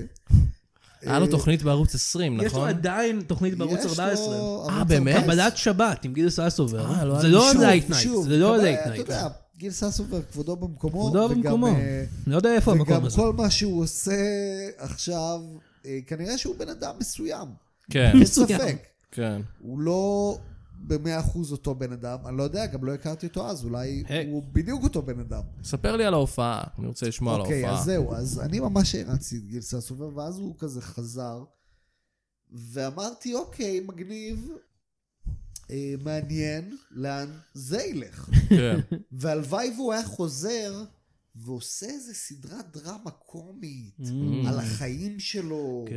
Speaker 2: היה לו
Speaker 4: אה,
Speaker 2: תוכנית בערוץ 20,
Speaker 3: יש לו
Speaker 2: נכון?
Speaker 3: עדיין תוכנית בערוץ 14.
Speaker 2: אה, באמת?
Speaker 3: קבלת שבת עם גיל ססובר.
Speaker 2: אה, לא
Speaker 3: זה
Speaker 2: היה לי
Speaker 3: לא
Speaker 2: שוב,
Speaker 3: לייט נייט, זה לא לייט
Speaker 4: אתה
Speaker 3: נייט.
Speaker 4: יודע, גיל ססובר, כבודו במקומו.
Speaker 3: כבודו
Speaker 4: וגם,
Speaker 3: במקומו.
Speaker 4: אה,
Speaker 3: לא יודע איפה
Speaker 4: וגם
Speaker 3: המקום הזה.
Speaker 4: כל מה שהוא עושה עכשיו, אה, כנראה שהוא בן אדם מסוים.
Speaker 2: כן,
Speaker 4: אין
Speaker 3: מסוים.
Speaker 4: ספק.
Speaker 2: כן.
Speaker 4: הוא לא במאה אחוז אותו בן אדם, אני לא יודע, גם לא הכרתי אותו אז, אולי
Speaker 3: היי.
Speaker 4: הוא בדיוק אותו בן אדם.
Speaker 2: ספר לי על ההופעה, אני רוצה לשמוע על
Speaker 4: אוקיי, אז
Speaker 2: ההופעה.
Speaker 4: זהו, אז אני ממש הרצתי את גיל ססובר, ואז הוא כזה חזר, ואמרתי, אוקיי, מגניב, אה, מעניין, לאן זה ילך.
Speaker 2: כן.
Speaker 4: והלוואי והוא היה חוזר ועושה איזה סדרת דרמה קומית
Speaker 3: Mm.
Speaker 4: על החיים שלו,
Speaker 3: כן.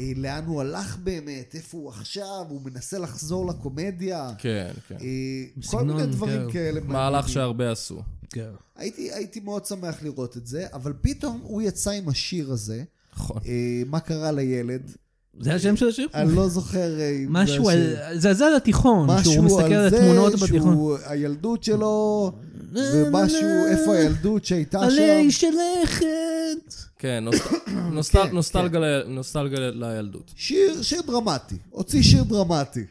Speaker 4: אה, לאן הוא הלך באמת, איפה הוא עכשיו, הוא מנסה לחזור לקומדיה.
Speaker 2: כן, כן.
Speaker 4: אה, כל
Speaker 3: סגנון,
Speaker 4: מיני דברים
Speaker 3: כן.
Speaker 4: כאלה.
Speaker 2: מהלך
Speaker 4: מעניינים.
Speaker 2: שהרבה עשו.
Speaker 3: כן.
Speaker 4: הייתי, הייתי מאוד שמח לראות את זה, אבל פתאום הוא יצא עם השיר הזה,
Speaker 2: נכון.
Speaker 4: אה, מה קרה לילד,
Speaker 3: זה השם של השיר?
Speaker 4: אני לא זוכר אה, אם
Speaker 3: משהו על...
Speaker 4: השיר.
Speaker 3: זה זה על התיכון, שהוא מסתכל על התמונות בתיכון.
Speaker 4: שהוא הילדות שלו, ומשהו, איפה הילדות שהייתה
Speaker 3: עלי
Speaker 4: שם.
Speaker 3: שלכת.
Speaker 2: כן, נוסט- נוסטל- נוסטלגיה ל- נוסטלגיה ל- לילדות.
Speaker 4: שיר, שיר דרמטי, הוציא שיר דרמטי.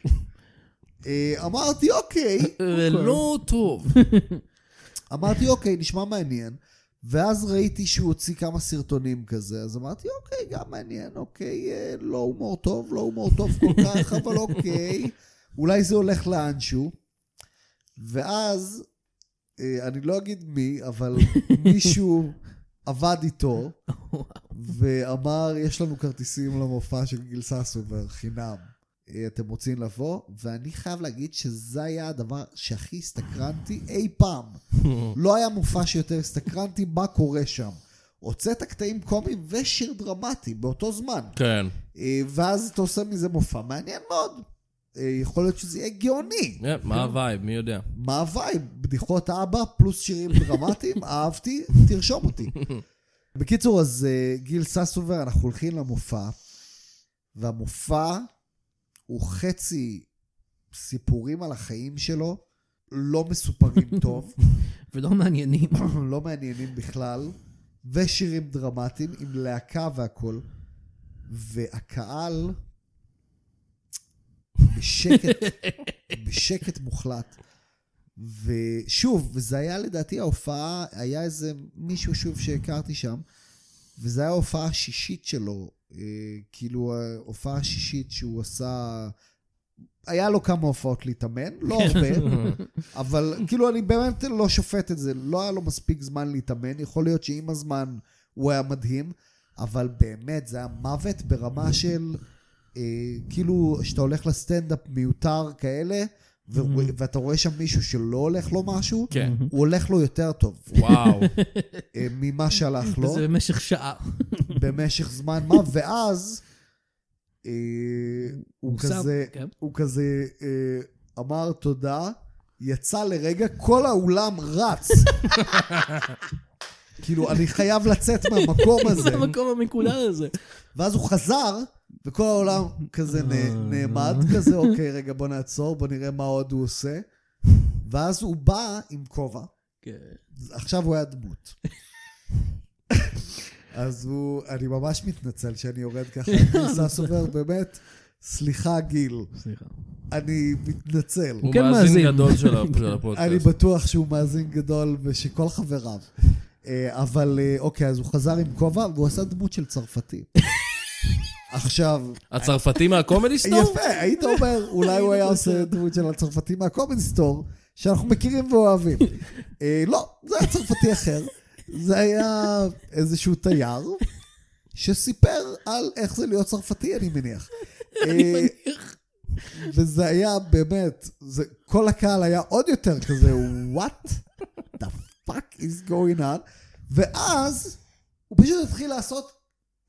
Speaker 4: אה, אמרתי, אוקיי,
Speaker 2: זה לא טוב.
Speaker 4: אמרתי, אוקיי, נשמע מעניין. ואז ראיתי שהוא הוציא כמה סרטונים כזה, אז אמרתי, אוקיי, גם מעניין, אוקיי, אה, לא הומור טוב, לא הומור טוב כל כך, אבל אוקיי, אולי זה הולך לאנשהו. ואז, אה, אני לא אגיד מי, אבל מישהו עבד איתו, ואמר, יש לנו כרטיסים למופע של גיל ססובר, חינם. אה, אתם רוצים לבוא? ואני חייב להגיד שזה היה הדבר שהכי הסתקרנתי אי פעם. לא היה מופע שיותר הסתקרנתי מה קורה שם. הוצאת קטעים קומיים ושיר דרמטי באותו זמן.
Speaker 2: כן.
Speaker 4: אה, ואז אתה עושה מזה מופע מעניין מאוד. אה, יכול להיות שזה יהיה גאוני.
Speaker 2: אה, מה הווייב, מי יודע.
Speaker 4: מה הווייב? בדיחות אבא פלוס שירים דרמטיים? אהבתי, תרשום אותי. בקיצור, אז אה, גיל ססובר, אנחנו הולכים למופע, והמופע הוא חצי סיפורים על החיים שלו, לא מסופרים טוב.
Speaker 3: ולא מעניינים.
Speaker 4: לא מעניינים בכלל, ושירים דרמטיים עם להקה והכול. והקהל בשקט, בשקט מוחלט. ושוב, וזה היה לדעתי ההופעה, היה איזה מישהו שוב שהכרתי שם, וזו הייתה ההופעה השישית שלו, אה, כאילו ההופעה השישית שהוא עשה היה לו כמה הופעות להתאמן, לא הרבה, אבל כאילו אני באמת לא שופט את זה, לא היה לו מספיק זמן להתאמן, יכול להיות שעם הזמן הוא היה מדהים, אבל באמת זה היה מוות ברמה של, אה, כאילו, שאתה הולך לסטנדאפ מיותר כאלה, ורוא- ואתה רואה שם מישהו שלא הולך לו משהו,
Speaker 2: כן.
Speaker 4: הוא הולך לו יותר טוב
Speaker 2: וואו.
Speaker 4: אה, ממה שהלך לו.
Speaker 3: זה במשך שעה.
Speaker 4: במשך זמן מה, ואז אה, הוא,
Speaker 3: שם,
Speaker 4: כזה,
Speaker 3: כן.
Speaker 4: הוא כזה אה, אמר תודה, יצא לרגע, כל האולם רץ. כאילו, אני חייב לצאת מהמקום הזה.
Speaker 3: המקום המקולל הזה.
Speaker 4: ואז הוא חזר, וכל העולם כזה נ- נעמד, כזה, אוקיי, רגע, בוא נעצור, בוא נראה מה עוד הוא עושה. ואז הוא בא עם כובע.
Speaker 3: כן.
Speaker 4: עכשיו הוא היה דמות. אז הוא, אני ממש מתנצל שאני יורד ככה לכניסה סובר, באמת, סליחה גיל,
Speaker 3: סליחה.
Speaker 4: אני מתנצל.
Speaker 2: הוא
Speaker 3: כן
Speaker 2: מאזין
Speaker 3: מאזין.
Speaker 2: גדול של ה- של
Speaker 4: אני
Speaker 2: הפודקאסט.
Speaker 4: בטוח שהוא מאזין גדול ושכל חבריו. אה, אבל אה, אוקיי, אז הוא חזר עם כובע והוא עשה דמות של צרפתי. עכשיו,
Speaker 2: הצרפתי מהקומדי סטור?
Speaker 4: יפה, היית אומר, אולי הוא היה עושה דמות של הצרפתי מהקומן סטור, שאנחנו מכירים ואוהבים. אה, לא, זה היה צרפתי אחר. זה היה איזשהו תייר שסיפר על איך זה להיות צרפתי, אני מניח. אה, וזה היה באמת, זה, כל הקהל היה עוד יותר כזה, what the fuck is going on? ואז הוא פשוט התחיל לעשות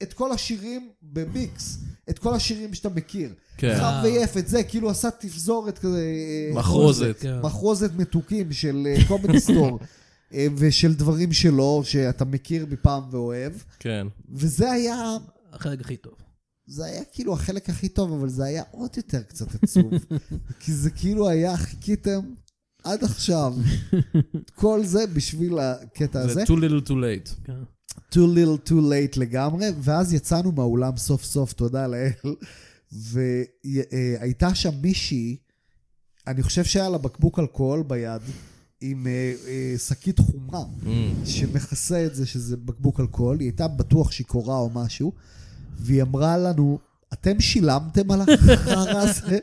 Speaker 4: את כל השירים במיקס, את כל השירים שאתה מכיר.
Speaker 2: כן.
Speaker 4: חם ויף, את זה, כאילו עשה תפזורת כזה... אה,
Speaker 2: מחרוזת.
Speaker 3: כן.
Speaker 4: מחרוזת מתוקים של אה, קומדי סטור, אה, ושל דברים שלו, שאתה מכיר מפעם ואוהב.
Speaker 2: כן.
Speaker 4: וזה היה,
Speaker 3: החלק הכי טוב.
Speaker 4: זה היה כאילו החלק הכי טוב, אבל זה היה עוד יותר קצת עצוב. כי זה כאילו היה, חיכיתם עד עכשיו, כל זה בשביל הקטע הזה.
Speaker 2: זה too little too late.
Speaker 3: כן.
Speaker 4: too little too late לגמרי, ואז יצאנו מהאולם סוף סוף, תודה לאל, והייתה שם מישהי, אני חושב שהיה לה בקבוק אלכוהול ביד, עם אה, אה, שקית חומרה, שמכסה את זה שזה בקבוק אלכוהול, היא הייתה בטוח שיכורה או משהו, והיא אמרה לנו, אתם שילמתם על החרא הזה?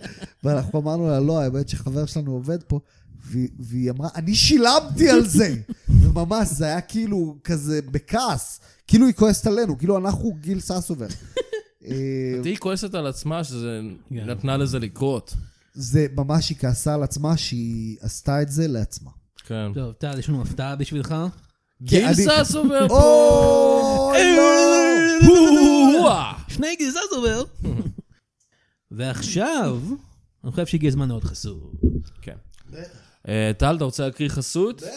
Speaker 4: ואנחנו אמרנו לה, לא, האמת שחבר שלנו עובד פה. והיא- והיא אמרה, אני שילמתי על זה! וממש, זה היה כאילו כזה בכעס. כאילו היא כועסת עלינו, כאילו אנחנו גיל ססובר. אה,
Speaker 2: היא כועסת על עצמה שזה
Speaker 3: כן.
Speaker 2: נתנה לזה לקרות. כן.
Speaker 4: זה ממש, היא כעסה על עצמה שהיא עשתה את זה לעצמה.
Speaker 2: כן.
Speaker 3: טוב, טל, יש לנו הפתעה בשבילך.
Speaker 2: גיל
Speaker 4: אני-
Speaker 2: סס עובר פה!
Speaker 4: אוי, לא!
Speaker 2: הואה!
Speaker 3: שני גזז עובר. ועכשיו, אני חושב שהגיע הזמן לעוד חסות.
Speaker 2: כן. אה, טל, אתה רוצה להקריא חסות?
Speaker 4: בטח.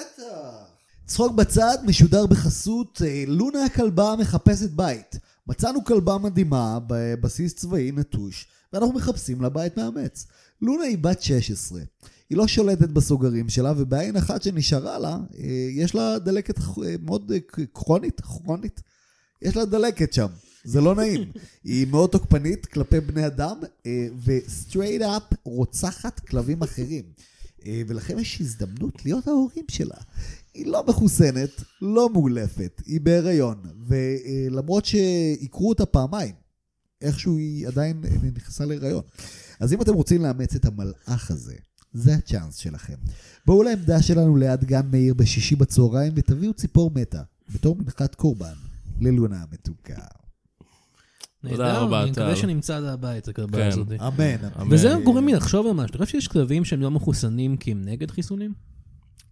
Speaker 4: צחוק בצד משודר בחסות אה, לונה הכלבה מחפשת בית. מצאנו כלבה מדהימה בבסיס צבאי נטוש, ואנחנו מחפשים לה בית מאמץ. לונה היא בת 16. היא לא שולטת בסוגרים שלה, ובעין אחת שנשארה לה, אה, יש לה דלקת ח- אה, מאוד אה, כ- כרונית, כרונית. יש לה דלקת שם, זה לא נעים. היא מאוד תוקפנית כלפי בני אדם, אה, וסטרייט אפ רוצחת כלבים אחרים. אה, ולכם יש הזדמנות להיות ההורים שלה. היא לא מחוסנת, לא מאולפת, היא בהיריון, ולמרות שעיקרו אותה פעמיים, איכשהו היא עדיין נכנסה להיריון. אז אם אתם רוצים לאמץ את המלאך הזה, זה הצ'אנס שלכם. בואו לעמדה שלנו ליד גן מאיר בשישי בצהריים ותביאו ציפור מתה, בתור מנחת קורבן, ללונה המתוקה.
Speaker 2: תודה
Speaker 3: נהדר,
Speaker 2: רבה,
Speaker 3: אני מקווה
Speaker 2: טל.
Speaker 3: שנמצא לה בית,
Speaker 2: כן.
Speaker 3: הכלבה הזאת.
Speaker 4: אמן. אמן.
Speaker 3: וזה גורם לי לחשוב על משהו. אתה חושב שיש כלבים שהם לא מחוסנים כי הם נגד חיסונים?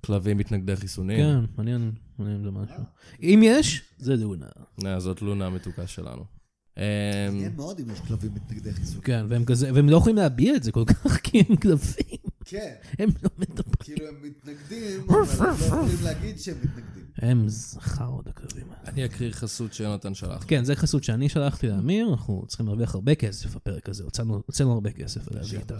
Speaker 2: כלבים מתנגדי חיסונים.
Speaker 3: כן, מעניין, מעניין זה משהו. אם יש, זה לונה.
Speaker 2: אה, זאת לונה המתוקה שלנו. אה,
Speaker 4: מעניין מאוד אם יש כלבים מתנגדי חיסון.
Speaker 3: כן, והם כזה, והם לא יכולים להביע את זה כל כך, כי הם כלבים,
Speaker 4: כן,
Speaker 3: הם לא מדברים.
Speaker 4: כאילו הם מתנגדים, אבל הם לא יכולים להגיד שהם מתנגדים.
Speaker 3: הם זכרות הכלבים האלה.
Speaker 2: אני אקריא חסות שיונתן שלח.
Speaker 3: כן, זה חסות שאני שלחתי לאמיר, אנחנו צריכים להרוויח הרבה כסף בפרק הזה, הוצאנו הוצאנו הרבה כסף על להביא את ה...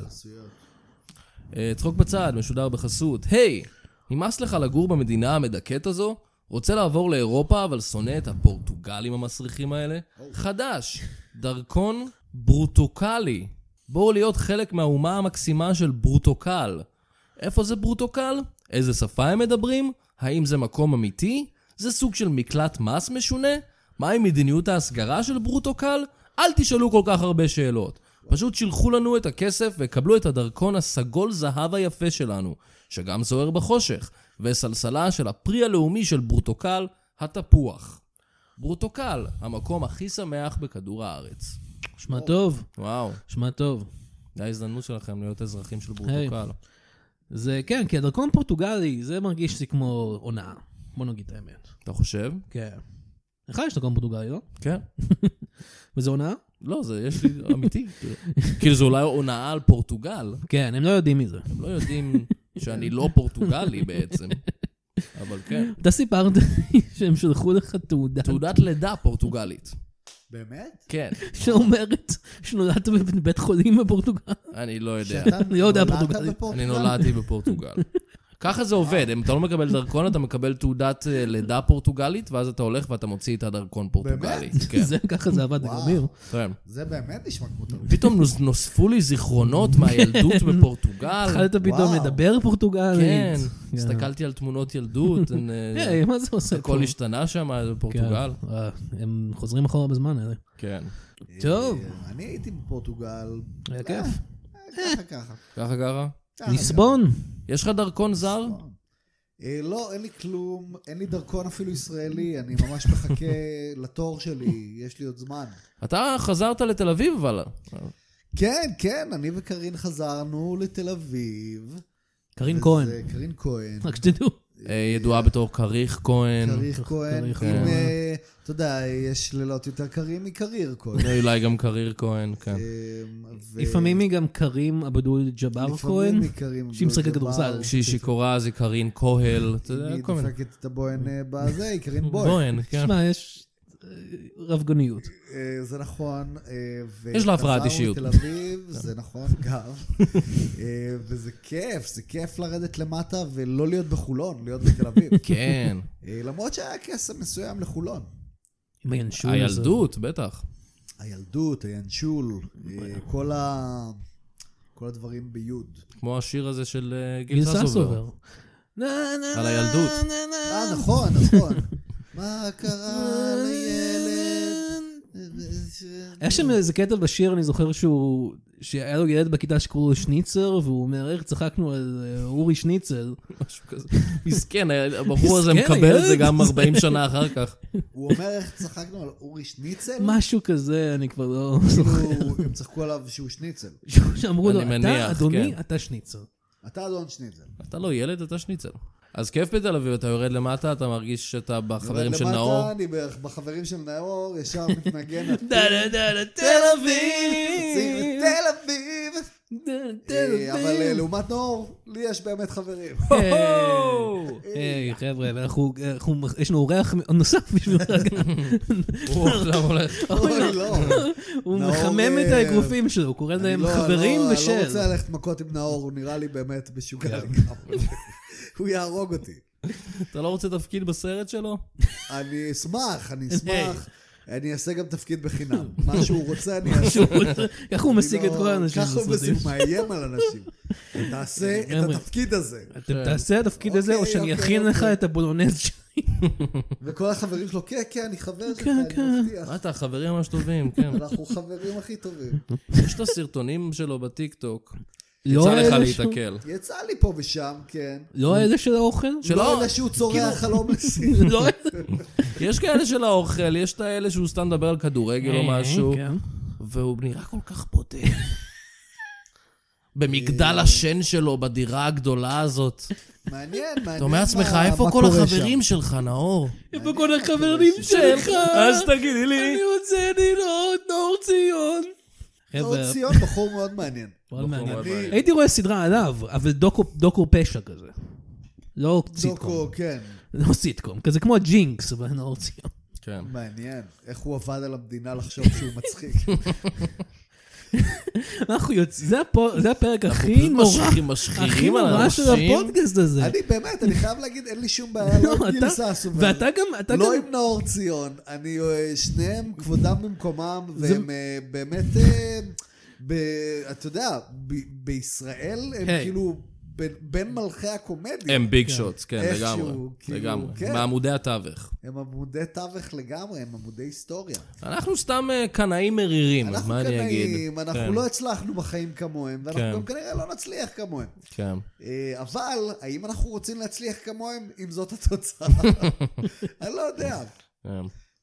Speaker 2: אה, צחוק בצד, משודר בחסות. היי, נמאס לך לגור במדינה המדכאת הזו? רוצה לעבור לאירופה אבל שונא את הפורטוגלים המסריחים האלה? חדש, דרכון ברוטוקלי. בואו להיות חלק מהאומה המקסימה של ברוטוקל. איפה זה ברוטוקל? איזה שפה הם מדברים? האם זה מקום אמיתי? זה סוג של מקלט מס משונה? מהי מדיניות ההסגרה של ברוטוקל? אל תשאלו כל כך הרבה שאלות. פשוט שילחו לנו את הכסף וקבלו את הדרכון הסגול זהב היפה שלנו, שגם זוהר בחושך, וסלסלה של הפרי הלאומי של ברוטוקל, התפוח. ברוטוקל, המקום הכי שמח בכדור הארץ.
Speaker 3: נשמע טוב,
Speaker 2: וואו,
Speaker 3: נשמע טוב.
Speaker 2: זו ההזדמנות שלכם להיות אזרחים של ברוטוקל.
Speaker 3: זה כן, כי הדרכון פורטוגלי, זה מרגיש לי כמו הונאה. בוא נגיד את האמת.
Speaker 2: אתה חושב?
Speaker 3: כן. לך יש דרכון פורטוגלי, לא?
Speaker 2: כן.
Speaker 3: וזה הונאה?
Speaker 2: לא, זה יש לי אמיתי. כאילו. כאילו, זה אולי הונאה על פורטוגל.
Speaker 3: כן, הם לא יודעים מזה.
Speaker 2: הם לא יודעים שאני לא פורטוגלי בעצם, אבל כן.
Speaker 3: אתה סיפרת שהם שלחו לך תעודה
Speaker 2: תעודת לידה פורטוגלית.
Speaker 4: באמת?
Speaker 2: כן,
Speaker 3: שאומרת שנולדת בבית חולים בפורטוגל.
Speaker 2: אני לא יודע.
Speaker 4: שאתה
Speaker 3: אני לא יודע
Speaker 4: נולדת
Speaker 3: פורטוגלית.
Speaker 4: בפורטוגל?
Speaker 2: אני נולדתי בפורטוגל. ככה זה עובד, אם אתה לא מקבל דרכון, אתה מקבל תעודת אה, לידה פורטוגלית, ואז אתה הולך ואתה מוציא את הדרכון פורטוגלי. כן,
Speaker 3: זה ככה זה עבד
Speaker 4: וואו.
Speaker 3: לגמיר.
Speaker 2: כן.
Speaker 4: זה באמת נשמע כמו תרבות.
Speaker 2: פתאום נוס- נוספו לי זיכרונות מהילדות בפורטוגל.
Speaker 3: התחלת פתאום
Speaker 4: וואו.
Speaker 3: לדבר פורטוגלית.
Speaker 2: כן,
Speaker 3: כן.
Speaker 2: הסתכלתי על תמונות ילדות, הן, אה,
Speaker 3: היי, מה זה עושה פה?
Speaker 2: הכל השתנה שם בפורטוגל.
Speaker 3: כן. אה, הם חוזרים אחורה בזמן, אה. אלה.
Speaker 2: כן.
Speaker 3: טוב.
Speaker 4: אה, אני הייתי בפורטוגל.
Speaker 3: היה כיף.
Speaker 4: אה, ככה ככה. אה,
Speaker 2: ככה ככה?
Speaker 4: ככה,
Speaker 3: ניסבון.
Speaker 2: יש לך דרכון זר?
Speaker 4: אה, לא, אין לי כלום, אין לי דרכון אפילו ישראלי, אני ממש מחכה לתור שלי, יש לי עוד זמן.
Speaker 2: אתה חזרת לתל אביב, אבל... אה,
Speaker 4: כן, כן, אני וקרין חזרנו לתל אביב.
Speaker 3: קרין
Speaker 4: וזה
Speaker 3: כהן.
Speaker 4: קרין כהן.
Speaker 3: רק שתדעו.
Speaker 2: אה, ידועה בתור כריך כהן,
Speaker 4: כריך כהן.
Speaker 3: כריך
Speaker 4: עם,
Speaker 3: כהן.
Speaker 4: אה, אתה יודע, יש לילות יותר קרים מקריר כהן.
Speaker 2: אולי גם קריר כהן, כן.
Speaker 4: אה, ו-
Speaker 3: לפעמים היא גם קרים עבדול ג'באר כהן.
Speaker 4: לפעמים היא קרים.
Speaker 3: שהיא משחקת
Speaker 4: בגבר.
Speaker 3: כדורסל.
Speaker 2: כשהיא שיכורה זה קרין כהל, אתה
Speaker 4: אה, היא
Speaker 2: יודע, כל מיני.
Speaker 4: דופקת את הבוהן אה, בזה, היא קרין בוהן.
Speaker 2: בוהן, כן.
Speaker 3: שמע, יש אה, רבגוניות.
Speaker 4: אה, זה נכון. אה, ו-
Speaker 2: יש לה הפרעת
Speaker 4: חזרנו
Speaker 2: אישיות. כן.
Speaker 4: לתל אביב, זה נכון גם. אה, וזה כיף, זה כיף לרדת למטה ולא להיות בחולון, להיות בתל אביב.
Speaker 2: כן.
Speaker 4: אה, למרות שהיה קסם מסוים לחולון.
Speaker 3: עם הינשון הזה.
Speaker 2: אה, הילדות, בטח.
Speaker 4: הילדות, הינשול, אה, כל ה- כל הדברים ביוד.
Speaker 2: כמו השיר הזה של אה, גיל
Speaker 3: גיל
Speaker 2: ססובר.
Speaker 3: ססובר. נה, נה,
Speaker 2: על הילדות.
Speaker 3: נה, נה,
Speaker 4: אה, נכון, נכון. מה קרה לילד?
Speaker 3: היה שם איזה קטע בשיר, אני זוכר שהוא... שהיה לו ילד בכיתה שקראו לו שניצר, והוא אומר, איך צחקנו על אה, אורי שניצל.
Speaker 2: משהו כזה. מסכן, ה- הבחור הזה
Speaker 3: מסכן,
Speaker 2: מקבל את זה
Speaker 3: הילד
Speaker 2: גם
Speaker 3: הזה.
Speaker 2: 40 שנה אחר כך.
Speaker 4: הוא אומר איך צחקנו על אורי שניצל?
Speaker 3: משהו כזה, אני כבר לא זוכר.
Speaker 4: כאילו, הם צחקו עליו שהוא שניצל.
Speaker 3: שאמרו לו,
Speaker 2: אני
Speaker 3: אתה,
Speaker 2: מניח,
Speaker 3: אדוני,
Speaker 2: כן.
Speaker 3: אתה שניצר.
Speaker 4: אתה אדון שניצל.
Speaker 2: אתה לא ילד, אתה שניצל. אז כיף בתל אביב, אתה יורד למטה, אתה מרגיש שאתה בחברים של
Speaker 4: למטה,
Speaker 2: נאור.
Speaker 4: אני בערך בחברים של נאור, ישר מתנגן. על-
Speaker 3: דלה דלה תל
Speaker 4: ציר
Speaker 3: אביב!
Speaker 4: תל אביב!
Speaker 3: דלה, תל
Speaker 4: אה, אבל אה,
Speaker 3: אביב!
Speaker 4: לעומת נאור, לי יש באמת חברים.
Speaker 2: הו-הו!
Speaker 3: היי, אה, חבר'ה, ואנחנו, אנחנו- יש לנו אורח נוסף בשבילך גם.
Speaker 2: הוא עכשיו הולך.
Speaker 4: אוי, לא.
Speaker 3: הוא
Speaker 4: נאור,
Speaker 3: מחמם את
Speaker 4: אה,
Speaker 3: האגרופים שלו, הוא קורא
Speaker 4: אני
Speaker 3: להם
Speaker 4: לא-
Speaker 3: חברים
Speaker 4: לא- אני לא
Speaker 3: ושל.
Speaker 4: רוצה ללכת מכות עם נאור, הוא נראה לי באמת משוגע
Speaker 3: כן.
Speaker 4: לגמרי. הוא יהרוג אותי.
Speaker 2: אתה לא רוצה תפקיד בסרט שלו?
Speaker 4: אני אשמח, אני
Speaker 3: אה.
Speaker 4: אשמח. אני אעשה גם תפקיד בחינם. מה שהוא רוצה, אני אעשה.
Speaker 3: ככה הוא משיג
Speaker 4: אני
Speaker 3: את
Speaker 4: לא-
Speaker 3: כל האנשים
Speaker 4: ככה הוא
Speaker 3: בסרטים.
Speaker 4: משיג, מאיים על אנשים. תעשה את
Speaker 3: לגמרי.
Speaker 4: התפקיד הזה.
Speaker 3: אתם תעשה התפקיד הזה, או
Speaker 4: אוקיי,
Speaker 3: שאני
Speaker 4: אוקיי,
Speaker 3: אכין לך
Speaker 4: אוקיי.
Speaker 3: את הבולונז שלי.
Speaker 4: וכל החברים שלו, כן, כן, אני חבר שלך,
Speaker 3: כן, כן.
Speaker 4: אני מבטיח.
Speaker 2: מה אתה, חברים ממש טובים, כן.
Speaker 4: אנחנו חברים הכי טובים.
Speaker 2: יש את הסרטונים שלו בטיקטוק.
Speaker 3: לא
Speaker 2: יצא לך
Speaker 3: אלה שהוא-
Speaker 2: להתקל.
Speaker 4: יצא לי פה ושם, כן.
Speaker 3: לא אלה של האוכל?
Speaker 2: שלא-
Speaker 4: לא אלה שהוא צורח על הומלסים.
Speaker 3: לא אלה.
Speaker 2: יש כאלה של האוכל, יש את האלה שהוא סתם מדבר על
Speaker 4: לא
Speaker 2: כדורגל או משהו,
Speaker 3: כן.
Speaker 2: והוא נראה כל כך בודד. במגדל השן שלו, בדירה הגדולה הזאת.
Speaker 4: מעניין, מעניין.
Speaker 2: אתה אומר לעצמך,
Speaker 4: מה-
Speaker 2: איפה
Speaker 4: מה
Speaker 2: כל
Speaker 4: קורה
Speaker 2: החברים
Speaker 4: שם.
Speaker 2: שלך, נאור?
Speaker 3: איפה כל החברים שלך?
Speaker 2: תגידי
Speaker 3: אני רוצה לראות נאור ציון.
Speaker 4: נאור
Speaker 3: חבר'ה,
Speaker 4: ציון, בחור מאוד מעניין.
Speaker 3: מאוד מעניין.
Speaker 2: בחור מאוד
Speaker 3: הייתי רואה סדרה עליו, אבל דוקו- דוקו פשע כזה. לא סיטקום.
Speaker 4: דוקו, כן.
Speaker 3: לא סיטקום, כזה כמו הג'ינקס, אבל לא נאור ציון.
Speaker 2: כן.
Speaker 4: מעניין. איך הוא עבד על המדינה לחשוב שהוא מצחיק.
Speaker 3: אנחנו יוצאים, זה הפו- זה הפרק הכי
Speaker 2: פשוט
Speaker 3: נורא,
Speaker 2: משחירים-
Speaker 3: הכי
Speaker 2: משחירים על
Speaker 3: נורא של
Speaker 2: אנשים.
Speaker 3: הפודקאסט הזה.
Speaker 4: אני באמת, אני חייב להגיד, אין לי שום בעיה, לא
Speaker 3: לא,
Speaker 4: עם גיל
Speaker 3: אתה-
Speaker 4: ססובר.
Speaker 3: ואתה גם, אתה
Speaker 4: לא
Speaker 3: גם,
Speaker 4: עם נאור ציון, אני, אה, שניהם כבודם במקומם, והם אה, באמת, אה, ב- אתה יודע, ב- בישראל הם
Speaker 3: היי.
Speaker 4: כאילו בין- בין מלכי הקומדיה.
Speaker 2: הם ביג שוטס, כן,
Speaker 4: איכשהו,
Speaker 2: לגמרי.
Speaker 4: כאילו,
Speaker 2: לגמרי.
Speaker 4: כן.
Speaker 2: בעמודי התווך.
Speaker 4: הם עמודי תווך לגמרי, הם עמודי היסטוריה.
Speaker 2: אנחנו סתם אה, קנאים מרירים, אז
Speaker 4: אנחנו
Speaker 2: מה אני אגיד?
Speaker 4: קנאים, אנחנו
Speaker 2: כן,
Speaker 4: לא הצלחנו בחיים כמוהם,
Speaker 2: כן.
Speaker 4: ואנחנו גם כנראה לא נצליח כמוהם.
Speaker 2: כן.
Speaker 4: אה, אבל, האם אנחנו רוצים להצליח כמוהם, אם זאת התוצאה? אני לא יודע.
Speaker 2: כן.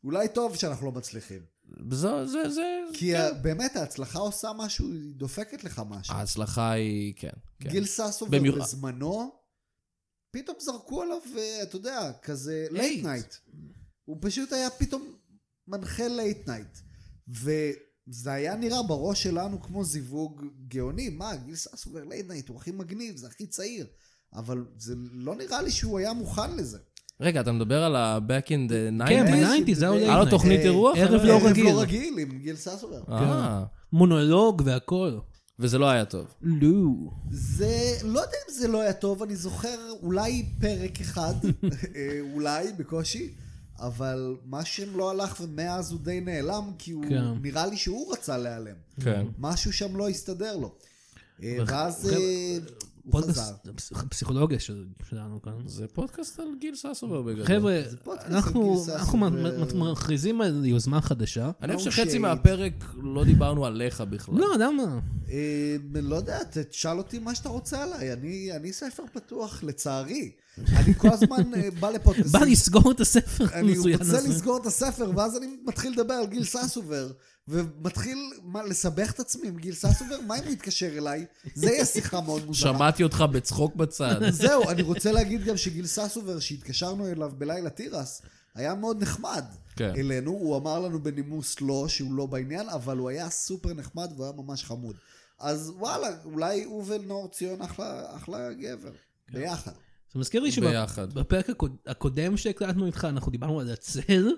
Speaker 4: אולי טוב שאנחנו לא מצליחים.
Speaker 2: זה, זה, זה...
Speaker 4: כי ה- באמת, ההצלחה עושה משהו, היא דופקת לך משהו.
Speaker 3: אה,
Speaker 2: ההצלחה היא, כן. כן.
Speaker 4: גיל ססובר
Speaker 2: במיוחד-
Speaker 4: בזמנו, פתאום זרקו עליו, אה, אתה יודע, כזה לייט
Speaker 2: לייט.
Speaker 4: נייט. הוא פשוט היה פתאום מנחה לייט נייט. וזה היה נראה בראש שלנו כמו זיווג גאוני. מה, גיל ססובר לייט נייט הוא הכי מגניב, זה הכי צעיר. אבל זה לא נראה לי שהוא היה מוכן לזה.
Speaker 2: רגע, אתה מדבר על ה-Back in the 90's?
Speaker 3: כן,
Speaker 4: אה,
Speaker 3: ב-90's כן, זה היה
Speaker 4: אה,
Speaker 3: עולה
Speaker 2: היה לו תוכנית
Speaker 4: אה,
Speaker 2: אירוח?
Speaker 3: ערב
Speaker 2: אה,
Speaker 3: לא
Speaker 4: ערב
Speaker 3: רגיל.
Speaker 4: לא רגיל עם גיל ססובר.
Speaker 2: אה,
Speaker 3: מונולוג והכל.
Speaker 2: וזה לא היה טוב.
Speaker 3: לא.
Speaker 4: זה, לא יודע אם זה לא היה טוב, אני זוכר אולי פרק אחד, אה, אולי, בקושי, אבל משהו לא הלך ומאז הוא די נעלם, כי הוא,
Speaker 3: כן.
Speaker 4: נראה לי שהוא רצה להיעלם.
Speaker 2: כן.
Speaker 4: משהו שם לא הסתדר לו. אה, ואז
Speaker 3: חבר'ה,
Speaker 4: אה, הוא חזר.
Speaker 3: פודקאסט, הפס- הפסיכולוגיה של- שלנו כאן.
Speaker 2: זה פודקאסט על גיל ססובר בגדול.
Speaker 3: חבר'ה,
Speaker 4: פודקאסט עם
Speaker 3: אנחנו
Speaker 4: גיל
Speaker 3: אנחנו
Speaker 4: ססו
Speaker 3: מ-
Speaker 4: ו-
Speaker 3: מ- מכריזים על יוזמה חדשה.
Speaker 2: אני
Speaker 4: No
Speaker 2: חושב שחצי
Speaker 4: shade.
Speaker 2: מהפרק לא דיברנו עליך בכלל.
Speaker 3: לא, למה?
Speaker 4: אה, לא יודע, תשאל אותי מה שאתה רוצה עליי, אני, אני ספר פתוח, לצערי. אני כל הזמן אה, בא לפודקאסטים.
Speaker 3: בא לסגור את הספר
Speaker 4: אני
Speaker 3: המצוין
Speaker 4: רוצה
Speaker 3: הזה.
Speaker 4: לסגור את הספר, ואז אני מתחיל לדבר על גיל ססובר, ומתחיל מה, לסבך את עצמי עם גיל ססובר, מה אם הוא יתקשר אליי? זה יהיה שיחה מאוד מוזרה.
Speaker 2: שמעתי אותך בצחוק בצד.
Speaker 4: זהו, אני רוצה להגיד גם שגיל ססובר, שהתקשרנו אליו בלילה תירס, היה מאוד נחמד
Speaker 2: כן.
Speaker 4: אלינו. הוא אמר לנו בנימוס לא, שהוא לא בעניין, אבל הוא היה סופר נחמד והוא היה ממש חמוד. אז וואלה, אולי הוא ונאור ציון אחלה, אחלה גבר,
Speaker 3: כן.
Speaker 4: ביחד.
Speaker 3: זה מזכיר לי
Speaker 2: ביחד.
Speaker 3: שבפרק הקודם שהקלטנו איתך, אנחנו דיברנו על הצל,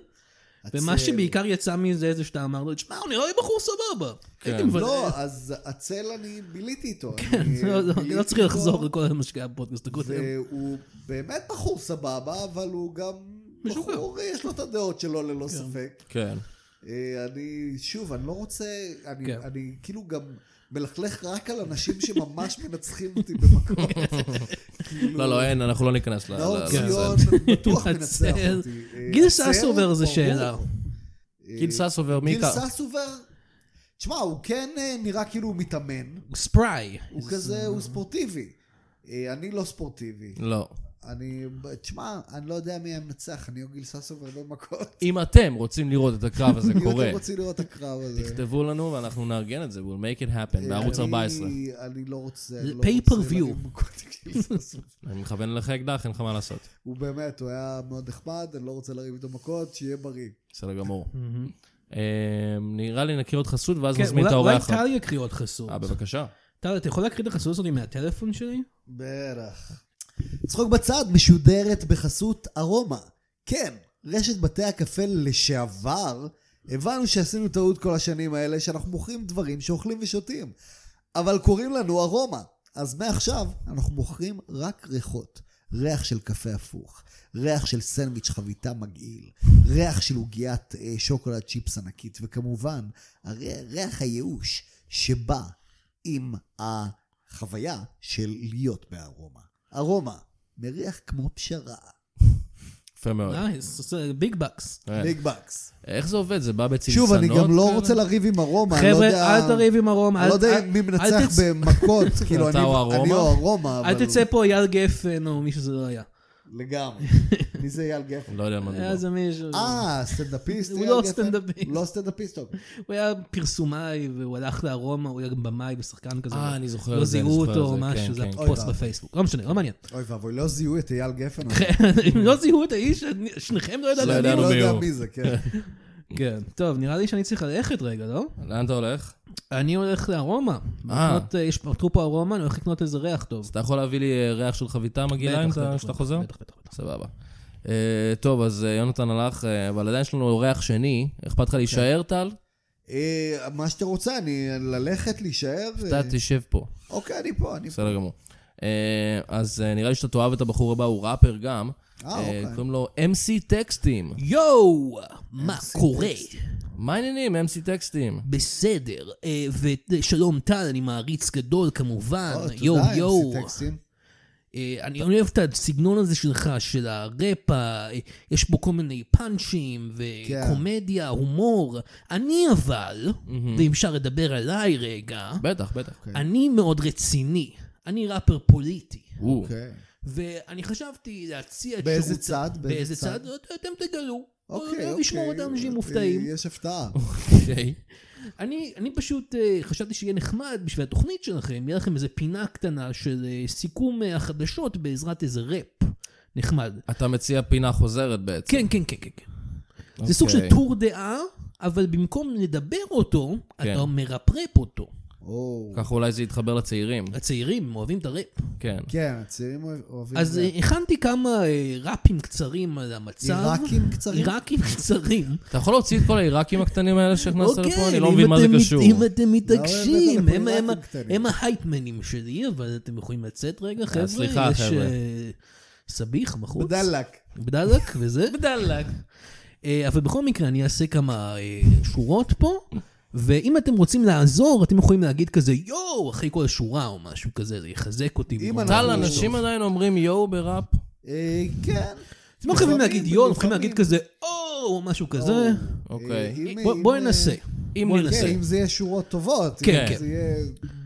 Speaker 3: ומה
Speaker 4: הצל.
Speaker 3: שבעיקר יצא מזה זה שאתה אמר לו, תשמע, הוא נראה לי בחור סבבה.
Speaker 2: כן.
Speaker 3: הייתי מבלה-
Speaker 4: לא, אז הצל אני ביליתי איתו. אני,
Speaker 3: כן, לא- לא-
Speaker 4: ביליתי
Speaker 3: לא צריך לחזור
Speaker 4: איתו.
Speaker 3: לכל המשקעי הפודקאסט הקודם.
Speaker 4: והוא באמת בחור סבבה, אבל הוא גם
Speaker 3: משוגע.
Speaker 4: בחור, יש לו את הדעות שלו ללא ספק.
Speaker 2: כן.
Speaker 4: אה, אני, שוב, אני לא רוצה, אני-
Speaker 3: כן.
Speaker 4: אני כאילו גם מלכלך רק על אנשים שממש מנצחים אותי במקום. כאילו,
Speaker 2: לא, לא, אין, אנחנו לא ניכנס ל... ל-
Speaker 4: נאור
Speaker 2: לזה.
Speaker 4: ציון בטוח מנצח
Speaker 3: הצל.
Speaker 4: אותי. אה,
Speaker 3: גיל
Speaker 4: הצל,
Speaker 3: ססובר זה
Speaker 4: ברור.
Speaker 3: שאלה.
Speaker 4: אה,
Speaker 2: גיל ססובר, מי
Speaker 4: גיל
Speaker 2: קר?
Speaker 4: ססובר, תשמע, הוא כן אה, נראה כאילו הוא מתאמן,
Speaker 3: הוא ספריי.
Speaker 4: הוא כזה, הוא ספורטיבי. אה, אני לא ספורטיבי.
Speaker 2: לא.
Speaker 4: אני, תשמע, אני לא יודע מי היה מנצח, אני או גיל ססובר לא במכות.
Speaker 2: אם אתם רוצים לראות את הקרב הזה
Speaker 4: אני
Speaker 2: קורה,
Speaker 4: עוד רוצה לראות את הקרב הזה. אה,
Speaker 2: תכתבו לנו ואנחנו נארגן את זה, we'll make it
Speaker 3: אה,
Speaker 2: happen, בערוץ
Speaker 4: אני-
Speaker 2: 14.
Speaker 4: אני לא רוצה...
Speaker 3: זה
Speaker 4: לא
Speaker 3: pay per
Speaker 4: רוצה
Speaker 3: view.
Speaker 4: לריב מכות עם גיל ססובר.
Speaker 2: אני מכוון אליך אקדח, אין לך מה לעשות.
Speaker 4: הוא באמת, הוא היה מאוד נחמד, אני לא רוצה לריב איתו מכות, שיהיה בריא.
Speaker 2: בסדר גמור. אה, נראה לי נקריא עוד חסות ואז
Speaker 3: כן,
Speaker 2: נזמין את
Speaker 3: אולי-
Speaker 2: האורח.
Speaker 3: אולי טל יקריא עוד חסות.
Speaker 2: אה, בבקשה.
Speaker 3: טל, אתה יכול להקריא את החסות הזאת מהטלפון שלי?
Speaker 4: בטח. צחוק בצד משודרת בחסות ארומה. כן, רשת בתי הקפה לשעבר, הבנו שעשינו טעות כל השנים האלה, שאנחנו מוכרים דברים שאוכלים ושותים. אבל קוראים לנו ארומה. אז מעכשיו אנחנו מוכרים רק ריחות. ריח של קפה הפוך, ריח של סנדוויץ' חביתה מגעיל, ריח של עוגיית אה, שוקולד צ'יפס ענקית, וכמובן, הרי- ריח הייאוש שבא עם החוויה של להיות בארומה. ארומה, מריח כמו פשרה.
Speaker 2: יפה מאוד.
Speaker 3: נייס, עושה ביג בקס.
Speaker 2: כן.
Speaker 4: ביג בקס.
Speaker 2: איך זה עובד? זה בא בצנצנות?
Speaker 4: שוב, אני גם לא
Speaker 2: כאלה?
Speaker 4: רוצה לריב עם ארומה, אני לא
Speaker 3: חבר'ה,
Speaker 4: יודע...
Speaker 3: אל תריב עם הרום.
Speaker 4: אני לא יודע מי מנצח במכות, כאילו,
Speaker 2: אתה
Speaker 4: אני
Speaker 2: או ארומה?
Speaker 4: אני או ארומה, אבל...
Speaker 3: אל תצא פה אייל גפן או מי שזה לא היה.
Speaker 4: לגמרי. מי זה אייל גפן?
Speaker 2: לא יודע על מה
Speaker 3: היה
Speaker 2: מדובר.
Speaker 3: זה מישהו.
Speaker 4: אה, סטנדאפיסט
Speaker 3: הוא
Speaker 4: אייל
Speaker 3: לא
Speaker 4: גפן?
Speaker 3: סטנדאפיסט.
Speaker 4: לא סטנדאפיסט, טוב.
Speaker 3: הוא היה פרסומאי והוא הלך לארומה, הוא היה גם במאי ושחקן כזה.
Speaker 2: אה, אני זוכר
Speaker 3: לא
Speaker 2: את זה, אני
Speaker 3: זיהו
Speaker 2: זוכר
Speaker 3: אותו
Speaker 2: את
Speaker 3: או
Speaker 2: זה,
Speaker 3: משהו,
Speaker 2: כן,
Speaker 3: זה היה
Speaker 2: כן.
Speaker 3: פוסט
Speaker 4: אוי,
Speaker 3: בפייסבוק. לא משנה, לא מעניין.
Speaker 4: אוי ואבוי, לא זיהו את אייל גפן.
Speaker 3: אם לא זיהו את האיש, אני- שניכם לא
Speaker 2: לא
Speaker 3: ידעתם.
Speaker 4: אני
Speaker 2: ידענו
Speaker 4: לא
Speaker 2: מי
Speaker 4: יודע
Speaker 2: הוא.
Speaker 4: מי זה, כן.
Speaker 3: כן. טוב, נראה לי שאני צריך ללכת רגע, לא?
Speaker 2: לאן אתה הולך?
Speaker 3: אני הולך לארומה.
Speaker 2: אה.
Speaker 3: לקנות, אה, יש פתחו פה ארומה, אני הולך לקנות איזה ריח טוב.
Speaker 2: אז אתה יכול להביא לי אה, ריח של חביתה מגעילה אם
Speaker 3: בטח,
Speaker 2: אתה-
Speaker 3: בטח,
Speaker 2: כשאתה
Speaker 3: בטח,
Speaker 2: חוזר?
Speaker 3: בטח, בטח, בטח.
Speaker 2: סבבה. אה, טוב, אז אה, יונתן הלך, אה, אבל עדיין יש לנו אורח שני. אכפת לך להישאר,
Speaker 3: כן.
Speaker 2: טל?
Speaker 4: אה, מה שאתה רוצה, אני ללכת, להישאר. אה,
Speaker 2: אתה תשב פה.
Speaker 4: אוקיי, אני פה, אני פה.
Speaker 2: בסדר גמור. אה, אז אה, נראה לי שאתה תאהב את הבחור הבא, הוא ראפר גם.
Speaker 4: אה,
Speaker 2: אה,
Speaker 4: אוקיי.
Speaker 2: קוראים לו MC טקסטים.
Speaker 3: יואו, מה קורה?
Speaker 2: מה העניינים, MC טקסטים?
Speaker 3: בסדר. אה, ושלום טל, אני מעריץ גדול כמובן.
Speaker 4: או, אה, תודה,
Speaker 3: יואו,
Speaker 4: MC
Speaker 3: יואו.
Speaker 4: טקסטים.
Speaker 3: אה, אני אני אוהב את הסגנון הזה שלך, של הראפ, ה- אה, יש בו כל מיני פאנצ'ים,
Speaker 4: כן.
Speaker 3: וקומדיה, הומור. אני אבל, ואם אפשר לדבר עליי רגע,
Speaker 2: בטח, בטח.
Speaker 3: אני מאוד רציני. אני ראפר פוליטי.
Speaker 2: או,
Speaker 4: אוקיי.
Speaker 3: לא, ואני חשבתי להציע את
Speaker 4: באיזה
Speaker 3: שירות-
Speaker 4: צד? באיזה
Speaker 3: באיזה
Speaker 4: צד?
Speaker 3: צד? לא, אתם תגלו. לא,
Speaker 4: אוקיי,
Speaker 3: אני
Speaker 4: אוקיי.
Speaker 3: אשמור את האנשים מופתעים.
Speaker 4: יש הפתעה.
Speaker 2: אוקיי.
Speaker 3: אני, אני פשוט אה, חשבתי שיהיה נחמד בשביל התוכנית שלכם, יהיה לכם איזה פינה קטנה של אה, סיכום אה, החדשות בעזרת איזה ראפ. נחמד.
Speaker 2: אתה מציע פינה חוזרת בעצם.
Speaker 3: כן, כן, כן, כן. כן.
Speaker 2: אוקיי.
Speaker 3: זה סוג של טור דעה, אבל במקום לדבר אותו,
Speaker 2: כן.
Speaker 3: אתה מרפרפ אותו.
Speaker 4: או.
Speaker 2: ככה אולי זה יתחבר לצעירים.
Speaker 3: הצעירים אוהבים את הראפ.
Speaker 2: כן.
Speaker 4: כן, הצעירים אוהב- אוהבים...
Speaker 3: אז
Speaker 4: זה.
Speaker 3: אה, הכנתי כמה אה, ראפים קצרים על המצב.
Speaker 4: עיראקים קצרים?
Speaker 3: עיראקים קצרים.
Speaker 2: אתה יכול להוציא את כל העיראקים הקטנים האלה שהכנסת לפה? אני לא
Speaker 3: אוקיי, אם
Speaker 2: מבין מה זה
Speaker 3: אתם מת-
Speaker 2: קשור.
Speaker 3: אם אתם
Speaker 4: לא,
Speaker 3: מתעקשים,
Speaker 4: הבאת לפה
Speaker 3: הם- הם-
Speaker 4: עיראקים קטנים.
Speaker 3: הם ההייפמנים שלי, אבל אתם יכולים לצאת רגע, חבר'ה.
Speaker 2: אה, סליחה,
Speaker 3: יש,
Speaker 2: חבר'ה.
Speaker 3: אה, סביח בחוץ.
Speaker 4: בדלק.
Speaker 3: בדלק וזה. בדלק. אבל בכל מקרה, אני אעשה כמה אה, שורות פה, ואם אתם רוצים לעזור, אתם יכולים להגיד כזה יואו, אחרי כל שורה או משהו כזה, זה יחזק אותי.
Speaker 4: אם
Speaker 3: במקום-
Speaker 4: אנחנו-
Speaker 2: טל, אנשים עדיין אומרים יואו בראפ?
Speaker 4: אה, כן.
Speaker 3: אתם לא חייבים
Speaker 4: לפעמים,
Speaker 3: להגיד יואו, אתם יכולים
Speaker 4: לפעמים.
Speaker 3: להגיד כזה או, או משהו
Speaker 4: לא.
Speaker 3: כזה.
Speaker 2: אוקיי.
Speaker 4: אה, אם-
Speaker 3: בוא-
Speaker 4: אם,
Speaker 3: בואו
Speaker 4: אה,
Speaker 3: ננסה.
Speaker 2: אם
Speaker 3: בואו
Speaker 2: נרצה.
Speaker 4: כן,
Speaker 3: ננסה.
Speaker 4: אם זה יהיה שורות טובות.
Speaker 3: כן,
Speaker 4: אם
Speaker 3: כן.
Speaker 4: זה יהיה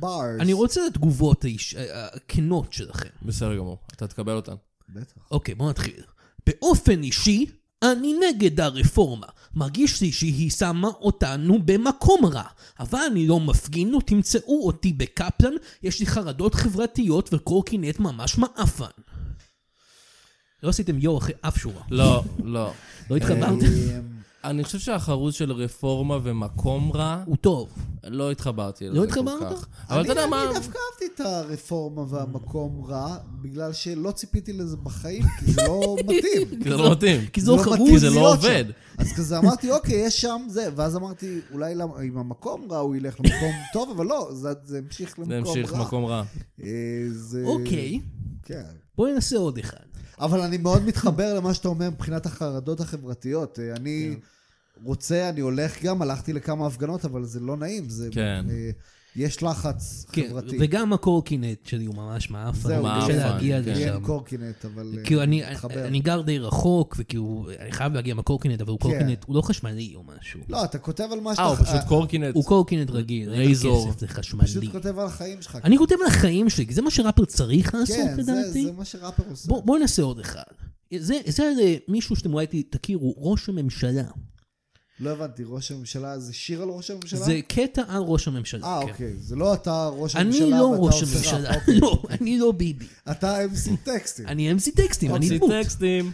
Speaker 4: bars.
Speaker 3: אני רוצה את התגובות האיש- אה, הכנות שלכם.
Speaker 2: בסדר גמור, אתה תקבל אותן.
Speaker 4: בטח.
Speaker 3: אוקיי, בואו נתחיל. באופן אישי, אני נגד הרפורמה. מרגיש לי שהיא שמה אותנו במקום רע. אבל אני לא מפגין, לא תמצאו אותי בקפלן, יש לי חרדות חברתיות וקורקינט ממש מעפן. לא עשיתם יו אחרי אף שורה.
Speaker 2: לא, לא.
Speaker 3: לא התחברתם?
Speaker 4: אה,
Speaker 2: אני חושב שהחרוז של רפורמה ומקום רע,
Speaker 3: הוא טוב.
Speaker 4: אה,
Speaker 2: לא התחברתי לזה
Speaker 3: לא
Speaker 2: כל
Speaker 3: התחברת?
Speaker 2: כך. אבל אתה יודע
Speaker 4: אני-
Speaker 2: מה...
Speaker 4: אני דווקא אהבתי את הרפורמה והמקום רע, בגלל שלא ציפיתי לזה בחיים, כי זה לא מתאים.
Speaker 2: כי זה לא מתאים.
Speaker 3: כי זו
Speaker 4: לא
Speaker 3: חרוז.
Speaker 4: מתאים
Speaker 2: זה לא
Speaker 4: להיות
Speaker 2: עובד.
Speaker 4: שם. אז כזה אמרתי, אוקיי, יש שם זה, ואז אמרתי, אולי למ- אם המקום רע, הוא ילך למקום טוב, אבל לא, זה זה המשיך
Speaker 2: זה
Speaker 4: למקום
Speaker 2: המשיך
Speaker 4: רע.
Speaker 2: מקום רע.
Speaker 4: אה, זה...
Speaker 3: אוקיי,
Speaker 4: כן.
Speaker 3: בואו ננסה עוד אחד.
Speaker 4: אבל אני מאוד מתחבר למה שאתה אומר מבחינת החרדות החברתיות. אה, אני רוצה, אני הולך גם, הלכתי לכמה הפגנות, אבל זה לא נעים. זה...
Speaker 2: כן.
Speaker 4: אה, יש לחץ
Speaker 3: כן,
Speaker 4: חברתי.
Speaker 3: וגם הקורקינט שלי הוא ממש מעפן.
Speaker 4: זהו,
Speaker 3: קשה
Speaker 2: מעפן,
Speaker 3: להגיע
Speaker 2: כן.
Speaker 4: לי
Speaker 3: לשם.
Speaker 4: אין קורקינט, אבל... אה,
Speaker 3: כאילו אני,
Speaker 4: מתחבר.
Speaker 3: אני גר די רחוק, וכאילו, אני חייב להגיע מהקורקינט, אבל הוא
Speaker 4: כן.
Speaker 3: קורקינט, הוא לא חשמלי או משהו.
Speaker 4: לא, אתה כותב על מה שאתה...
Speaker 2: אה, הוא פשוט
Speaker 4: אה,
Speaker 2: קורקינט.
Speaker 3: הוא קורקינט רגיל, אין לו
Speaker 2: רייזור.
Speaker 3: כסף, זה
Speaker 4: פשוט
Speaker 3: חשמלי.
Speaker 4: כותב על החיים שלך.
Speaker 3: אני כותב על החיים שלי, כי זה מה שראפר צריך לעשות
Speaker 4: כן, זה-
Speaker 3: לדעתי.
Speaker 4: זה מה שראפר עושה.
Speaker 3: בוא- בואו נעשה עוד אחד. זה זה על, אה, מישהו שאתם אולי תכירו, ראש הממשלה.
Speaker 4: לא הבנתי, ראש הממשלה זה שיר על ראש הממשלה?
Speaker 3: זה קטע על ראש הממשלה.
Speaker 4: אה,
Speaker 3: כן.
Speaker 4: אוקיי. זה לא אתה ראש הממשלה
Speaker 3: אני לא
Speaker 4: ואתה
Speaker 3: ראש
Speaker 4: עושה ראפ.
Speaker 3: הממשלה,
Speaker 4: אוקיי.
Speaker 3: לא, אני לא ביבי.
Speaker 4: אתה אמסי טקסטים.
Speaker 3: אני אמצי טקסטים, אני
Speaker 2: מוציא
Speaker 3: דמות.
Speaker 2: טקסטים.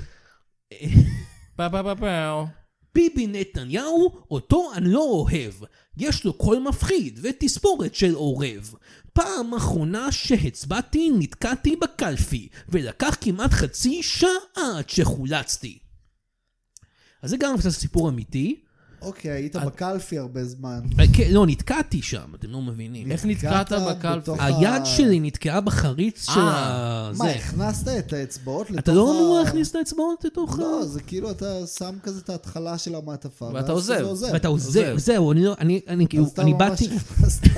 Speaker 2: פה פה פה פה.
Speaker 3: ביבי נתניהו, אותו אני לא אוהב. יש לו קול מפחיד ותספורת של עורב. פעם אחרונה שהצבעתי נתקעתי בקלפי, ולקח כמעט חצי שעה עד שחולצתי. אז זה גם קצת סיפור אמיתי.
Speaker 4: אוקיי, היית בקלפי הרבה זמן.
Speaker 3: אה, כן, לא, נתקעתי שם, אתם לא מבינים.
Speaker 2: איך נתקעת
Speaker 4: נתקעת
Speaker 2: בקלפי?
Speaker 4: בתוך-
Speaker 3: היד
Speaker 4: אה.
Speaker 3: שלי נתקעה בחריץ של ה...
Speaker 4: מה,
Speaker 3: זה.
Speaker 4: הכנסת את האצבעות לתוך
Speaker 3: אתה לא אמור
Speaker 4: ה-
Speaker 3: להכניס את האצבעות לתוך ה...
Speaker 4: לא, זה כאילו אתה שם כזה את ההתחלה של המעטפה.
Speaker 2: ואתה
Speaker 4: ואז
Speaker 2: עוזב.
Speaker 4: זה עוזב.
Speaker 3: ואתה
Speaker 2: עוזב.
Speaker 3: אה, עוזב, זהו, אני לא, אני, אני כאילו,
Speaker 4: אז אתה
Speaker 3: אני
Speaker 4: ממש
Speaker 3: באתי...
Speaker 4: נכנסת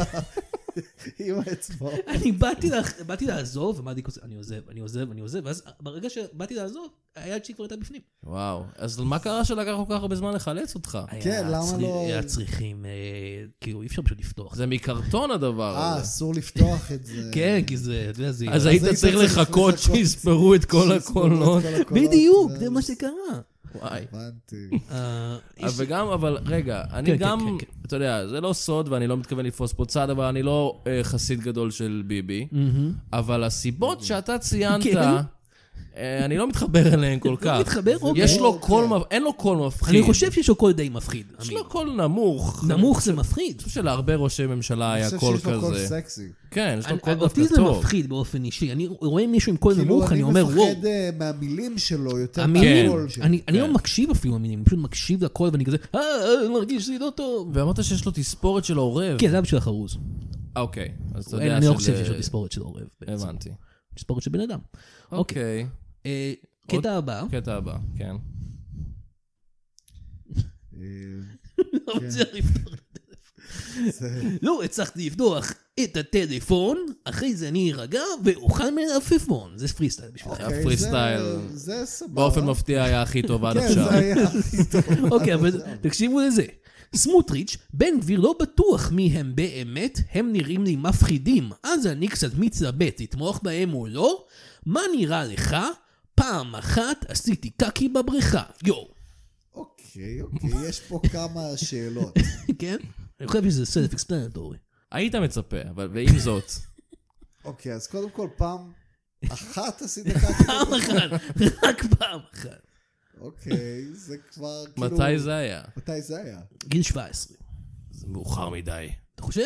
Speaker 4: עם האצבעות.
Speaker 3: אני כאילו באתי, לה, באתי לעזוב, ואמרתי כזה, אני עוזב, אני עוזב, אני עוזב, ואז ברגע שבאתי לעזוב, היד שלי כבר הייתה בפנים.
Speaker 2: וואו. אז מה קרה שלקח כל כך הרבה זמן לחלץ אותך?
Speaker 4: כן,
Speaker 3: היה
Speaker 4: למה
Speaker 3: צרי-
Speaker 4: לא-
Speaker 3: היה צריכים, אה, כאילו, אי אפשר פשוט לפתוח.
Speaker 2: זה מקרטון הדבר
Speaker 4: אה,
Speaker 2: הזה.
Speaker 4: אסור לפתוח את זה.
Speaker 3: כן, כי זה, אתה יודע, זה...
Speaker 2: אז היית
Speaker 4: היית
Speaker 2: צריך
Speaker 4: צריך
Speaker 2: לחכות
Speaker 4: לחכות.
Speaker 2: שיספרו את כל
Speaker 4: שיספרו את
Speaker 2: הקולות.
Speaker 4: כל הקולות,
Speaker 3: בדיוק,
Speaker 4: ואז-
Speaker 3: זה מה שקרה.
Speaker 2: וואי.
Speaker 4: הבנתי.
Speaker 3: אה,
Speaker 2: אה,
Speaker 3: יש-
Speaker 2: וגם, אבל רגע, אני
Speaker 3: כן,
Speaker 2: גם,
Speaker 3: כן, כן, כן.
Speaker 2: אתה יודע, זה לא סוד ואני לא מתכוון לתפוס פה צד, אבל אני לא אה, חסיד גדול של ביבי.
Speaker 3: מהמם.
Speaker 2: אבל הסיבות שאתה ציינת,
Speaker 3: כן.
Speaker 2: אה, אני לא מתחבר אליהן כל כך.
Speaker 3: לא מתחבר, אוקיי.
Speaker 2: יש לו
Speaker 4: אוקיי.
Speaker 2: קול, מפ- אין לו קול מפחיד.
Speaker 3: אני חושב שיש לו קול די מפחיד.
Speaker 2: יש
Speaker 3: אמין.
Speaker 2: לו קול נמוך.
Speaker 3: נמוך זה מפחיד.
Speaker 2: אני חושב שלהרבה ראשי ממשלה היה
Speaker 4: אני
Speaker 2: קול
Speaker 4: חושב שיש לו קול
Speaker 2: כזה.
Speaker 4: סקסי.
Speaker 2: כן, יש לו
Speaker 3: אני-
Speaker 2: קול דווקא
Speaker 3: אותי זה
Speaker 2: טוב.
Speaker 3: מפחיד באופן אישי. אני רואה מישהו עם קול
Speaker 4: כאילו,
Speaker 3: נמוך, אני אומר,
Speaker 4: אני
Speaker 3: וואו.
Speaker 4: מפחד אה, מהמילים שלו יותר
Speaker 3: המילים,
Speaker 4: מהקול שלו.
Speaker 3: אני אני
Speaker 2: כן.
Speaker 3: לא מקשיב אפילו למילים, אני פשוט מקשיב לקול ואני כזה, "אה, אה, אני מרגיש לי לא טוב.
Speaker 2: ואמרת שיש לו תספורת של עורב.
Speaker 3: כן, זה היה בשביל החרוז.
Speaker 2: אה, אוקיי, אז אתה
Speaker 3: אין,
Speaker 2: יודע
Speaker 3: אני לא
Speaker 2: של- אה,
Speaker 3: חושב שיש לו תספורת של עורב. בעצם.
Speaker 2: הבנתי.
Speaker 3: תספורת של בן אדם. אוקיי.
Speaker 2: אוקיי.
Speaker 3: אה,
Speaker 2: עוד-
Speaker 3: קטע הבא.
Speaker 2: קטע הבא, כן.
Speaker 4: אה,
Speaker 2: כן.
Speaker 3: לא מצליח לפתור את הטלפון. לא הצלחתי לפתוח את הטלפון, אחרי זה אני ארגע ואוכל מלפפון. זה פרי סטייל בשבילכם.
Speaker 4: אוקיי,
Speaker 2: הפרי
Speaker 4: זה-
Speaker 2: סטייל.
Speaker 4: זה סבבה.
Speaker 2: באופן מפתיע היה הכי טוב עד
Speaker 4: כן,
Speaker 2: עכשיו.
Speaker 4: זה היה הכי טוב.
Speaker 3: אוקיי, אבל תקשיבו לזה. סמוטריץ', בן גביר לא בטוח מי הם באמת, הם נראים לי מפחידים, אז אני קצת מתלבט לתמוך בהם או לא? מה נראה לך? פעם אחת עשיתי קקי בבריכה, יואו.
Speaker 4: אוקיי, אוקיי, יש פה כמה שאלות.
Speaker 3: כן? אני חושב שזה סלף אקספלנטורי.
Speaker 2: היית מצפה, אבל ועם זאת,
Speaker 4: אוקיי, אז קודם כל, פעם אחת עשית ככה?
Speaker 3: פעם אחת, רק פעם אחת.
Speaker 4: אוקיי, זה כבר כאילו...
Speaker 2: מתי זה היה?
Speaker 4: מתי זה היה?
Speaker 3: גיל 17.
Speaker 2: זה מאוחר מדי.
Speaker 3: אתה חושב?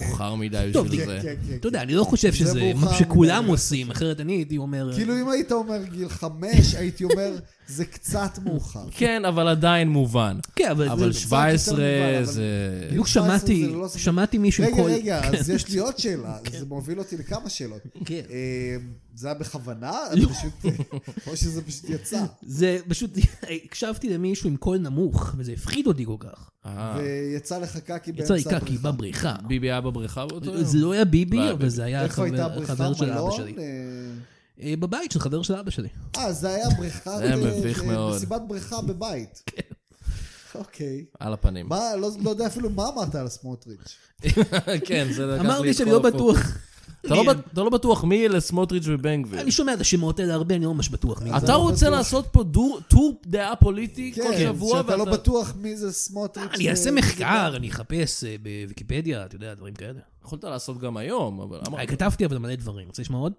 Speaker 2: מאוחר מדי
Speaker 3: טוב,
Speaker 2: בשביל
Speaker 4: כן,
Speaker 2: זה.
Speaker 4: כן, כן.
Speaker 3: אתה יודע, אני לא חושב
Speaker 4: זה
Speaker 3: שזה
Speaker 4: מאוחר
Speaker 3: מה שכולם
Speaker 4: מדי.
Speaker 3: עושים, אחרת אני הייתי אומר...
Speaker 4: כאילו אם היית אומר גיל חמש, הייתי אומר, זה קצת מאוחר.
Speaker 2: כן, אבל עדיין מובן.
Speaker 3: כן, אבל...
Speaker 2: אבל
Speaker 3: זה-
Speaker 4: קצת
Speaker 2: 17
Speaker 4: יותר מובן, אבל-
Speaker 2: זה...
Speaker 3: בדיוק
Speaker 4: 17
Speaker 3: שמעתי,
Speaker 4: זה לא סביר.
Speaker 3: שמעתי
Speaker 2: כן.
Speaker 3: מישהו
Speaker 4: רגע,
Speaker 3: קול-
Speaker 4: רגע, אז יש לי עוד שאלה, זה מוביל אותי לכמה שאלות.
Speaker 3: כן.
Speaker 4: אה, זה היה בכוונה? אני פשוט- או שזה פשוט יצא.
Speaker 3: זה פשוט, הקשבתי למישהו עם קול נמוך, וזה הפחיד אותי כל כך.
Speaker 2: אה,
Speaker 4: ויצא לך קקי באמצע
Speaker 3: יצא לי
Speaker 4: הבריכה.
Speaker 3: קקי בבריכה.
Speaker 2: ביבי היה בבריכה באותו יום?
Speaker 3: זה לא היה
Speaker 2: לא
Speaker 3: ביבי,
Speaker 2: היה
Speaker 3: אבל
Speaker 2: ביבי.
Speaker 3: זה היה
Speaker 4: איפה הייתה
Speaker 3: החבר
Speaker 4: הבריכה?
Speaker 3: החבר של אבא
Speaker 4: מלון?
Speaker 3: שלי.
Speaker 4: אה,
Speaker 3: אה, בבית של חבר של אבא שלי.
Speaker 4: אה, זה היה בריכה...
Speaker 2: זה היה
Speaker 4: ב-
Speaker 2: מביך
Speaker 4: ב-
Speaker 2: מאוד. כן.
Speaker 4: מסיבת בריכה בבית. אוקיי.
Speaker 2: על הפנים.
Speaker 4: מה, לא לא יודע אפילו מה אמרת על סמוטריץ'.
Speaker 2: כן, זה לקח לי...
Speaker 3: אמרתי
Speaker 2: את
Speaker 3: שאני
Speaker 2: כל
Speaker 3: לא
Speaker 2: הפוקוס.
Speaker 3: בטוח,
Speaker 2: אתה לא בט- אתה לא בטוח מי אלה סמוטריץ' ובן גביר.
Speaker 3: אני שומע את השמות האלה הרבה, אני לא ממש בטוח מי זה.
Speaker 2: אתה
Speaker 4: לא
Speaker 2: רוצה
Speaker 4: בטוח.
Speaker 2: לעשות פה דור- טור דעה פוליטי כל
Speaker 4: כן,
Speaker 2: שבוע?
Speaker 4: שאתה לא
Speaker 2: ואתה-
Speaker 4: בטוח מי זה סמוטריץ'.
Speaker 3: אני אעשה
Speaker 4: ו-
Speaker 3: מחקר, אני אחפש אה, בוויקיפדיה, אתה יודע, דברים כאלה.
Speaker 2: יכולת לעשות גם היום, אבל אמרת.
Speaker 3: אה, כתבתי אבל מלא דברים, רוצה לשמוע עוד?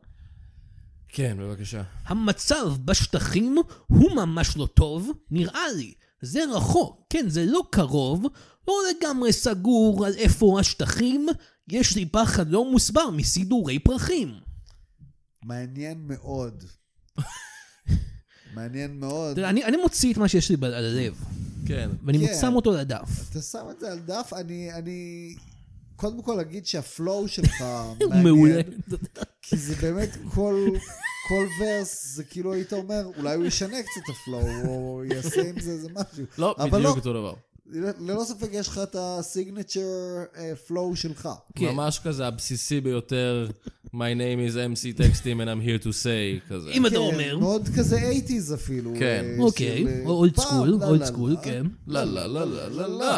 Speaker 2: כן, בבקשה.
Speaker 3: המצב בשטחים הוא ממש לא טוב, נראה לי. זה רחוק, כן, זה לא קרוב, לא לגמרי סגור על איפה השטחים, יש לי פחד לא מוסבר מסידורי פרחים.
Speaker 4: "לא, מעניין מאוד. מעניין מאוד.
Speaker 3: אתה יודע, אני, אני מוציא את מה שיש לי ב- על הלב,
Speaker 2: כן.
Speaker 3: ואני
Speaker 4: כן.
Speaker 3: שם אותו לדף.
Speaker 4: אתה שם את זה על דף, אני... אני... קודם כל אגיד שהפלואו שלך
Speaker 3: הוא
Speaker 4: מעניין,
Speaker 3: מעולה.
Speaker 4: כי זה באמת כל, כל ורס, זה כאילו היית אומר, אולי הוא ישנה קצת הפלואו, או יעשה עם זה איזה משהו.
Speaker 2: לא,
Speaker 4: אבל
Speaker 2: בדיוק
Speaker 4: לא.
Speaker 2: אותו דבר.
Speaker 4: ל- ללא ספק יש לך את הסיגנצ'ר פלואו שלך.
Speaker 3: כן.
Speaker 2: ממש כזה הבסיסי ביותר, My name is MC Texting and I'm here to say, כזה.
Speaker 3: אם אתה
Speaker 4: כן,
Speaker 3: אומר,
Speaker 4: מאוד כזה 80's אפילו.
Speaker 2: כן.
Speaker 4: אה, של,
Speaker 3: אוקיי,
Speaker 4: אה,
Speaker 3: אולד
Speaker 4: פעם,
Speaker 3: סקול,
Speaker 4: לה,
Speaker 3: אולד
Speaker 4: לה,
Speaker 3: סקול,
Speaker 4: לה.
Speaker 3: כן.
Speaker 2: לא, לא, לא, לא, לא, לא.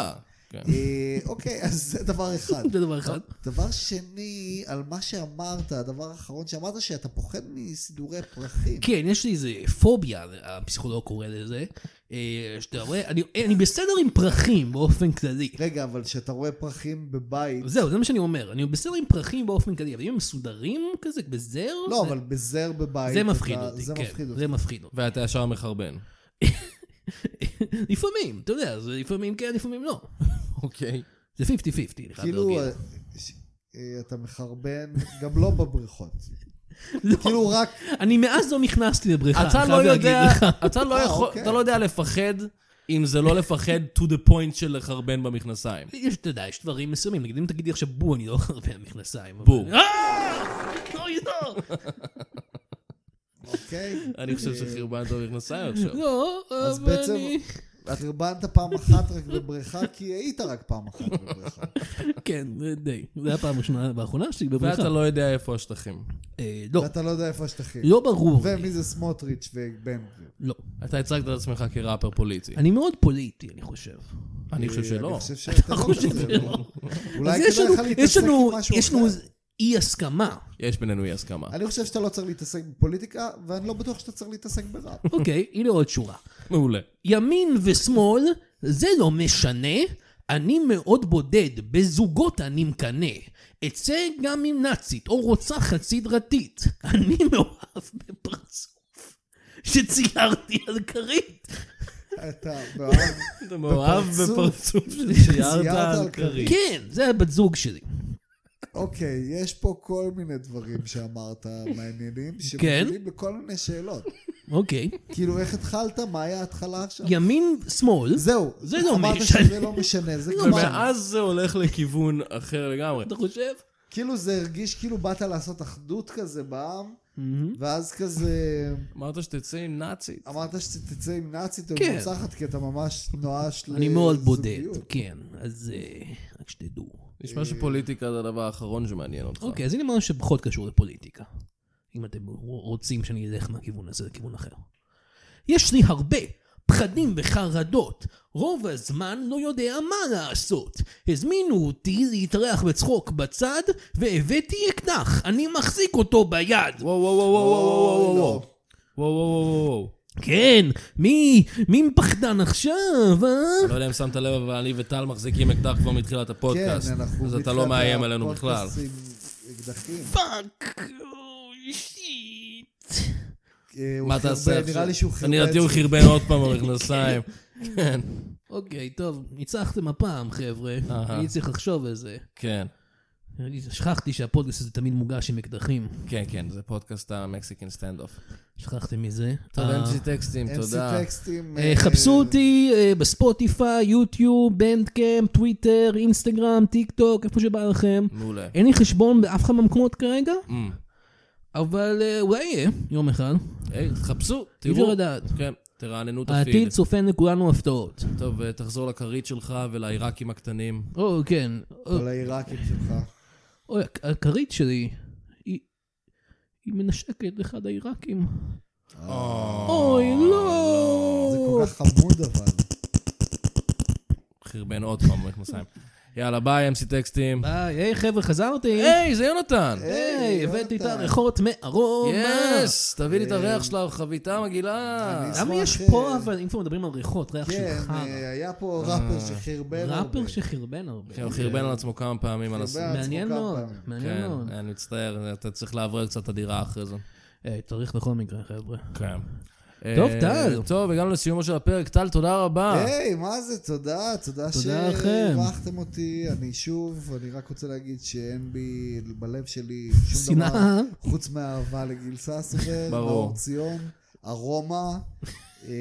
Speaker 2: כן.
Speaker 4: אה, אוקיי, אז זה דבר אחד.
Speaker 3: זה דבר אחד.
Speaker 4: דבר שני, על מה שאמרת, הדבר האחרון שאמרת, שאתה פוחד מסידורי פרחים.
Speaker 3: כן, יש לי איזה פוביה, הפסיכולוג קורא לזה. אה, שאתה רואה, אני- אני בסדר עם פרחים באופן כללי.
Speaker 4: רגע, אבל כשאתה רואה פרחים בבית...
Speaker 3: זהו, כן. זה מה שאני אומר. אני בסדר עם פרחים באופן כללי, אבל אם הם מסודרים כזה, בזר,
Speaker 4: לא,
Speaker 3: זה-
Speaker 4: אבל בזר בבית...
Speaker 3: זה מפחיד
Speaker 4: אתה-
Speaker 3: אותי.
Speaker 4: זה
Speaker 3: כן,
Speaker 4: מפחיד אותי.
Speaker 3: זה מפחיד אותי.
Speaker 2: ואתה ישר מחרבן.
Speaker 3: לפעמים, אתה יודע, זה לפעמים כן, לפעמים לא.
Speaker 2: אוקיי.
Speaker 3: זה 50-50, אני חייב
Speaker 4: כאילו,
Speaker 3: להגיד.
Speaker 4: אה, ש- אה, אתה מחרבן גם לא בבריכות.
Speaker 3: לא,
Speaker 4: כאילו, רק...
Speaker 3: אני מאז לא נכנסתי לבריכה,
Speaker 2: אתה
Speaker 3: אני
Speaker 2: לא
Speaker 3: חייב להגיד
Speaker 2: יודע,
Speaker 3: לך.
Speaker 2: אתה לא
Speaker 4: אה,
Speaker 2: יכול,
Speaker 4: אוקיי.
Speaker 2: אתה לא יודע לפחד אם זה לא לפחד to the point של לחרבן במכנסיים.
Speaker 3: יש, אתה יודע, יש דברים מסוימים, נגיד אם תגידי עכשיו בו, אני לא הרבה במכנסיים. אבל-
Speaker 2: בו.
Speaker 3: אה! אוי, לא.
Speaker 4: אוקיי?
Speaker 2: אני חושב שחרבנת במכנסיים עכשיו.
Speaker 3: לא,
Speaker 4: אז
Speaker 3: אבל
Speaker 4: בעצם-
Speaker 3: אני...
Speaker 4: חרבנת פעם אחת רק בבריכה, כי היית רק פעם אחת בבריכה.
Speaker 3: כן, זה די. זה היה הפעם הראשונה והאחרונה שלי בבריכה.
Speaker 2: ואתה לא יודע איפה השטחים.
Speaker 3: אה, לא,
Speaker 4: ואתה לא יודע איפה השטחים.
Speaker 3: לא ברור. לי.
Speaker 4: ומי זה סמוטריץ' ובן גביר.
Speaker 3: לא.
Speaker 2: אתה הצגת את עצמך כראפר פוליטי.
Speaker 3: אני מאוד פוליטי, אני חושב.
Speaker 2: אני חושב
Speaker 4: אני
Speaker 2: שלא.
Speaker 4: חושב שאתה לא
Speaker 3: חושב
Speaker 4: כזה, לא?
Speaker 3: אז
Speaker 4: אולי
Speaker 3: יש
Speaker 4: כדאי
Speaker 3: לנו-
Speaker 4: לך
Speaker 3: יש
Speaker 4: להתעסק
Speaker 3: לנו,
Speaker 4: עם משהו
Speaker 3: יש לנו
Speaker 4: אחר.
Speaker 3: אי הסכמה.
Speaker 2: יש בינינו אי הסכמה.
Speaker 4: אני חושב שאתה לא צריך להתעסק בפוליטיקה, ואני לא בטוח שאתה צריך להתעסק בראפ.
Speaker 3: אוקיי, הנה עוד שורה.
Speaker 2: מעולה.
Speaker 3: ימין ושמאל, זה לא משנה, אני מאוד בודד, בזוגות אני מקנא. אצא גם עם נאצית או רוצחת סדרתית. אני מאוהב בפרצוף שציירתי על כרית.
Speaker 4: אתה מאוהב
Speaker 2: אתה מאוהב
Speaker 4: בפרצוף.
Speaker 2: בפרצוף
Speaker 4: ציירת
Speaker 2: שציירת
Speaker 4: על
Speaker 2: על קרי.
Speaker 3: כן, זה הבת זוג שלי.
Speaker 4: אוקיי, יש פה כל מיני דברים שאמרת
Speaker 3: כן?
Speaker 4: מעניינים, שמובילים בכל מיני שאלות.
Speaker 3: אוקיי.
Speaker 4: כאילו, איך התחלת? מה היה ההתחלה עכשיו?
Speaker 3: ימין, שמאל.
Speaker 4: זהו.
Speaker 3: זה לא
Speaker 4: אמרת
Speaker 3: משנה.
Speaker 4: שזה לא משנה, זה כבר...
Speaker 2: ומאז זה הולך לכיוון אחר לגמרי.
Speaker 3: אתה חושב?
Speaker 4: כאילו, זה הרגיש כאילו באת לעשות אחדות כזה בעם, ואז כזה...
Speaker 2: אמרת שתצא עם נאצית.
Speaker 4: אמרת שתצא עם נאצית או
Speaker 3: כן.
Speaker 4: עם מוצחת, כי אתה ממש נואש לא,
Speaker 3: אני מאוד בודד,
Speaker 4: לזוגיות.
Speaker 3: כן. אז אה, שתדעו.
Speaker 2: נשמע שפוליטיקה זה הדבר האחרון שמעניין אותך.
Speaker 3: אוקיי, אז הנה משהו שפחות קשור לפוליטיקה. אם אתם רוצים שאני אלך מהכיוון הזה לכיוון אחר. יש לי הרבה פחדים וחרדות. רוב הזמן לא יודע מה לעשות. הזמינו אותי להתארח בצחוק בצד, והבאתי אקדח. אני מחזיק אותו ביד.
Speaker 2: וואו, וואו, וואו, וואו, וואו, וואו,
Speaker 4: לא.
Speaker 2: וואו. וואו, וואו, וואו, וואו.
Speaker 3: כן, מי, מי פחדן עכשיו, אה?
Speaker 2: לא יודע אם שמת לב, אבל אני וטל מחזיקים אקדח כבר מתחילת הפודקאסט.
Speaker 4: כן, אנחנו
Speaker 2: אז אתה
Speaker 4: מתחילת
Speaker 2: לא מאיים עלינו בכלל.
Speaker 4: הפודקאסט עם אקדחים.
Speaker 3: פאק, אוי, שיט.
Speaker 4: אה, הוא
Speaker 2: מה תעשה
Speaker 4: חרבן,
Speaker 2: עכשיו?
Speaker 4: נראה לי שהוא חרבן.
Speaker 2: אני לדעתי הוא
Speaker 4: ש-
Speaker 2: חרבן עוד פעם במכנסיים. כן,
Speaker 3: אוקיי, טוב, ניצחתם הפעם, חבר'ה.
Speaker 2: אהה.
Speaker 3: אני צריך לחשוב על זה.
Speaker 2: כן,
Speaker 3: נראה לי ששכחתי שהפודקאסט הזה תמיד מוגש עם אקדחים.
Speaker 2: כן, כן, זה פודקאסט המקסיקן סטנד-אוף.
Speaker 3: שכחתם מזה.
Speaker 2: טוב,
Speaker 3: אה,
Speaker 2: MC טקסטים,
Speaker 4: MC
Speaker 2: תודה.
Speaker 4: טקסטים.
Speaker 3: אה,
Speaker 4: אה,
Speaker 3: חפשו אותי אה, בספוטיפיי, יוטיוב, בנדקאם, טוויטר, אינסטגרם, טיק טוק, איפה שבא לכם.
Speaker 2: מעולה.
Speaker 3: אין לי חשבון באף אחד מהמקומות כרגע,
Speaker 2: Mm.
Speaker 3: אבל אה, אולי יהיה יום אחד.
Speaker 2: היי, תחפשו,
Speaker 3: אי אפשר
Speaker 2: תראו.
Speaker 3: לדעת.
Speaker 2: כן, תרעננו את הפיד.
Speaker 3: העתיד צופן לכולנו הפתעות.
Speaker 2: טוב, אה, תחזור לכרית שלך ולעיראקים הקטנים.
Speaker 3: או, כן. או,
Speaker 4: כל העיראקים שלך.
Speaker 3: אוי, הכ- הכרית שלי, היא היא מנשקת אחד העיראקים. אוי,
Speaker 4: זה
Speaker 3: לא!
Speaker 4: כל כך חמוד אבל.
Speaker 2: חרבן עוד פעם במכנסיים. יאללה, ביי, MC טקסטים.
Speaker 3: ביי, היי חבר'ה, חזרתי.
Speaker 2: היי, זה יונתן!
Speaker 3: היי, הבאתי את
Speaker 4: יונתן.
Speaker 3: הריחות מארומה.
Speaker 2: יס! תביא לי את הריח של החביתה מגעילה.
Speaker 4: אה. אני-
Speaker 3: למה
Speaker 4: אשמח,
Speaker 3: יש
Speaker 4: אה,
Speaker 3: פה, אבל אם כבר מדברים על ריחות, ריח
Speaker 4: כן,
Speaker 3: של חרא.
Speaker 4: אה, היה פה ראפר שחרבן.
Speaker 3: ראפר
Speaker 4: הרבה.
Speaker 3: שחרבן הרבה.
Speaker 2: כן, הוא חרבן על עצמו כמה פעמים על הסרט.
Speaker 4: חרבן.
Speaker 3: מעניין
Speaker 4: עצמו כמה
Speaker 3: מאוד,
Speaker 4: פעמים.
Speaker 3: מעניין
Speaker 2: כן,
Speaker 3: מאוד.
Speaker 2: אני מצטער, אתה צריך לאוורר קצת את הדירה אחרי זה.
Speaker 3: היי, צריך בכל מקרה, חבר'ה.
Speaker 2: כן.
Speaker 3: טוב, טל.
Speaker 2: אה, טוב, הגענו לסיומו של הפרק. טל, תודה רבה.
Speaker 4: היי, מה זה, תודה, תודה
Speaker 3: תודה לכם.
Speaker 4: שאירחתם אותי, אני שוב, אני רק רוצה להגיד שאין בי, בלב שלי, שום
Speaker 3: שנאה.
Speaker 4: דבר, חוץ מאהבה לגיל ססובר,
Speaker 2: ברור.
Speaker 4: מאור ציון, ארומה, אה,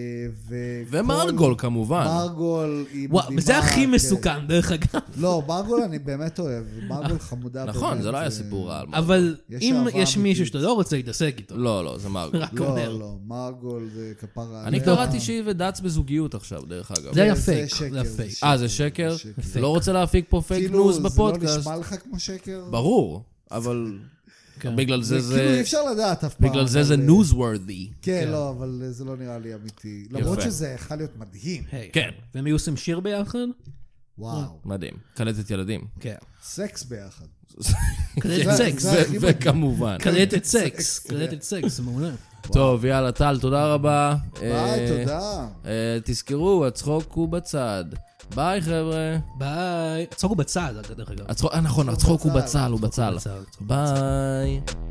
Speaker 4: וכל-
Speaker 2: ומרגול כמובן.
Speaker 4: מרגול היא
Speaker 3: וואו,
Speaker 4: מדהימה,
Speaker 3: זה הכי
Speaker 4: כן.
Speaker 3: מסוכן, דרך אגב.
Speaker 4: לא, מרגול אני באמת אוהב, מרגול חמודה.
Speaker 2: נכון,
Speaker 4: באמת,
Speaker 2: זה לא היה
Speaker 4: אה,
Speaker 2: סיפור רע. על מרגול.
Speaker 3: אבל
Speaker 4: יש
Speaker 3: אם
Speaker 4: אהבה
Speaker 3: יש מישהו
Speaker 4: אמיתית.
Speaker 3: שאתה לא רוצה להתעסק איתו,
Speaker 2: לא, לא, זה מרגול.
Speaker 3: רק אומר.
Speaker 4: לא, לא, מרגול זה כפרה.
Speaker 2: אני
Speaker 4: עליה.
Speaker 2: קראתי שהיא ודץ בזוגיות עכשיו, דרך אגב.
Speaker 3: זה היה
Speaker 4: לא. זה
Speaker 3: פייק,
Speaker 4: שקר,
Speaker 3: זה היה
Speaker 4: זה
Speaker 3: פייק.
Speaker 4: שקר.
Speaker 2: אה, זה שקר?
Speaker 4: שקר.
Speaker 2: לא רוצה להפיק פה פייק
Speaker 4: כאילו,
Speaker 2: ניוז
Speaker 4: זה לא
Speaker 2: בפודקאסט.
Speaker 4: נשמע לך כמו שקר?
Speaker 2: ברור, אבל
Speaker 3: כן.
Speaker 2: בגלל זה
Speaker 4: זה... כאילו אי
Speaker 2: זה...
Speaker 4: אפשר לדעת אף פעם.
Speaker 2: בגלל זה זה
Speaker 4: אבל-
Speaker 2: newsworthy.
Speaker 4: כן, לא, אבל זה לא נראה לי אמיתי. למרות שזה יכול להיות מדהים.
Speaker 3: היי.
Speaker 2: כן.
Speaker 3: והם היו עושים שיר ביחד?
Speaker 4: וואו.
Speaker 2: מדהים. קלטת ילדים.
Speaker 3: כן.
Speaker 4: סקס ביחד.
Speaker 3: קלטת
Speaker 4: זה-
Speaker 3: סקס.
Speaker 4: זה-
Speaker 2: ו-
Speaker 4: הכי מדהים.
Speaker 2: וכמובן.
Speaker 3: קלטת סקס. קלטת סקס, מעולה.
Speaker 2: טוב, יאללה, טל, תודה רבה.
Speaker 4: ביי,
Speaker 2: אה,
Speaker 4: תודה.
Speaker 2: אה, תזכרו, הצחוק הוא בצד. ביי, חבר'ה.
Speaker 3: ביי. צחוק הוא בצד, דרך אגב.
Speaker 2: הצחוק- אה, נכון, הצחוק הוא
Speaker 4: בצד.
Speaker 2: בצל, הוא בצל.
Speaker 3: בצד, הצחוק
Speaker 2: ביי.